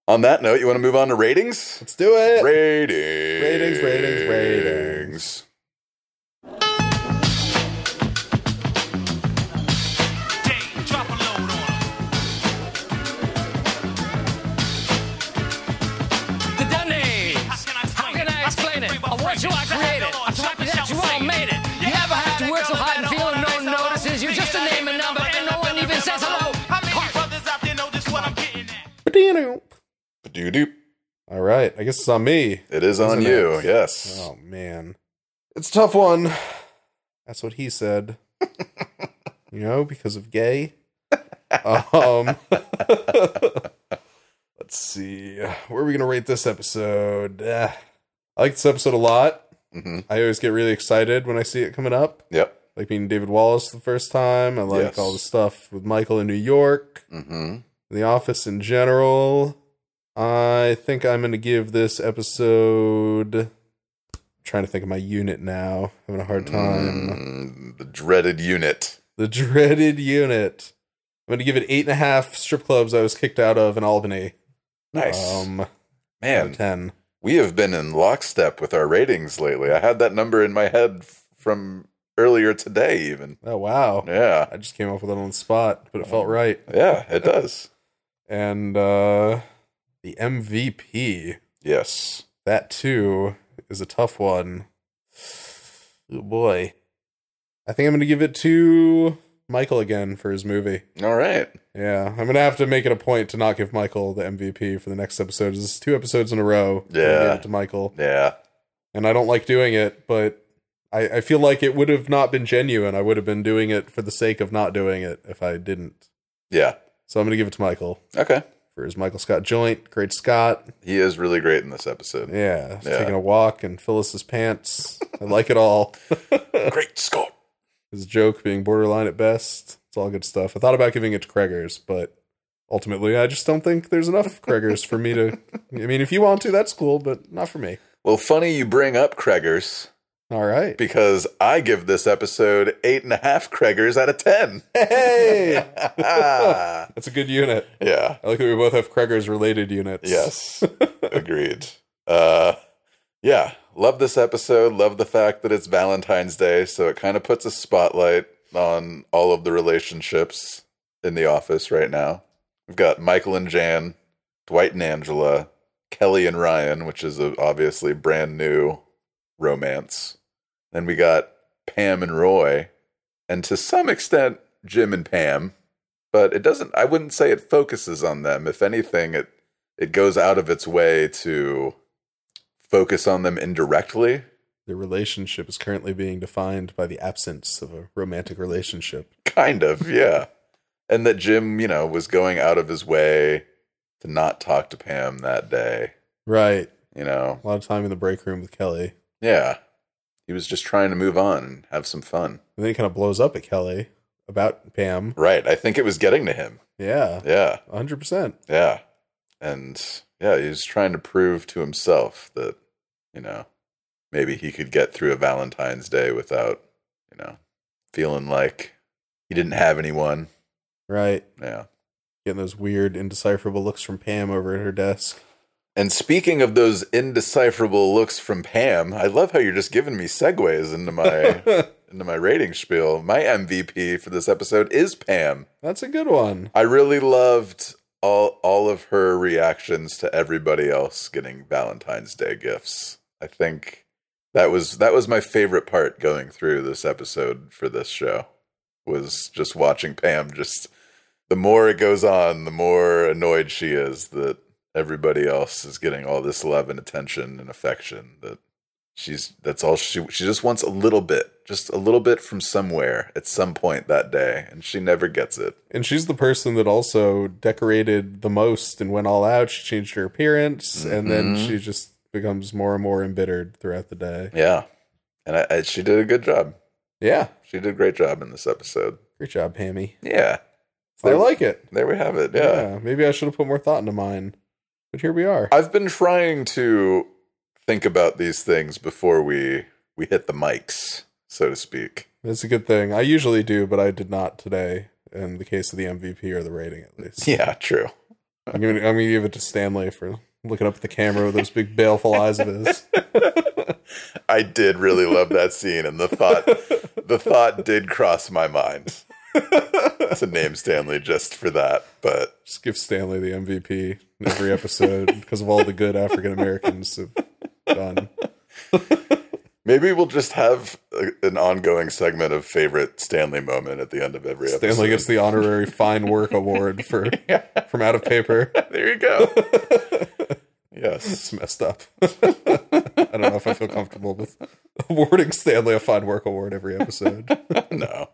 S1: on that note, you want to move on to ratings? Let's
S2: do it.
S1: Ratings.
S2: Ratings,
S1: ratings.
S2: ratings,
S15: The Dundies. How can I explain it? I want you, I created. I taught you that you all made it. You ever have to work so hard and feel no one notices? You're just a name and number, and no one even says hello.
S1: Doo-doo.
S2: All right. I guess it's on me.
S1: It is on
S2: isn't
S1: you,
S2: it?
S1: yes.
S2: Oh, man. It's a tough one. That's what he said. you know, because of gay. Um, let's see. Where are we going to rate this episode? Uh, I like this episode a lot. I always get really excited when I see it coming up.
S1: Yep.
S2: Like meeting David Wallace the first time. I like
S1: Yes.
S2: all the stuff with Michael in New York,
S1: mm-hmm.
S2: The Office in general. I think I'm going to give this episode. I'm trying to think of my unit now. Having a hard time.
S1: Mm. Mm-hmm. the dreaded unit.
S2: The dreaded unit. I'm going to give it eight and a half strip clubs I was kicked out of in Albany.
S1: Nice.
S2: Um,
S1: Man. We have been in lockstep with our ratings lately. I had that number in my head f- from earlier today, even.
S2: Oh wow!
S1: Yeah, Mm.
S2: I just came up with it on the spot, but it felt right.
S1: Yeah, it does.
S2: and uh, the MVP.
S1: Yes,
S2: that too is a tough one. Oh boy, I think I'm gonna give it to Michael again for his movie.
S1: All right.
S2: Yeah, I'm gonna have to make it a point to not give Michael the MVP for the next episode. This is two episodes in a row. where I
S1: Yeah.
S2: gave it to Michael.
S1: Yeah,
S2: and I don't like doing it, but I, I feel like it would have not been genuine. I would have been doing it for the sake of not doing it if I didn't.
S1: Yeah.
S2: So I'm gonna give it to Michael.
S1: Okay.
S2: For his Michael Scott joint, great Scott.
S1: He is really great in this episode.
S2: Yeah, he's
S1: Yeah.
S2: taking a walk in Phyllis's pants. I like it all.
S1: Great Scott.
S2: His joke being borderline at best. It's all good stuff. I thought about giving it to Kreger's, but ultimately, I just don't think there's enough Kreger's for me to. I mean, if you want to, that's cool, but not for me.
S1: Well, funny you bring up Kreggers.
S2: All right.
S1: Because I give this episode eight and a half Kreggers out of ten.
S2: Hey, that's a good unit.
S1: Yeah,
S2: I like that we both have Kreger's related units.
S1: Yes. Agreed. Uh, yeah, love this episode. Love the fact that it's Valentine's Day, so it kind of puts a spotlight on all of the relationships in the office right now. We've got Michael and Jan, Dwight and Angela, Kelly and Ryan, which is a obviously brand new romance. Then we got Pam and Roy, and to some extent Jim and Pam, but it doesn't. I wouldn't say it focuses on them. If anything, it it goes out of its way to focus on them indirectly.
S2: The relationship is currently being defined by the absence of a romantic relationship.
S1: Kind of, yeah. and that Jim, you know, was going out of his way to not talk to Pam that day.
S2: Right.
S1: You know,
S2: A lot of time in the break room with Kelly.
S1: yeah. He was just trying to move on and have some fun.
S2: And then he kind of blows up at Kelly about Pam.
S1: Right. I think it was getting to him.
S2: Yeah.
S1: Yeah.
S2: 100%.
S1: Yeah. And yeah, he was trying to prove to himself that, you know, maybe he could get through a Valentine's Day without, you know, feeling like he didn't have anyone.
S2: Right.
S1: Yeah.
S2: Getting those weird, indecipherable looks from Pam over at her desk.
S1: And speaking of those indecipherable looks from Pam, I love how you're just giving me segues into my into my rating spiel. My MVP for this episode is Pam.
S2: That's a good one.
S1: I really loved all all of her reactions to everybody else getting Valentine's Day gifts. I think that was that was my favorite part going through this episode for this show was just watching Pam just the more it goes on, the more annoyed she is that everybody else is getting all this love and attention and affection that she's that's all she she just wants a little bit, just a little bit from somewhere at some point that day and she never gets it.
S2: And she's the person that also decorated the most and went all out. She changed her appearance, and then
S1: Mhm.
S2: she just becomes more and more embittered throughout the day.
S1: Yeah. And I, I, she did a good job.
S2: Yeah.
S1: She did a great job in this episode.
S2: Great job, Pammy.
S1: Yeah.
S2: I like it.
S1: There we have it. Yeah.
S2: Maybe I should have put more thought into mine. But here we are.
S1: I've been trying to think about these things before we we hit the mics, so to speak.
S2: That's a good thing. I usually do, but I did not today in the case of the MVP or the rating, at least.
S1: Yeah, true.
S2: I'm going to I'm gonna give it to Stanley for looking up at the camera with those big baleful eyes of his.
S1: I did really love that scene and the thought the thought did cross my mind to name Stanley just for that, but
S2: Just give Stanley the MVP in every episode because of all the good African Americans have done.
S1: maybe we'll just have a, an ongoing segment of favorite Stanley moment at the end of every episode.
S2: Stanley gets the honorary fine work award for from out of paper.
S1: There you go. yes.
S2: It's messed up. I don't know if I feel comfortable with awarding Stanley a fine work award every episode.
S1: no.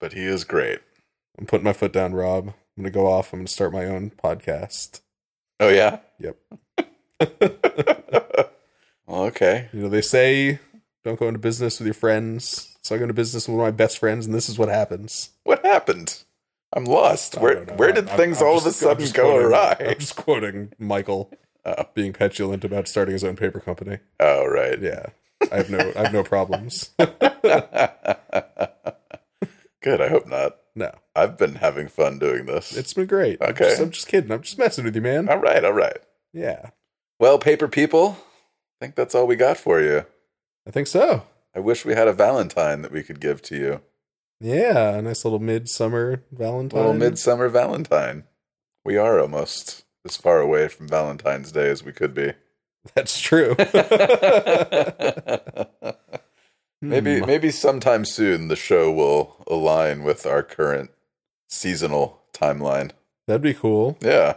S1: But he is great.
S2: I'm putting my foot down, Rob. I'm gonna go off. I'm gonna start my own podcast.
S1: Oh yeah.
S2: Yep.
S1: Well, okay.
S2: You know they say don't go into business with your friends. So I go into business with one of my best friends, and this is what happens.
S1: What happened? I'm lost. Where where did things all of a sudden go awry?
S2: I'm just quoting Michael being petulant about starting his own paper company.
S1: Oh right.
S2: Yeah. I have no I have no problems.
S1: Good. I hope not.
S2: No.
S1: I've been having fun doing this.
S2: It's been great. I'm
S1: Okay. Oh.
S2: just- I'm just kidding. I'm just messing with you, man.
S1: all right. All right.
S2: Yeah.
S1: Well, paper people, I think that's all we got for you.
S2: I think so.
S1: I wish we had a Valentine that we could give to you.
S2: Yeah, a nice little midsummer Valentine.
S1: Little midsummer Valentine. We are almost as far away from Valentine's Day as we could be.
S2: That's true.
S1: Maybe
S2: Hmm.
S1: maybe sometime soon the show will align with our current seasonal timeline.
S2: That'd be cool.
S1: Yeah.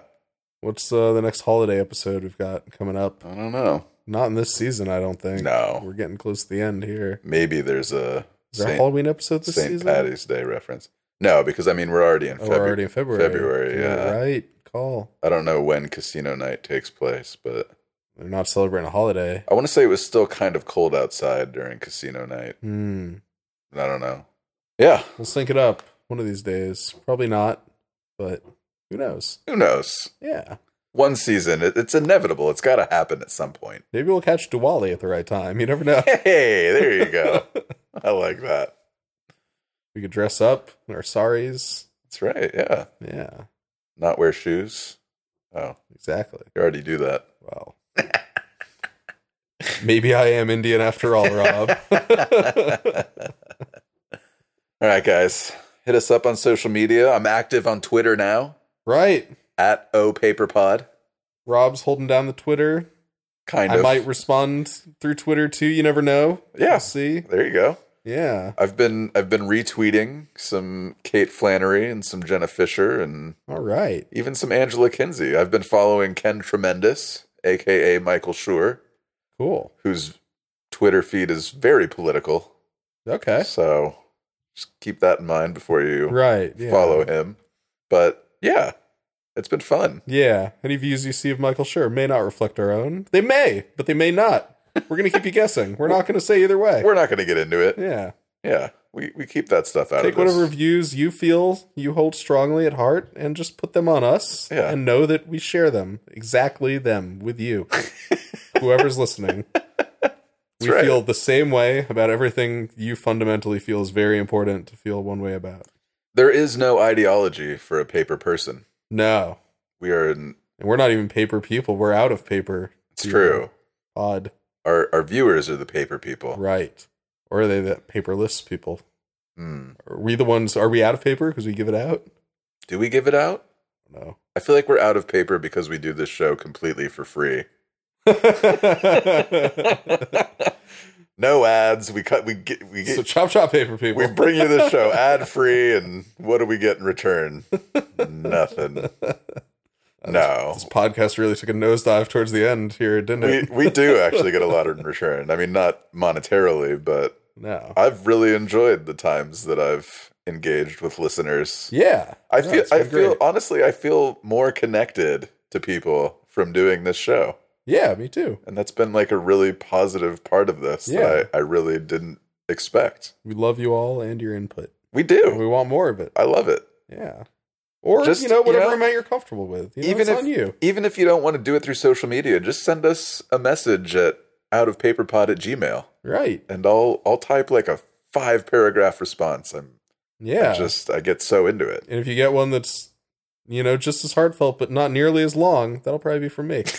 S2: What's uh, the next holiday episode we've got coming up?
S1: I don't know.
S2: Not in this season, I don't think.
S1: No.
S2: We're getting close to the end here.
S1: Maybe there's a
S2: Is there a Halloween episode this
S1: St.
S2: season?
S1: Patty's Day reference. No, because I mean we're already in
S2: Oh,
S1: February.
S2: we're already in February.
S1: February,
S2: You're
S1: yeah.
S2: Right. Call.
S1: I don't know when Casino Night takes place, but
S2: They're not celebrating a holiday.
S1: I want to say it was still kind of cold outside during Casino Night.
S2: Hmm.
S1: I don't know. Yeah.
S2: We'll sync it up one of these days. Probably not, but who knows?
S1: Who knows?
S2: Yeah.
S1: One season, it, it's inevitable. It's got to happen at some point.
S2: Maybe we'll catch Diwali at the right time. You never know.
S1: Hey, there you go. I like that.
S2: We could dress up in our saris.
S1: That's right. Yeah.
S2: Yeah,
S1: Not wear shoes. Oh,
S2: exactly.
S1: you already do that.
S2: Wow. Maybe I am Indian after all, Rob.
S1: All right, guys. Hit us up on social media. I'm active on Twitter now
S2: right.
S1: at O Paper Pod.
S2: Rob's holding down the Twitter.
S1: Kind
S2: I
S1: of.
S2: might respond through Twitter too. You never know.
S1: Yeah.
S2: We'll see.
S1: There you go.
S2: Yeah.
S1: I've been I've been retweeting some Kate Flannery and some Jenna Fisher and
S2: All right.
S1: even some Angela Kinsey. I've been following Ken Tremendous, aka Michael Schur,
S2: Cool.
S1: whose Twitter feed is very political.
S2: Okay.
S1: So Just keep that in mind before you
S2: Right, yeah.
S1: follow him. But yeah, it's been fun.
S2: Yeah. Any views you see of Michael Schur may not reflect our own. They may, but they may not. We're going to keep you guessing. We're not going to say either way.
S1: We're not going to get into it.
S2: Yeah.
S1: Yeah. We, we keep that stuff out
S2: Take
S1: of this.
S2: whatever views you feel you hold strongly at heart and just put them on us
S1: Yeah.
S2: and know that we share them, exactly them, with you. Whoever's listening. we
S1: right.
S2: feel the same way about everything you fundamentally feel is very important to feel one way about.
S1: There is no ideology for a paper person.
S2: No.
S1: We are in.
S2: And we're not even paper people. We're out of paper.
S1: It's true.
S2: Odd.
S1: Our, our viewers are the paper people.
S2: Right. Or are they the paperless people?
S1: Hmm.
S2: Are we the ones? Are we out of paper because we give it out?
S1: Do we give it out?
S2: No.
S1: I feel like we're out of paper because we do this show completely for free. no ads. We cut. We get. We get.
S2: So chop chop paper people.
S1: we bring you this show ad free, and what do we get in return? Nothing. No.
S2: This podcast really took a nosedive towards the end here, didn't
S1: We
S2: it?
S1: we do actually get a lot in return. I mean, not monetarily, but
S2: No.
S1: I've really enjoyed the times that I've engaged with listeners.
S2: Yeah.
S1: I
S2: No,
S1: feel.
S2: it's
S1: I
S2: been
S1: feel
S2: great.
S1: honestly. I feel more connected to people from doing this show.
S2: Yeah, me too.
S1: And that's been like a really positive part of this
S2: Yeah.
S1: that I, I really didn't expect.
S2: We love you all and your input.
S1: We do.
S2: We want more of it.
S1: I love it.
S2: Yeah. Or
S1: Just,
S2: you know
S1: you
S2: whatever
S1: know,
S2: amount you're comfortable with. You know,
S1: even
S2: it's
S1: if
S2: on you.
S1: even if you don't want to do it through social media, just send us a message at outofpaperpod at gmail.
S2: Right.
S1: And I'll I'll type like a five paragraph response. I'm
S2: Yeah.
S1: I just I get so into it.
S2: and if you get one that's you know just as heartfelt but not nearly as long, that'll probably be from me.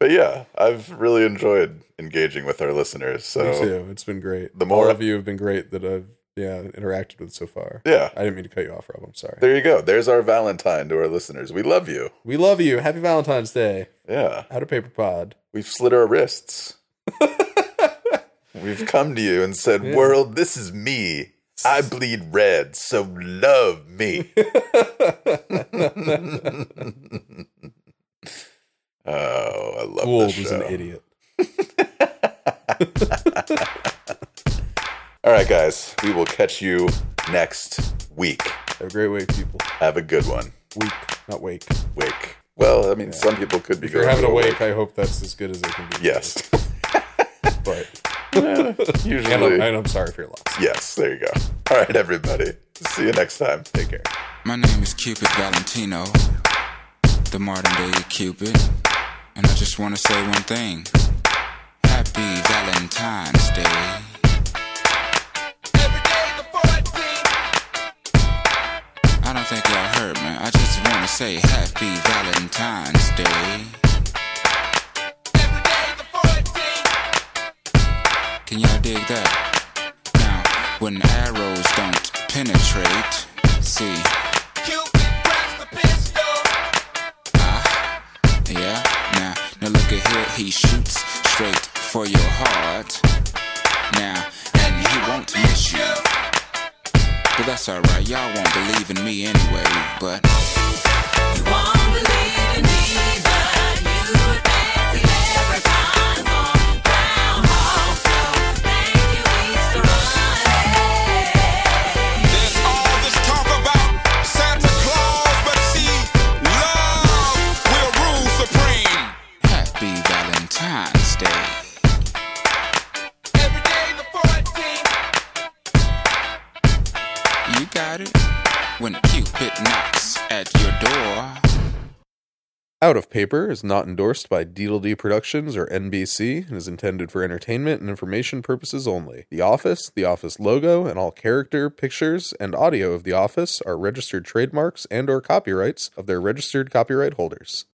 S1: But yeah, I've really enjoyed engaging with our listeners. So
S2: me too. It's been great.
S1: the more-
S2: all of you have been great that I've yeah interacted with so far.
S1: Yeah.
S2: I didn't mean to cut you off, Rob. I'm sorry.
S1: there you go. There's our Valentine to our listeners. We love you.
S2: We love you. Happy Valentine's Day.
S1: Yeah.
S2: Out of paper pod.
S1: We've slit our wrists. We've come to you and said,
S2: Yeah.
S1: World, this is me. I bleed red, so love me. oh, I love
S2: Gould
S1: this
S2: was
S1: show.
S2: an idiot.
S1: All right, guys. We will catch you next week.
S2: Have a great week, people.
S1: Have a good one.
S2: Week, not wake.
S1: Wake. Well, I mean, some people could be
S2: If you're
S1: going
S2: having
S1: to
S2: a
S1: a
S2: wake, I hope that's as good as it can be.
S1: Yes.
S2: But
S1: Usually.
S2: and, I'm, and I'm sorry if you're lost.
S1: Yes, there you go. All right, everybody. See you next time. Take care.
S16: My name is Cupid Valentino, the modern day Cupid, and I just want to say one thing. Happy Valentine's Day. I don't think y'all heard me. I just want to say Happy Valentine's Day. Can y'all dig that? Now, when arrows don't penetrate, see. Ah, yeah. Now, now look at here. He shoots straight for your heart. Now, and he won't miss you. But that's alright. Y'all won't believe in me anyway. But. Happy Valentine's Day. You got it. When Cupid knocks at your door.
S2: Out of Paper is not endorsed by Deedledee Productions or NBC and is intended for entertainment and information purposes only. The Office, the Office logo, and all character, pictures, and audio of The Office are registered trademarks and or copyrights of their registered copyright holders.